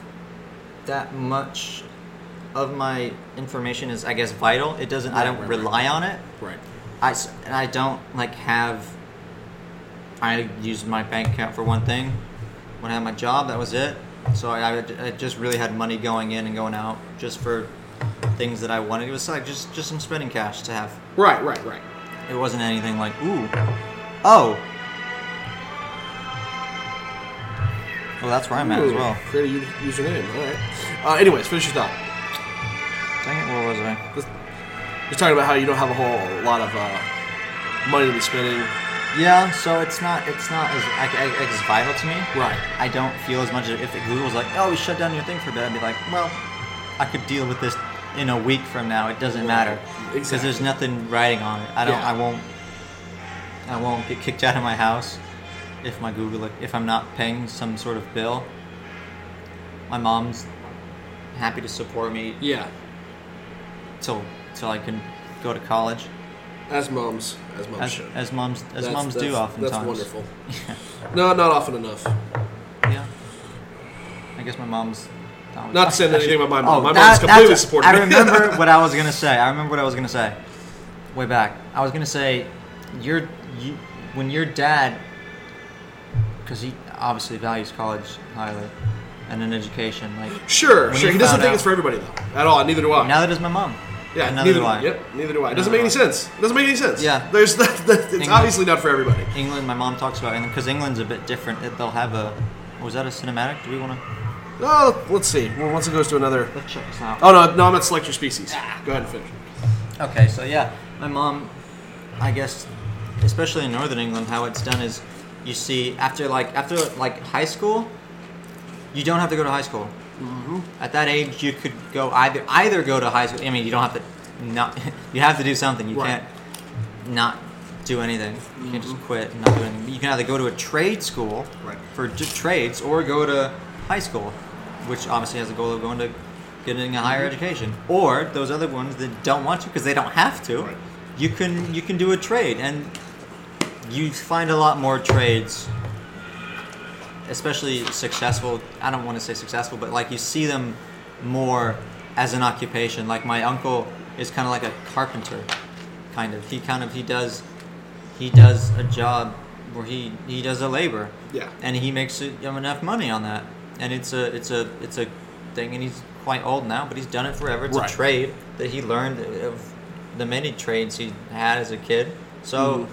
Speaker 2: that much of my information is, I guess, vital. It doesn't. I
Speaker 1: Right,
Speaker 2: don't
Speaker 1: right, right.
Speaker 2: rely on it.
Speaker 1: right,
Speaker 2: I s- and I don't like have. I used my bank account for one thing. When I had my job, that was it. So I, I, I just really had money going in and going out just for things that I wanted. It was like just just some spending cash to have.
Speaker 1: right, right, right.
Speaker 2: It wasn't anything like ooh, oh. Well, that's where I'm at as
Speaker 1: Ooh,
Speaker 2: well.
Speaker 1: Create a u- username. All right. Uh, anyways, finish your thought.
Speaker 2: Dang it, where was I?
Speaker 1: This- You're talking about how you don't have a whole lot of uh, money to be spending.
Speaker 2: Yeah, so it's not it's not as I, I, it's vital to me.
Speaker 1: Right.
Speaker 2: I don't feel as much as if Google's like, oh, we shut down your thing for a bit. I'd be like, well, I could deal with this in a week from now. It doesn't matter because
Speaker 1: Exactly.
Speaker 2: there's nothing writing on it. I don't.
Speaker 1: Yeah.
Speaker 2: I won't. I won't get kicked out of my house if my Google if I'm not paying some sort of bill. My mom's happy to support me
Speaker 1: Yeah,
Speaker 2: till till I can go to college,
Speaker 1: as moms, as moms
Speaker 2: as,
Speaker 1: should.
Speaker 2: as moms as
Speaker 1: Oh, That's-
Speaker 2: moms do
Speaker 1: that's-
Speaker 2: oftentimes.
Speaker 1: That's wonderful. no, not often enough.
Speaker 2: Yeah. I guess my mom's. down-
Speaker 1: Not saying
Speaker 2: Actually-
Speaker 1: anything about my mom.
Speaker 2: Oh,
Speaker 1: My
Speaker 2: that-
Speaker 1: mom's completely
Speaker 2: that's-
Speaker 1: supportive.
Speaker 2: I remember what I was gonna say. I remember what I was gonna say. Way back, I was gonna say, your you, when your dad, because he obviously values college highly, and an education. Like
Speaker 1: Sure,
Speaker 2: When
Speaker 1: sure.
Speaker 2: you
Speaker 1: He doesn't
Speaker 2: found
Speaker 1: think
Speaker 2: out-
Speaker 1: it's for everybody though, at all. Neither do I.
Speaker 2: now that is my mom.
Speaker 1: Yeah,
Speaker 2: Another
Speaker 1: neither do
Speaker 2: lie.
Speaker 1: I. Yep, neither do I. It doesn't
Speaker 2: Another
Speaker 1: make any
Speaker 2: lie.
Speaker 1: sense. It doesn't make any sense.
Speaker 2: Yeah.
Speaker 1: There's that, that it's
Speaker 2: England.
Speaker 1: obviously not for everybody.
Speaker 2: England, my mom talks about England because England's a bit different. It- They'll have a. Was that a cinematic? Do we want to?
Speaker 1: Oh, let's see. Well, once it goes to another.
Speaker 2: Let's check this out.
Speaker 1: Oh no, no, I'm at select your species.
Speaker 2: Ah.
Speaker 1: Go ahead and finish.
Speaker 2: Okay, so yeah, my mom, I guess, especially in Northern England, how it's done is, you see after like after like high school, you don't have to go to high school.
Speaker 1: Mm-hmm.
Speaker 2: At that age, you could go either either go to high school. I mean, you don't have to not. You have to do something. You
Speaker 1: Right. Mm-hmm.
Speaker 2: can't not do anything. You can't just quit and not do anything. You can either go to a trade school
Speaker 1: Right.
Speaker 2: for j- trades or go to high school, which obviously has a goal of going to getting a higher education. Or those other ones that don't want to because they don't have to.
Speaker 1: Right.
Speaker 2: You can you can do a trade and you find a lot more trades especially successful i don't want to say successful but like you see them more as an occupation like my uncle is kind of like a carpenter kind of he kind of he does he does a job where he he does a labor
Speaker 1: Yeah.
Speaker 2: and he makes it- enough money on that and it's a it's a it's a thing and he's quite old now but he's done it forever it's
Speaker 1: Right.
Speaker 2: a trade that he learned of the many trades he had as a kid so
Speaker 1: Mhm.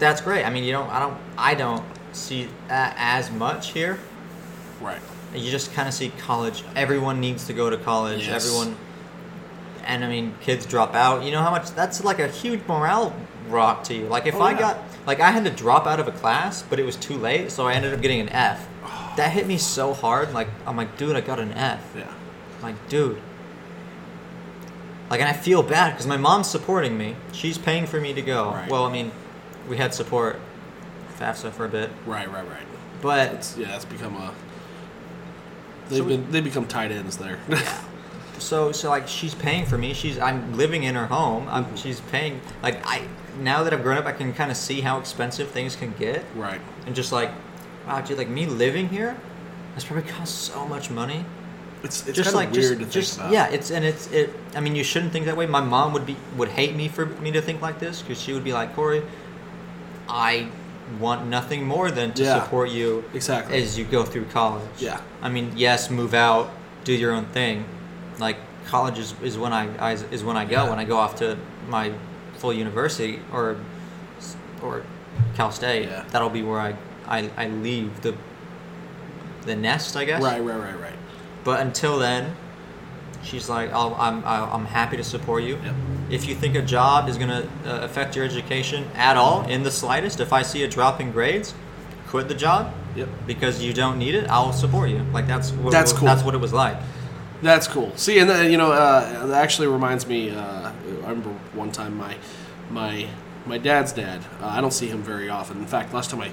Speaker 2: that's great. I mean, you don't, I don't, I don't see that as much here.
Speaker 1: Right.
Speaker 2: You just kind of see college. Everyone needs to go to college.
Speaker 1: Yes.
Speaker 2: Everyone, and I mean, kids drop out. You know how much? That's like a huge morale rock to you. Like if
Speaker 1: Oh,
Speaker 2: I
Speaker 1: yeah.
Speaker 2: got, like I had to drop out of a class, but it was too late, so I ended up getting an F.
Speaker 1: Oh.
Speaker 2: That hit me so hard. Like I'm like, dude, I got an F.
Speaker 1: Yeah.
Speaker 2: Like, dude. Like, and I feel bad because my mom's supporting me. She's paying for me to go.
Speaker 1: Right.
Speaker 2: Well, I mean, we had support FAFSA for a bit,
Speaker 1: Right. Right. Right.
Speaker 2: but
Speaker 1: Yeah, it's become a. They've
Speaker 2: So-
Speaker 1: been they become tight ends there.
Speaker 2: so so like she's paying for me. She's I'm living in her home. I'm, She's paying. Like I now that I've grown up, I can kind of see how expensive things can get,
Speaker 1: right.
Speaker 2: and just like, wow, dude, like me living here, that's probably cost so much money.
Speaker 1: It's it's
Speaker 2: just
Speaker 1: kind
Speaker 2: like
Speaker 1: of weird to think
Speaker 2: just, just
Speaker 1: about.
Speaker 2: yeah it's and it's it i mean you shouldn't think that way my mom would be would hate me for me to think like this because she would be like corey i want nothing more than to
Speaker 1: Yeah.
Speaker 2: support you
Speaker 1: Exactly.
Speaker 2: as you go through college
Speaker 1: Yeah.
Speaker 2: i mean yes move out do your own thing like college is, is when I, I is when i go
Speaker 1: Yeah.
Speaker 2: when i go off to my full university or or cal state
Speaker 1: Yeah.
Speaker 2: that'll be where i i, I leave the the nest i guess
Speaker 1: Right. Right. Right. Right.
Speaker 2: but until then, she's like, I'll, I'm, I'll, I'm happy to support you.
Speaker 1: Yep.
Speaker 2: If you think a job is going to uh, affect your education at all, in the slightest, if I see a drop in grades, quit the job
Speaker 1: Yep.
Speaker 2: because you don't need it. I'll support you. Like that's what
Speaker 1: That's
Speaker 2: it was,
Speaker 1: cool.
Speaker 2: That's what it was like.
Speaker 1: That's cool. See, and then, you know, uh, that actually reminds me. Uh, I remember one time my my my dad's dad. Uh, I don't see him very often. In fact, last time I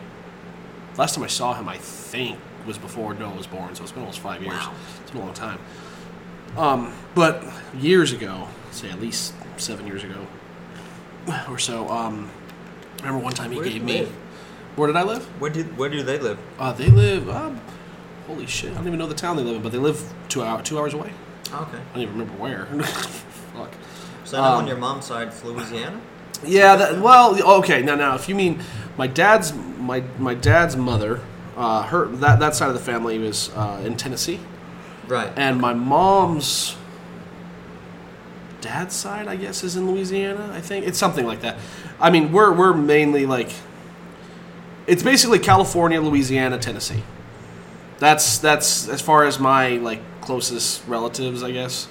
Speaker 1: last time I saw him, I think was before Noah was born. So it's been almost five years.
Speaker 2: Wow.
Speaker 1: It's been a long time. Um, but years ago, say at least seven years ago or so. Um, I remember one time he
Speaker 2: Where did
Speaker 1: gave
Speaker 2: you
Speaker 1: me.
Speaker 2: live?
Speaker 1: Where did I live?
Speaker 2: Where do where do they live?
Speaker 1: Uh, they live. Um, holy shit! I don't even know the town they live in, but they live two hour two hours away.
Speaker 2: Oh, Okay.
Speaker 1: I don't even remember where. Fuck.
Speaker 2: So I know
Speaker 1: Um,
Speaker 2: on your mom's side, it's Louisiana.
Speaker 1: Yeah. That, well, okay. Now, now, if you mean my dad's my my dad's mother, uh, her that that side of the family was uh, in Tennessee,
Speaker 2: Right.
Speaker 1: and my mom's dad's side, I guess, is in Louisiana. I think it's something like that. I mean, we're we're mainly like it's basically California, Louisiana, Tennessee. That's that's as far as my like closest relatives, I guess.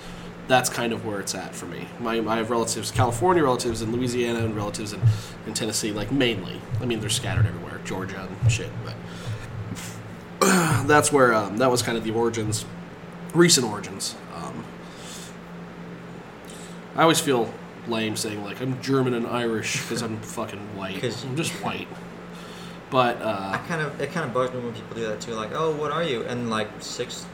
Speaker 1: That's kind of where it's at for me. My, I have relatives, California relatives in Louisiana, and relatives in, in Tennessee, like mainly. I mean, they're scattered everywhere, Georgia and shit. But that's where um, that was kind of the origins, recent origins. Um, I always feel lame saying like I'm German and Irish because I'm fucking white.
Speaker 2: 'Cause-
Speaker 1: I'm just white. But uh,
Speaker 2: I kind of it kind of bugs me when people do that too. Like, oh, what are you? And like six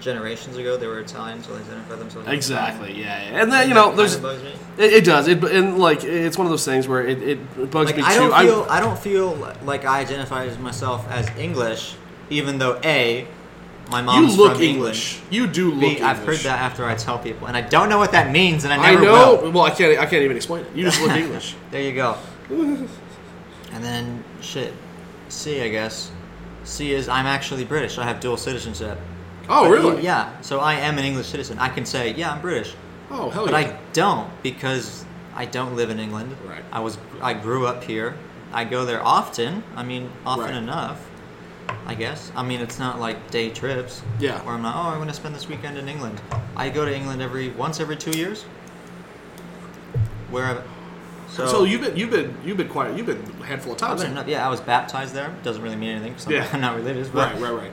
Speaker 2: generations ago, they were Italian, so they identify themselves. as Italian.
Speaker 1: Exactly. Yeah, yeah. and then you know,
Speaker 2: That
Speaker 1: there's
Speaker 2: kinda bugs me.
Speaker 1: it, it does it, and like it's one of those things where it, it bugs
Speaker 2: Like,
Speaker 1: me
Speaker 2: I
Speaker 1: too.
Speaker 2: don't feel I, don't feel like I identify as myself as English, even though a my
Speaker 1: you
Speaker 2: mom's
Speaker 1: look
Speaker 2: from
Speaker 1: English. You do look.
Speaker 2: B,
Speaker 1: English.
Speaker 2: I've heard that after I tell people, and I don't know what that means, and I
Speaker 1: I
Speaker 2: never
Speaker 1: know.
Speaker 2: will.
Speaker 1: Well, I can't. I can't even explain it. You just look English. Oh,
Speaker 2: There you go. and then shit, C I guess. C is I'm actually British. I have dual citizenship.
Speaker 1: Oh,
Speaker 2: But
Speaker 1: really?
Speaker 2: e- yeah. So I am an English citizen. I can say yeah, I'm British.
Speaker 1: Oh hell
Speaker 2: but
Speaker 1: yeah!
Speaker 2: I don't because I don't live in England.
Speaker 1: Right.
Speaker 2: I was I grew up here. I go there often. I mean, often
Speaker 1: Right.
Speaker 2: enough. I guess. I mean, it's not like day trips.
Speaker 1: Yeah.
Speaker 2: Where I'm not. Oh, I'm going to spend this weekend in England. I go to England every once every two years. Where. I, so,
Speaker 1: so, you've been you've been you've been quiet. You've been a handful of
Speaker 2: I've
Speaker 1: times.
Speaker 2: been enough. Yeah, I was baptized there. Doesn't really mean anything. 'cause I'm
Speaker 1: Yeah.
Speaker 2: not- I'm not religious, but
Speaker 1: right, right, right.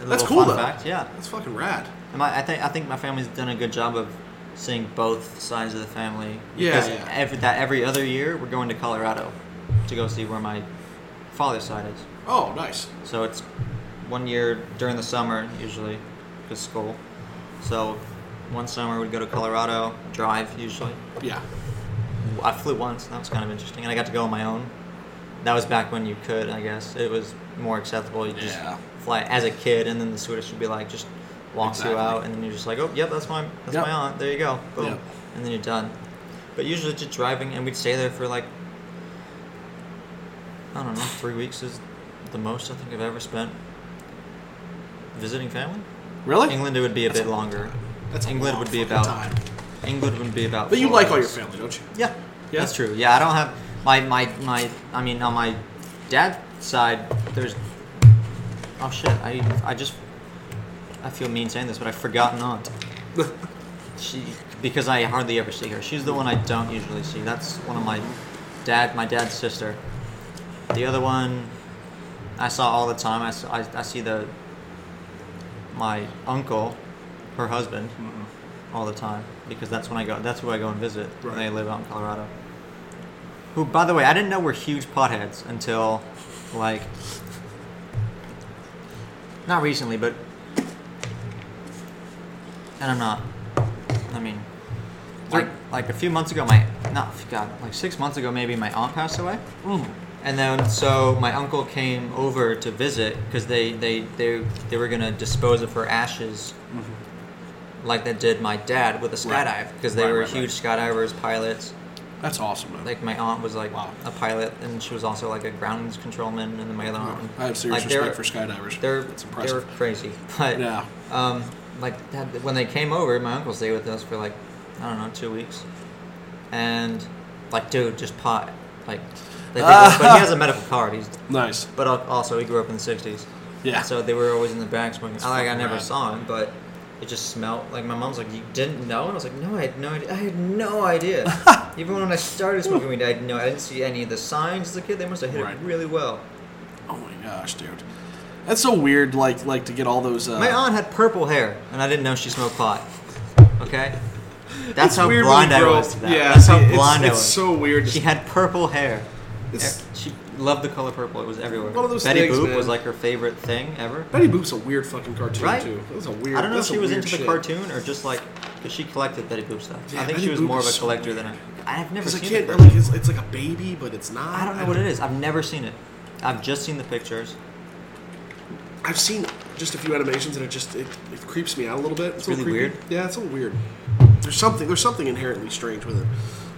Speaker 2: a
Speaker 1: That's
Speaker 2: little
Speaker 1: cool
Speaker 2: fun
Speaker 1: though.
Speaker 2: Fact. Yeah.
Speaker 1: That's fucking rad.
Speaker 2: And my, I think I think my family's done a good job of seeing both sides of the family.
Speaker 1: Yeah,
Speaker 2: Because
Speaker 1: yeah.
Speaker 2: Every that every other year we're going to Colorado to go see where my father's side is.
Speaker 1: Oh, nice.
Speaker 2: So it's one year during the summer usually, because school. So one summer we'd go to Colorado, drive usually.
Speaker 1: Yeah.
Speaker 2: I flew once. That was kind of interesting, and I got to go on my own. That was back when you could, I guess. It was more acceptable. You just
Speaker 1: Yeah.
Speaker 2: fly as a kid, and then the Swedish would be like, just walks
Speaker 1: Exactly.
Speaker 2: you out, and then you're just like, oh, yep, that's my that's
Speaker 1: Yep.
Speaker 2: my aunt. There you go, boom,
Speaker 1: Yep.
Speaker 2: and then you're done. But usually just driving, and we'd stay there for like, I don't know, three weeks is the most I think I've ever spent visiting family.
Speaker 1: Really?
Speaker 2: England it would be a
Speaker 1: That's
Speaker 2: bit
Speaker 1: a long
Speaker 2: longer.
Speaker 1: time. That's a
Speaker 2: England
Speaker 1: long
Speaker 2: would be
Speaker 1: fucking
Speaker 2: about
Speaker 1: time.
Speaker 2: England would be about.
Speaker 1: But you
Speaker 2: four
Speaker 1: like all your
Speaker 2: weeks.
Speaker 1: family, don't you?
Speaker 2: Yeah,
Speaker 1: Yeah?
Speaker 2: that's true. Yeah, I don't have my my my. I mean, on my dad's side, there's. Oh shit! I I just I feel mean saying this, but I forgot aunt. she because I hardly ever see her. She's the one I don't usually see. That's one of my dad, my dad's sister. The other one I saw all the time. I s- I, I see the my uncle, her husband, all the time because that's when I go. That's who I go and visit when
Speaker 1: Right.
Speaker 2: they live out in Colorado. Who, by the way, I didn't know were huge potheads until, like, not recently, but, and I'm not. I mean, like,
Speaker 1: They're-
Speaker 2: like a few months ago, my not God, like six months ago, maybe my aunt passed away. And then so my uncle came over to visit because they, they, they, they were gonna dispose of her ashes like they did my dad with a
Speaker 1: Mm-hmm. Right.
Speaker 2: skydive because they
Speaker 1: Right,
Speaker 2: were
Speaker 1: right,
Speaker 2: huge skydivers, pilots.
Speaker 1: That's awesome, man.
Speaker 2: Like my aunt was like
Speaker 1: Wow.
Speaker 2: a pilot and she was also like a grounds controlman and then my other aunt.
Speaker 1: I have serious
Speaker 2: um, like, they're-
Speaker 1: respect for skydivers.
Speaker 2: They're
Speaker 1: That's
Speaker 2: they're
Speaker 1: impressive.
Speaker 2: crazy, but
Speaker 1: yeah.
Speaker 2: um, like that, when they came over, my uncle stayed with us for like I don't know two weeks, and like dude, just pot, like. They think it was- but he has a medical card. He's
Speaker 1: Nice.
Speaker 2: but al- also, he grew up in the '60s.
Speaker 1: Yeah.
Speaker 2: So they were always in the back smoking. I, like I
Speaker 1: fucking
Speaker 2: never
Speaker 1: rad.
Speaker 2: saw him, but it just smelled like my mom's like, "You didn't know?" And I was like, "No, I had no idea. I had no idea. Even when I started smoking weed, I had no. I didn't see any of the signs as a kid. They must have hit
Speaker 1: Right.
Speaker 2: it really well.
Speaker 1: oh my gosh, dude. That's so weird. Like, like to get all those. Uh,
Speaker 2: My aunt had purple hair, and I didn't know she smoked pot. Okay, that's
Speaker 1: It's
Speaker 2: how
Speaker 1: weird when
Speaker 2: blind
Speaker 1: you
Speaker 2: I
Speaker 1: grow-
Speaker 2: was to that.
Speaker 1: Yeah,
Speaker 2: that's how
Speaker 1: see, it's-
Speaker 2: blind
Speaker 1: it's,
Speaker 2: I was.
Speaker 1: so weird.
Speaker 2: she
Speaker 1: Just,
Speaker 2: had purple hair.
Speaker 1: It's-
Speaker 2: She loved the color purple. It was everywhere.
Speaker 1: One of those
Speaker 2: Betty
Speaker 1: things,
Speaker 2: Boop
Speaker 1: man.
Speaker 2: was like her favorite thing ever.
Speaker 1: Betty Boop's a weird fucking cartoon
Speaker 2: Right?
Speaker 1: too. That was a weird.
Speaker 2: I don't know if
Speaker 1: that's
Speaker 2: she
Speaker 1: a
Speaker 2: was
Speaker 1: weird
Speaker 2: into the
Speaker 1: shit.
Speaker 2: cartoon or just like because she collected Betty Boop stuff.
Speaker 1: Yeah,
Speaker 2: I think
Speaker 1: Betty
Speaker 2: she was
Speaker 1: Boop
Speaker 2: more of
Speaker 1: is
Speaker 2: a
Speaker 1: so
Speaker 2: collector than
Speaker 1: weird.
Speaker 2: I. I've never
Speaker 1: It's
Speaker 2: seen
Speaker 1: a
Speaker 2: the
Speaker 1: kid.
Speaker 2: purple.
Speaker 1: Like, it's, it's like a baby, but it's not.
Speaker 2: I don't know what it is. I've never seen it. I've just seen the pictures.
Speaker 1: I've seen just a few animations, and it just it, it creeps me out a little bit. It's, a little
Speaker 2: really
Speaker 1: creepy. Yeah, it's a little weird. There's something there's something inherently strange with it.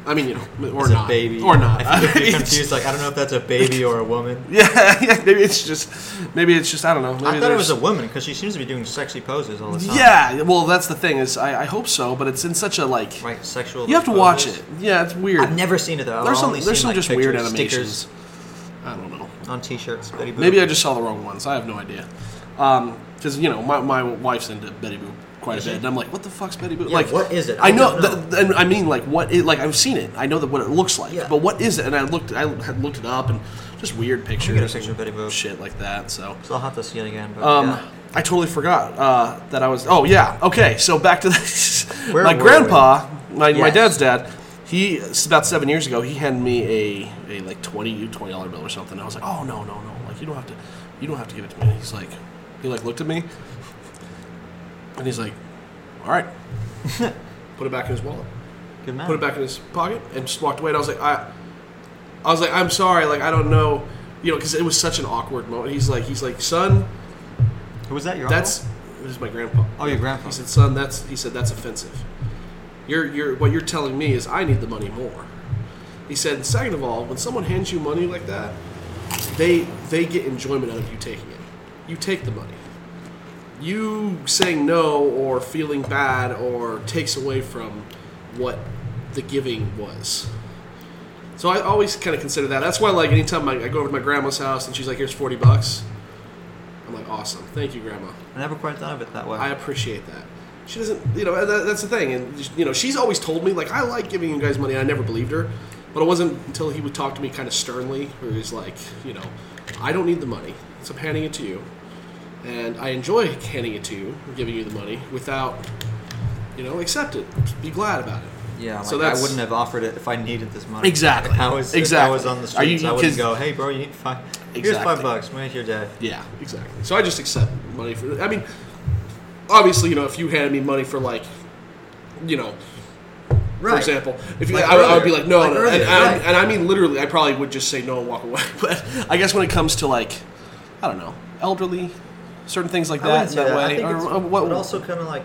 Speaker 1: I mean, you know, or
Speaker 2: It's
Speaker 1: not,
Speaker 2: a baby
Speaker 1: or not.
Speaker 2: I think you're
Speaker 1: It's-
Speaker 2: confused. Like I don't know if that's a baby or a woman.
Speaker 1: Yeah, yeah. Maybe it's just, maybe it's just I don't know. Maybe
Speaker 2: I thought it was
Speaker 1: there's-
Speaker 2: a woman because she seems to be doing sexy poses all the time.
Speaker 1: Yeah, well, that's the thing is I, I hope so, but it's in such a like.
Speaker 2: Right, sexual.
Speaker 1: You have to
Speaker 2: poses.
Speaker 1: watch it. Yeah, it's weird.
Speaker 2: I've never seen it though. I've
Speaker 1: there's some
Speaker 2: only
Speaker 1: there's
Speaker 2: seen,
Speaker 1: some
Speaker 2: like,
Speaker 1: just weird
Speaker 2: pictures,
Speaker 1: animations.
Speaker 2: stickers
Speaker 1: I don't know.
Speaker 2: on T-shirts. Betty Boop.
Speaker 1: Maybe I just saw the wrong ones. I have no idea. Because you know my, my wife's into Betty Boop quite
Speaker 2: Is
Speaker 1: a bit,
Speaker 2: she?
Speaker 1: and I'm like, what the fuck's Betty Boop?
Speaker 2: Yeah,
Speaker 1: like,
Speaker 2: what is it?
Speaker 1: I,
Speaker 2: I
Speaker 1: know,
Speaker 2: don't know.
Speaker 1: th- and I mean, like, what? It, like, I've seen it. I know that what it looks like,
Speaker 2: Yeah.
Speaker 1: but what is it? And I looked, I had looked it up, and just weird pictures,
Speaker 2: get a picture of Betty
Speaker 1: and
Speaker 2: Boop.
Speaker 1: shit like that. So,
Speaker 2: So I'll have to see it again. But
Speaker 1: um,
Speaker 2: yeah.
Speaker 1: I totally forgot uh, that I was. Oh yeah, okay. So back to this.
Speaker 2: Where
Speaker 1: my
Speaker 2: were
Speaker 1: grandpa, my, my
Speaker 2: Yes.
Speaker 1: dad's dad. He about seven years ago, he handed me a, a like 20 twenty dollar bill or something. I was like, oh no no no, like you don't have to, you don't have to give it to me. And he's like, he like looked at me, and he's like, all right, put it back in his wallet
Speaker 2: Good man.
Speaker 1: put it back in his pocket and just walked away. And I was like, I, I was like, I'm sorry, like I don't know, you know, because it was such an awkward moment. He's like, he's like, son,
Speaker 2: Who was that? Your
Speaker 1: that's this is my grandpa.
Speaker 2: uncle? oh your grandpa.
Speaker 1: He said, son, that's he said that's offensive. You're you're what you're telling me is I need the money more. He said, and second of all, when someone hands you money like that, they they get enjoyment out of you taking it. You take the money. You saying no or feeling bad or takes away from what the giving was. So I always kind of consider that. That's why, like, anytime I, I go over to my grandma's house and she's like, "Here's forty bucks," I'm like, "Awesome, thank you, grandma.
Speaker 2: I never quite thought of it that way.
Speaker 1: I appreciate that." She doesn't, you know, and that, that's the thing, and you know, she's always told me like, "I like giving you guys money," and I never believed her. But it wasn't until he would talk to me kind of sternly, where he's like, "You know, I don't need the money, so I'm handing it to you, and I enjoy handing it to you, giving you the money without, you know, accept it, be glad about it."
Speaker 2: yeah, like,
Speaker 1: so
Speaker 2: I
Speaker 1: that's-
Speaker 2: wouldn't have offered it if I needed this money.
Speaker 1: Exactly.
Speaker 2: If I was, if I
Speaker 1: Exactly.
Speaker 2: was on the
Speaker 1: Are you-
Speaker 2: streets, I wouldn't
Speaker 1: 'cause-
Speaker 2: go, hey, bro, you need five. Here's
Speaker 1: Exactly.
Speaker 2: five bucks. Make your day.
Speaker 1: Yeah, exactly. So I just accept money for. I mean, obviously, you know, if you handed me money for like, you know, for example, if you,
Speaker 2: Like
Speaker 1: I, would- I would be
Speaker 2: earlier.
Speaker 1: like, no,
Speaker 2: Like
Speaker 1: no, and,
Speaker 2: earlier,
Speaker 1: and-
Speaker 2: right.
Speaker 1: and I mean literally, I probably would just say no and walk away. But I guess when it comes to like, I don't know, elderly, certain things like
Speaker 2: I wouldn't
Speaker 1: that,
Speaker 2: say
Speaker 1: that
Speaker 2: that. I
Speaker 1: way,
Speaker 2: think
Speaker 1: or,
Speaker 2: it's-
Speaker 1: uh, what,
Speaker 2: but also kind of like,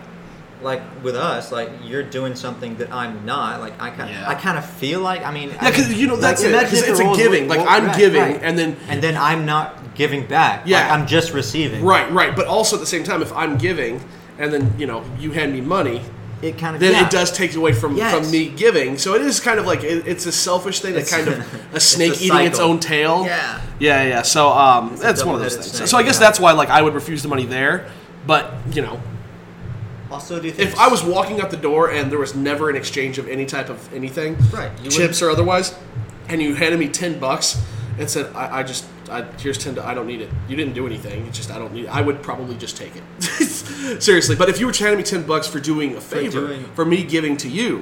Speaker 2: like with us, like you're doing something that I'm not. Like I kind,
Speaker 1: Yeah.
Speaker 2: I kind of feel like. I mean,
Speaker 1: Yeah, 'cause, you know, that's it, 'cause
Speaker 2: if the
Speaker 1: it's a
Speaker 2: roles
Speaker 1: giving,
Speaker 2: were-
Speaker 1: like,
Speaker 2: were-
Speaker 1: I'm giving, and then-
Speaker 2: and then I'm not giving back.
Speaker 1: Yeah.
Speaker 2: like, I'm just receiving.
Speaker 1: right, right. But also at the same time, if I'm giving and then you know you hand me money,
Speaker 2: It kind of
Speaker 1: then it does take away from,
Speaker 2: Yes.
Speaker 1: from me giving. So it is kind of like it, it's a selfish thing, that
Speaker 2: It's-
Speaker 1: kind of a snake
Speaker 2: a
Speaker 1: eating its
Speaker 2: cycle.
Speaker 1: own tail.
Speaker 2: Yeah.
Speaker 1: yeah, yeah. So um,
Speaker 2: a
Speaker 1: that's one of those
Speaker 2: double-headed
Speaker 1: things.
Speaker 2: snake,
Speaker 1: so I guess
Speaker 2: yeah.
Speaker 1: that's why like I would refuse the money there. But you know,
Speaker 2: Also, do you think
Speaker 1: if I was walking out the door and there was never an exchange of any type of anything,
Speaker 2: Right, you
Speaker 1: chips or otherwise, and you handed me ten bucks and said, "I, I just." I, here's ten. To, I don't need it. You didn't do anything. It's just I don't need. I would probably just take it. Seriously, but if you were handing me ten bucks for doing a favor,
Speaker 2: doing-
Speaker 1: for me giving to you,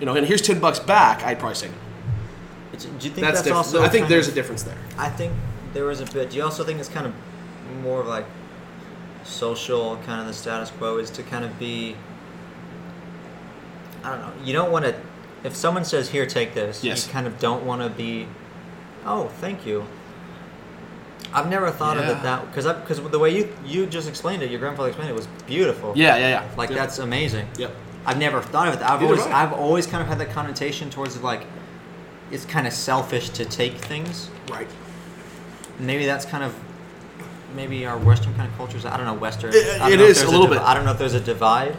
Speaker 1: you know, and here's ten bucks back, I'd probably say no.
Speaker 2: Do you think
Speaker 1: That's,
Speaker 2: that's,
Speaker 1: different.
Speaker 2: also?
Speaker 1: I think
Speaker 2: kind
Speaker 1: there's
Speaker 2: of-
Speaker 1: a difference there.
Speaker 2: I think there was a bit. Do you also think it's kind of more of like social, kind of the status quo is to kind of be. I don't know. You don't want to. If someone says, "Here, take this,"
Speaker 1: Yes.
Speaker 2: you kind of don't want to be. Oh, thank you. I've never thought of
Speaker 1: Yeah.
Speaker 2: it that because because the way you you just explained it, your grandfather explained it was beautiful.
Speaker 1: Yeah, yeah, yeah.
Speaker 2: Like
Speaker 1: Yep.
Speaker 2: that's amazing.
Speaker 1: Yep.
Speaker 2: I've never thought of it. I've
Speaker 1: Neither
Speaker 2: always
Speaker 1: have I.
Speaker 2: I've always kind of had that connotation towards like it's kind of selfish to take things.
Speaker 1: Right.
Speaker 2: Maybe that's kind of maybe our Western kind of cultures. I don't know Western.
Speaker 1: It-
Speaker 2: I don't
Speaker 1: it
Speaker 2: know if
Speaker 1: is
Speaker 2: there's
Speaker 1: a little
Speaker 2: divi-
Speaker 1: bit.
Speaker 2: I don't know if there's a divide.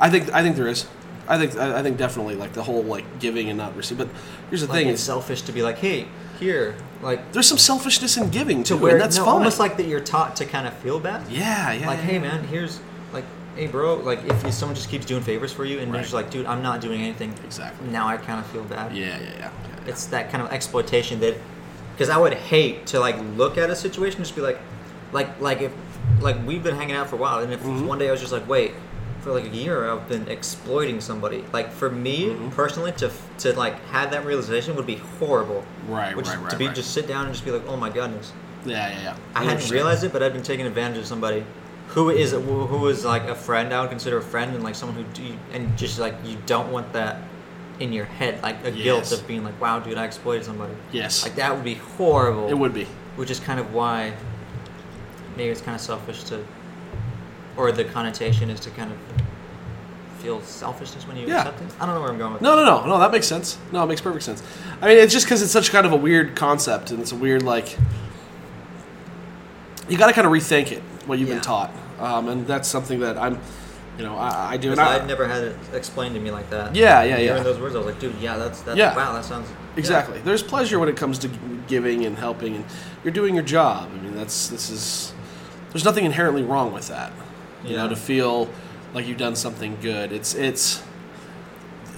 Speaker 1: I think I think there is. I think I I think definitely like the whole like giving and not receiving. But here's the
Speaker 2: Like
Speaker 1: thing:
Speaker 2: it's
Speaker 1: is
Speaker 2: selfish to be like, hey, here, like
Speaker 1: there's some selfishness in giving
Speaker 2: to
Speaker 1: too,
Speaker 2: where
Speaker 1: and that's
Speaker 2: no,
Speaker 1: fine.
Speaker 2: almost like that you're taught to kind of feel bad.
Speaker 1: yeah, yeah.
Speaker 2: like,
Speaker 1: yeah.
Speaker 2: hey man, here's like, hey bro, like if, if someone just keeps doing favors for you and you're
Speaker 1: Right.
Speaker 2: just like, dude, I'm not doing anything.
Speaker 1: Exactly.
Speaker 2: Now I kind of feel bad.
Speaker 1: yeah, yeah, yeah. yeah, yeah.
Speaker 2: It's that kind of exploitation that, because I would hate to like look at a situation and just be like, like like if like we've been hanging out for a while, and if
Speaker 1: Mm-hmm.
Speaker 2: one day I was just like, wait, for like a year I've been exploiting somebody. Like for me
Speaker 1: Mm-hmm.
Speaker 2: personally, to f- to like have that realization would be horrible.
Speaker 1: Right,
Speaker 2: Which
Speaker 1: right,
Speaker 2: is
Speaker 1: right,
Speaker 2: To be
Speaker 1: right.
Speaker 2: just sit down and just be like, oh my goodness,
Speaker 1: yeah, yeah, yeah.
Speaker 2: I hadn't
Speaker 1: Interesting.
Speaker 2: realized it, but I'd been taking advantage of somebody. Who is who is like a friend? I would consider a friend, and like someone who do, and just like you don't want that in your head, like a guilt
Speaker 1: Yes.
Speaker 2: of being like, "Wow, dude, I exploited somebody."
Speaker 1: Yes.
Speaker 2: like that would be horrible.
Speaker 1: It would be.
Speaker 2: which is kind of why maybe it's kind of selfish to, or the connotation is to kind of feel selfishness when you
Speaker 1: Yeah.
Speaker 2: accept it. I don't know where I'm going with.
Speaker 1: No, no, no, no. That makes sense. No, it makes perfect sense. I mean, it's just because it's such kind of a weird concept, and it's a weird like. You got to kind of rethink it what you've
Speaker 2: Yeah.
Speaker 1: been taught, um, and that's something that I'm, you know, I, I do. And
Speaker 2: Because
Speaker 1: I,
Speaker 2: I'd never had it explained to me like that.
Speaker 1: Yeah, yeah,
Speaker 2: Hearing
Speaker 1: yeah.
Speaker 2: those words, I was like, dude, yeah, that's that's
Speaker 1: Yeah.
Speaker 2: wow, that sounds yeah.
Speaker 1: Exactly. There's pleasure when it comes to giving and helping, and you're doing your job. I mean, that's this is. There's nothing inherently wrong with that. You know,
Speaker 2: Yeah.
Speaker 1: to feel like you've done something good. It's it's.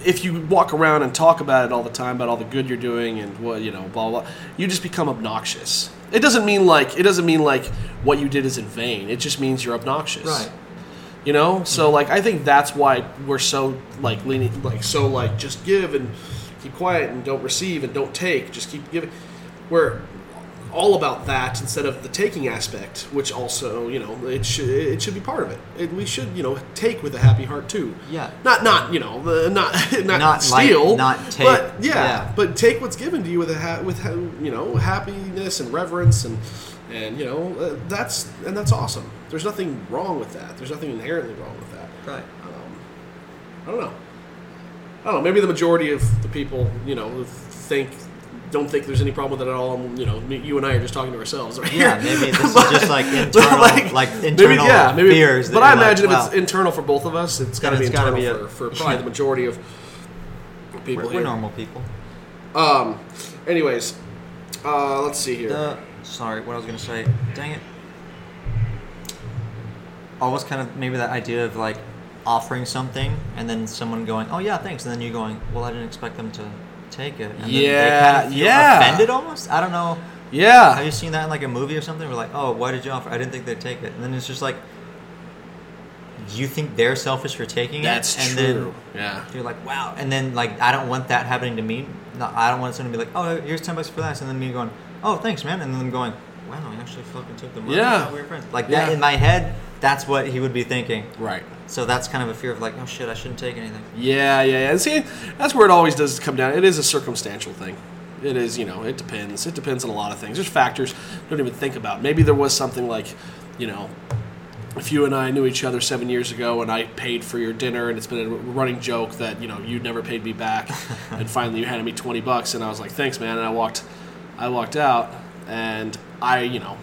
Speaker 1: If you walk around and talk about it all the time about all the good you're doing and what you know, blah blah, blah, you just become obnoxious. It doesn't mean like it doesn't mean like what you did is in vain. It just means you're obnoxious
Speaker 2: Right.
Speaker 1: you know
Speaker 2: Mm-hmm.
Speaker 1: so like i think that's why we're so like leaning like so like just give and keep quiet and don't receive and don't take just keep giving we're all about that instead of the taking aspect which also you know it should it should be part of it. it we should you know take with a happy heart too
Speaker 2: Yeah.
Speaker 1: not not you know the, not not,
Speaker 2: Not like-
Speaker 1: steal
Speaker 2: not take,
Speaker 1: but yeah,
Speaker 2: yeah.
Speaker 1: but take what's given to you with a ha- with ha- you know happiness and reverence and and you know uh, that's and that's awesome. There's nothing wrong with that. There's nothing inherently wrong with that.
Speaker 2: Right.
Speaker 1: I don't know. I don't know. Maybe the majority of the people you know think don't think there's any problem with it at all. And, you know, me- you and I are just talking to ourselves right
Speaker 2: Yeah,
Speaker 1: here.
Speaker 2: maybe this is
Speaker 1: But-
Speaker 2: just like
Speaker 1: but,
Speaker 2: internal, like, internal fears. that
Speaker 1: But I
Speaker 2: you're like,
Speaker 1: imagine if
Speaker 2: wow.
Speaker 1: it's internal for both of us, it's got to
Speaker 2: Then
Speaker 1: be
Speaker 2: it's gotta
Speaker 1: internal
Speaker 2: be a-
Speaker 1: for, for probably the majority of people
Speaker 2: we're, we're
Speaker 1: here.
Speaker 2: normal people.
Speaker 1: Um, anyways, uh, let's see here.
Speaker 2: The sorry, what I was gonna say. Dang it. Always kind of maybe that idea of like offering something and then someone going, "Oh yeah, thanks," and then you going, "Well, I didn't expect them to take it." And then
Speaker 1: Yeah,
Speaker 2: they kind of feel
Speaker 1: yeah. Uh.
Speaker 2: Offended almost. I don't know. Have
Speaker 1: yeah,
Speaker 2: you seen that in like a movie or something? We're like, "Oh, why did you offer? I didn't think they'd take it." And then it's just like, you think they're selfish for taking
Speaker 1: that's
Speaker 2: it, and
Speaker 1: true.
Speaker 2: then
Speaker 1: yeah,
Speaker 2: you're like, wow. And then like, I don't want that happening to me. No, I don't want someone to be like, oh, here's ten bucks for that, and then me going, oh, thanks, man, and then them going, wow, he actually fucking took the money.
Speaker 1: Yeah.
Speaker 2: we were friends. Like that
Speaker 1: Yeah.
Speaker 2: in my head, that's what he would be thinking.
Speaker 1: right.
Speaker 2: So that's kind of a fear of like, oh shit, I shouldn't take anything.
Speaker 1: Yeah, yeah, yeah. And see, that's where it always does come down. It is a circumstantial thing. It is, you know, it depends. It depends on a lot of things. There's factors I don't even think about. Maybe there was something like, you know, if you and I knew each other seven years ago and I paid for your dinner and it's been a running joke that, you know, you never paid me back and finally you handed me 20 bucks and I was like, thanks, man. And I walked, I walked out and I, you know,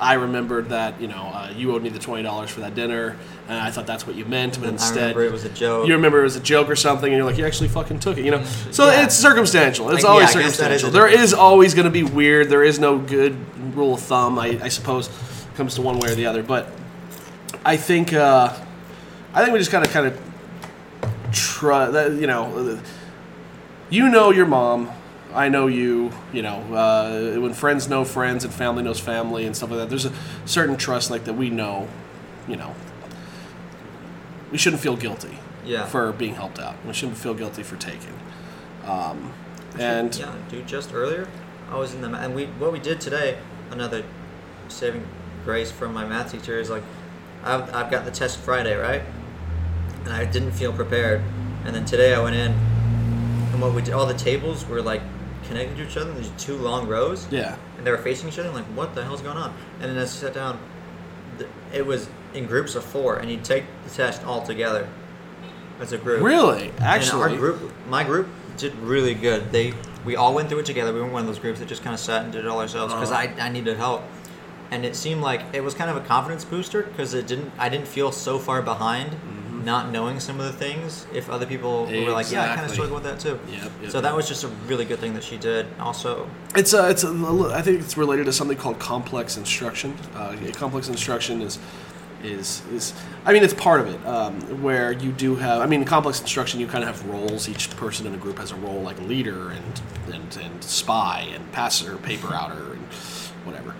Speaker 1: I remembered that, you know, uh, you owed me the $20 for that dinner and I thought that's what you meant, but
Speaker 2: And
Speaker 1: instead
Speaker 2: I remember it was a joke.
Speaker 1: you remember it was a joke or something, and you're like, you actually fucking took it, you know. So
Speaker 2: Yeah.
Speaker 1: it's circumstantial. It's
Speaker 2: Like,
Speaker 1: always
Speaker 2: yeah, I guess that is
Speaker 1: circumstantial.
Speaker 2: a-
Speaker 1: there is always going to be weird. There is no good rule of thumb, I, I suppose, comes to one way or the other. But I think, uh, I think we just kind of, kind of try. That, you know, uh, you know your mom. I know you. You know, uh, when friends know friends and family knows family and stuff like that. There's a certain trust like that we know. You know, we shouldn't feel guilty
Speaker 2: Yeah.
Speaker 1: for being helped out. We shouldn't feel guilty for taking. Um, and
Speaker 2: yeah, dude, just earlier, I was in the ma- and we what we did today. Another saving grace from my math teacher is like, I've, I've got the test Friday, right? And I didn't feel prepared, and then today I went in, and what we did, all the tables were like connected to each other. There's two long rows,
Speaker 1: yeah,
Speaker 2: and they were facing each other. I'm like, what the hell's going on? And then I sat down. th- It was in groups of four, and you take the test all together as a group.
Speaker 1: really,
Speaker 2: And
Speaker 1: actually,
Speaker 2: our group, my group, did really good. They we all went through it together. We were one of those groups that just kind of sat and did it all ourselves because I, I needed help, and it seemed like it was kind of a confidence booster because it didn't I didn't feel so far behind,
Speaker 1: Mm-hmm.
Speaker 2: not knowing some of the things. If other people were like, yeah, I kind of
Speaker 1: Exactly.
Speaker 2: struggle with that too.
Speaker 1: Yep, yep,
Speaker 2: so that
Speaker 1: yep.
Speaker 2: was just a really good thing that she did. Also,
Speaker 1: It's a, it's a, li- I think it's related to something called complex instruction. Uh, complex instruction is is is I mean it's part of it um, where you do have I mean complex instruction you kind of have roles each person in a group has a role like leader and and, and spy and passer paper outer and whatever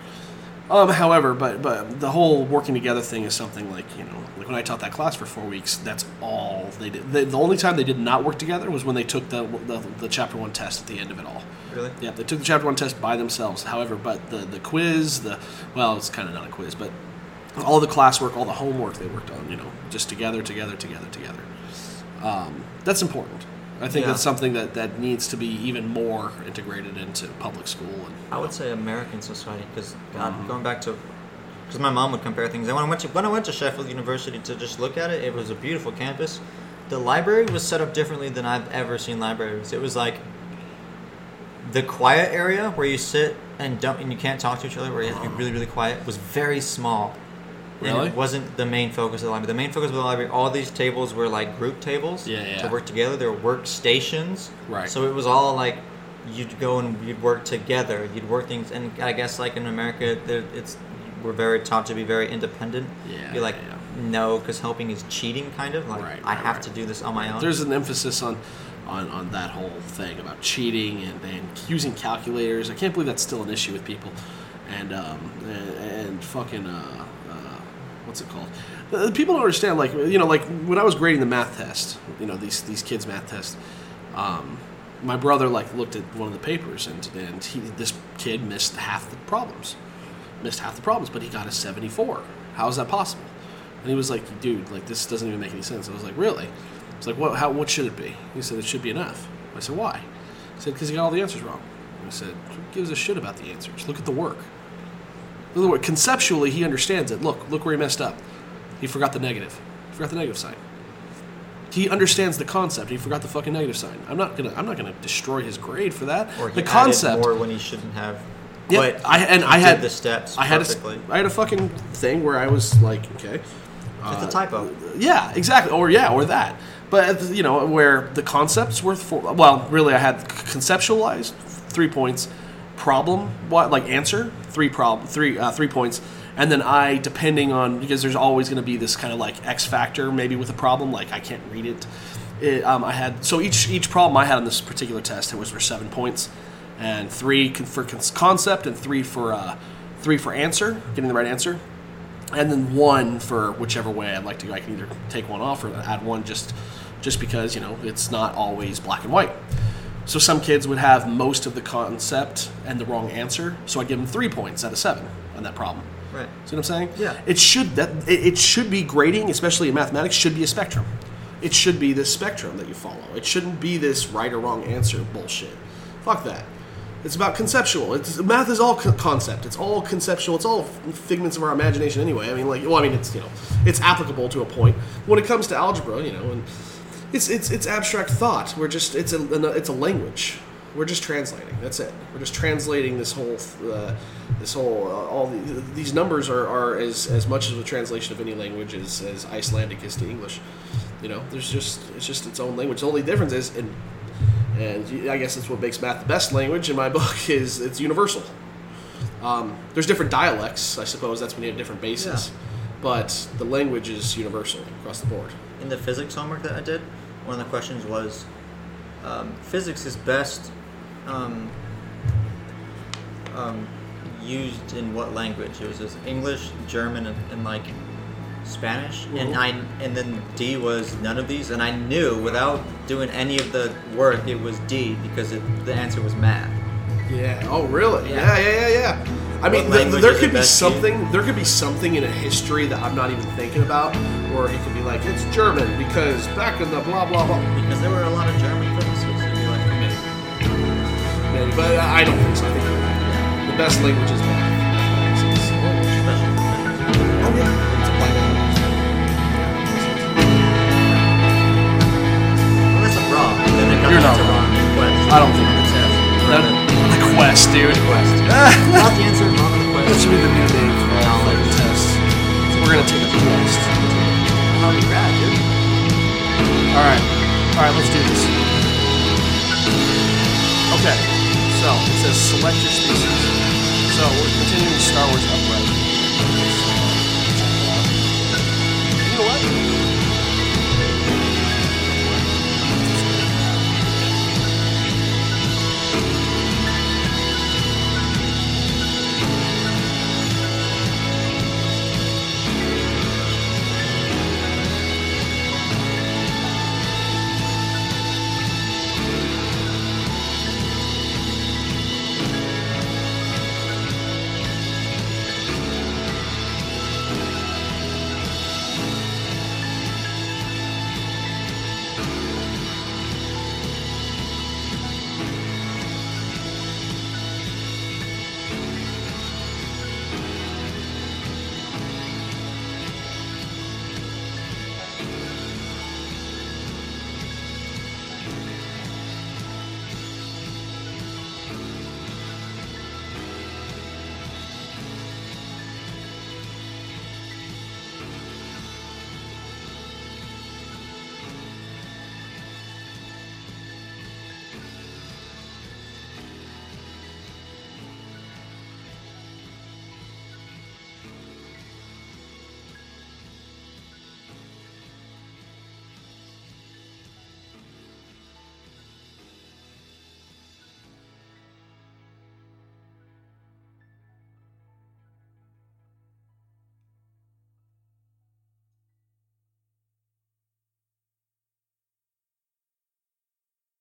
Speaker 1: um, however but but the whole working together thing is something like you know like when I taught that class for four weeks that's all they did the, the only time they did not work together was when they took the the, the chapter one test at the end of it all
Speaker 2: really,
Speaker 1: yeah, they took the chapter one test by themselves. However, but the the quiz, the well, it's kind of not a quiz, but all the classwork, all the homework they worked on, you know, just together, together, together, together. Um, that's important. I think
Speaker 2: Yeah.
Speaker 1: that's something that that needs to be even more integrated into public school. And,
Speaker 2: I would say American society because God,
Speaker 1: Mm-hmm.
Speaker 2: going back to because my mom would compare things. And when I went to when I went to Sheffield University to just look at it, it was a beautiful campus. The library was set up differently than I've ever seen libraries. It was like the quiet area where you sit and don't and you can't talk to each other, where you have to be really really quiet, was very small.
Speaker 1: Really?
Speaker 2: And it wasn't the main focus of the library. The main focus of the library, all these tables were like group tables
Speaker 1: Yeah, yeah.
Speaker 2: to work together. There were workstations.
Speaker 1: Right.
Speaker 2: So it was all like you'd go and you'd work together. You'd work things, and I guess like in America, there- it's we're very taught to be very independent.
Speaker 1: Yeah,
Speaker 2: Be like
Speaker 1: yeah,
Speaker 2: no, because helping is cheating, kind of like
Speaker 1: Right,
Speaker 2: I
Speaker 1: right,
Speaker 2: have
Speaker 1: right.
Speaker 2: to do this on my own.
Speaker 1: There's an emphasis on, on, on that whole thing about cheating and, and using calculators. I can't believe that's still an issue with people. And um, and, and fucking uh, uh, what's it called? Uh, People don't understand. Like you know, like when I was grading the math test, you know these these kids' math test. Um, my brother like looked at one of the papers and and he this kid missed half the problems missed half the problems, but he got a 74. How is that possible? And he was like, dude, like this doesn't even make any sense. I was like, really? It's like, what? How? What should it be? He said it should be enough. I said, why? He said, because he got all the answers wrong. I said, who gives a shit about the answers? Look at the work. In other words, conceptually, he understands it. Look, look where he messed up. He forgot the negative. He forgot the negative sign. He understands the concept. He forgot the fucking negative sign. I'm not gonna. I'm not gonna destroy his grade for that.
Speaker 2: or he
Speaker 1: the
Speaker 2: added
Speaker 1: concept.
Speaker 2: more when he shouldn't have.
Speaker 1: Yeah,
Speaker 2: but
Speaker 1: I and
Speaker 2: he
Speaker 1: I
Speaker 2: did
Speaker 1: had
Speaker 2: the steps
Speaker 1: I had a,
Speaker 2: perfectly.
Speaker 1: I had a fucking thing where I was like, okay,
Speaker 2: It's a typo.
Speaker 1: Yeah, exactly. Or yeah, or that. But you know, where the concept's worth four. Well, really, I had conceptualized three points. Problem, what like answer three problem three uh, three points, and then I depending on because there's always going to be this kind of like X factor maybe with a problem like I can't read it. it um, I had so each each problem I had on this particular test it was for seven points, and three con- for con- concept and three for uh, three for answer getting the right answer and then one for whichever way I'd like to go. I can either take one off or add one just just because you know it's not always black and white. So some kids would have most of the concept and the wrong answer, so I'd give them three points out of seven on that problem.
Speaker 2: Right.
Speaker 1: See what I'm saying?
Speaker 2: Yeah.
Speaker 1: It should that it, it should be grading, especially in mathematics, should be a spectrum. It should be this spectrum that you follow. It shouldn't be this right or wrong answer bullshit. Fuck that. It's about conceptual. It's math is all co- concept. It's all conceptual. It's all figments of our imagination anyway. I mean, like, well, I mean, it's you know, it's applicable to a point. When it comes to algebra, you know, and it's it's it's abstract thought. We're just it's a it's a language. We're just translating. That's it. We're just translating this whole uh, this whole uh, all the, these numbers are, are as as much of a translation of any language as, as Icelandic is to English. You know, there's just it's just its own language. The only difference is in and you- I guess that's what makes math the best language in my book is it's universal. Um, there's different dialects, I suppose. That's when you have different bases, but the language is universal across the board.
Speaker 2: in the physics homework that I did, one of the questions was um, physics is best um, um, used in what language? It was just English, German, and, and like Spanish. And
Speaker 1: Mm-hmm.
Speaker 2: I and then D was none of these. And I knew without doing any of the work, it was D because it, the answer was math.
Speaker 1: Yeah. Oh, really?
Speaker 2: Yeah.
Speaker 1: Yeah, yeah, yeah, yeah. I mean,
Speaker 2: What
Speaker 1: th-
Speaker 2: language
Speaker 1: there
Speaker 2: is it
Speaker 1: could be
Speaker 2: best in?
Speaker 1: something. There could be something in a history that I'm not even thinking about, or it could be like it's German because back in the blah blah blah.
Speaker 2: Because there were a lot of German physicists. You'd be like, okay,
Speaker 1: Maybe, but I I don't think so. I think you're right. the best language is math. It's- it's-
Speaker 2: special.
Speaker 1: Oh, yeah. It's applied language.
Speaker 2: Unless I'm wrong, then it comes
Speaker 1: You're not
Speaker 2: to
Speaker 1: wrong.
Speaker 2: wrong.
Speaker 1: I don't think
Speaker 2: it says.
Speaker 1: That- the quest, dude.
Speaker 2: Not the answer, not the
Speaker 1: That
Speaker 2: question.
Speaker 1: should be the new name for all our tests. So we're gonna take a quest.
Speaker 2: How do you grad, dude?
Speaker 1: All right, all right, let's do this. Okay, so it says select your species. So we're continuing with Star Wars Upright. You know what?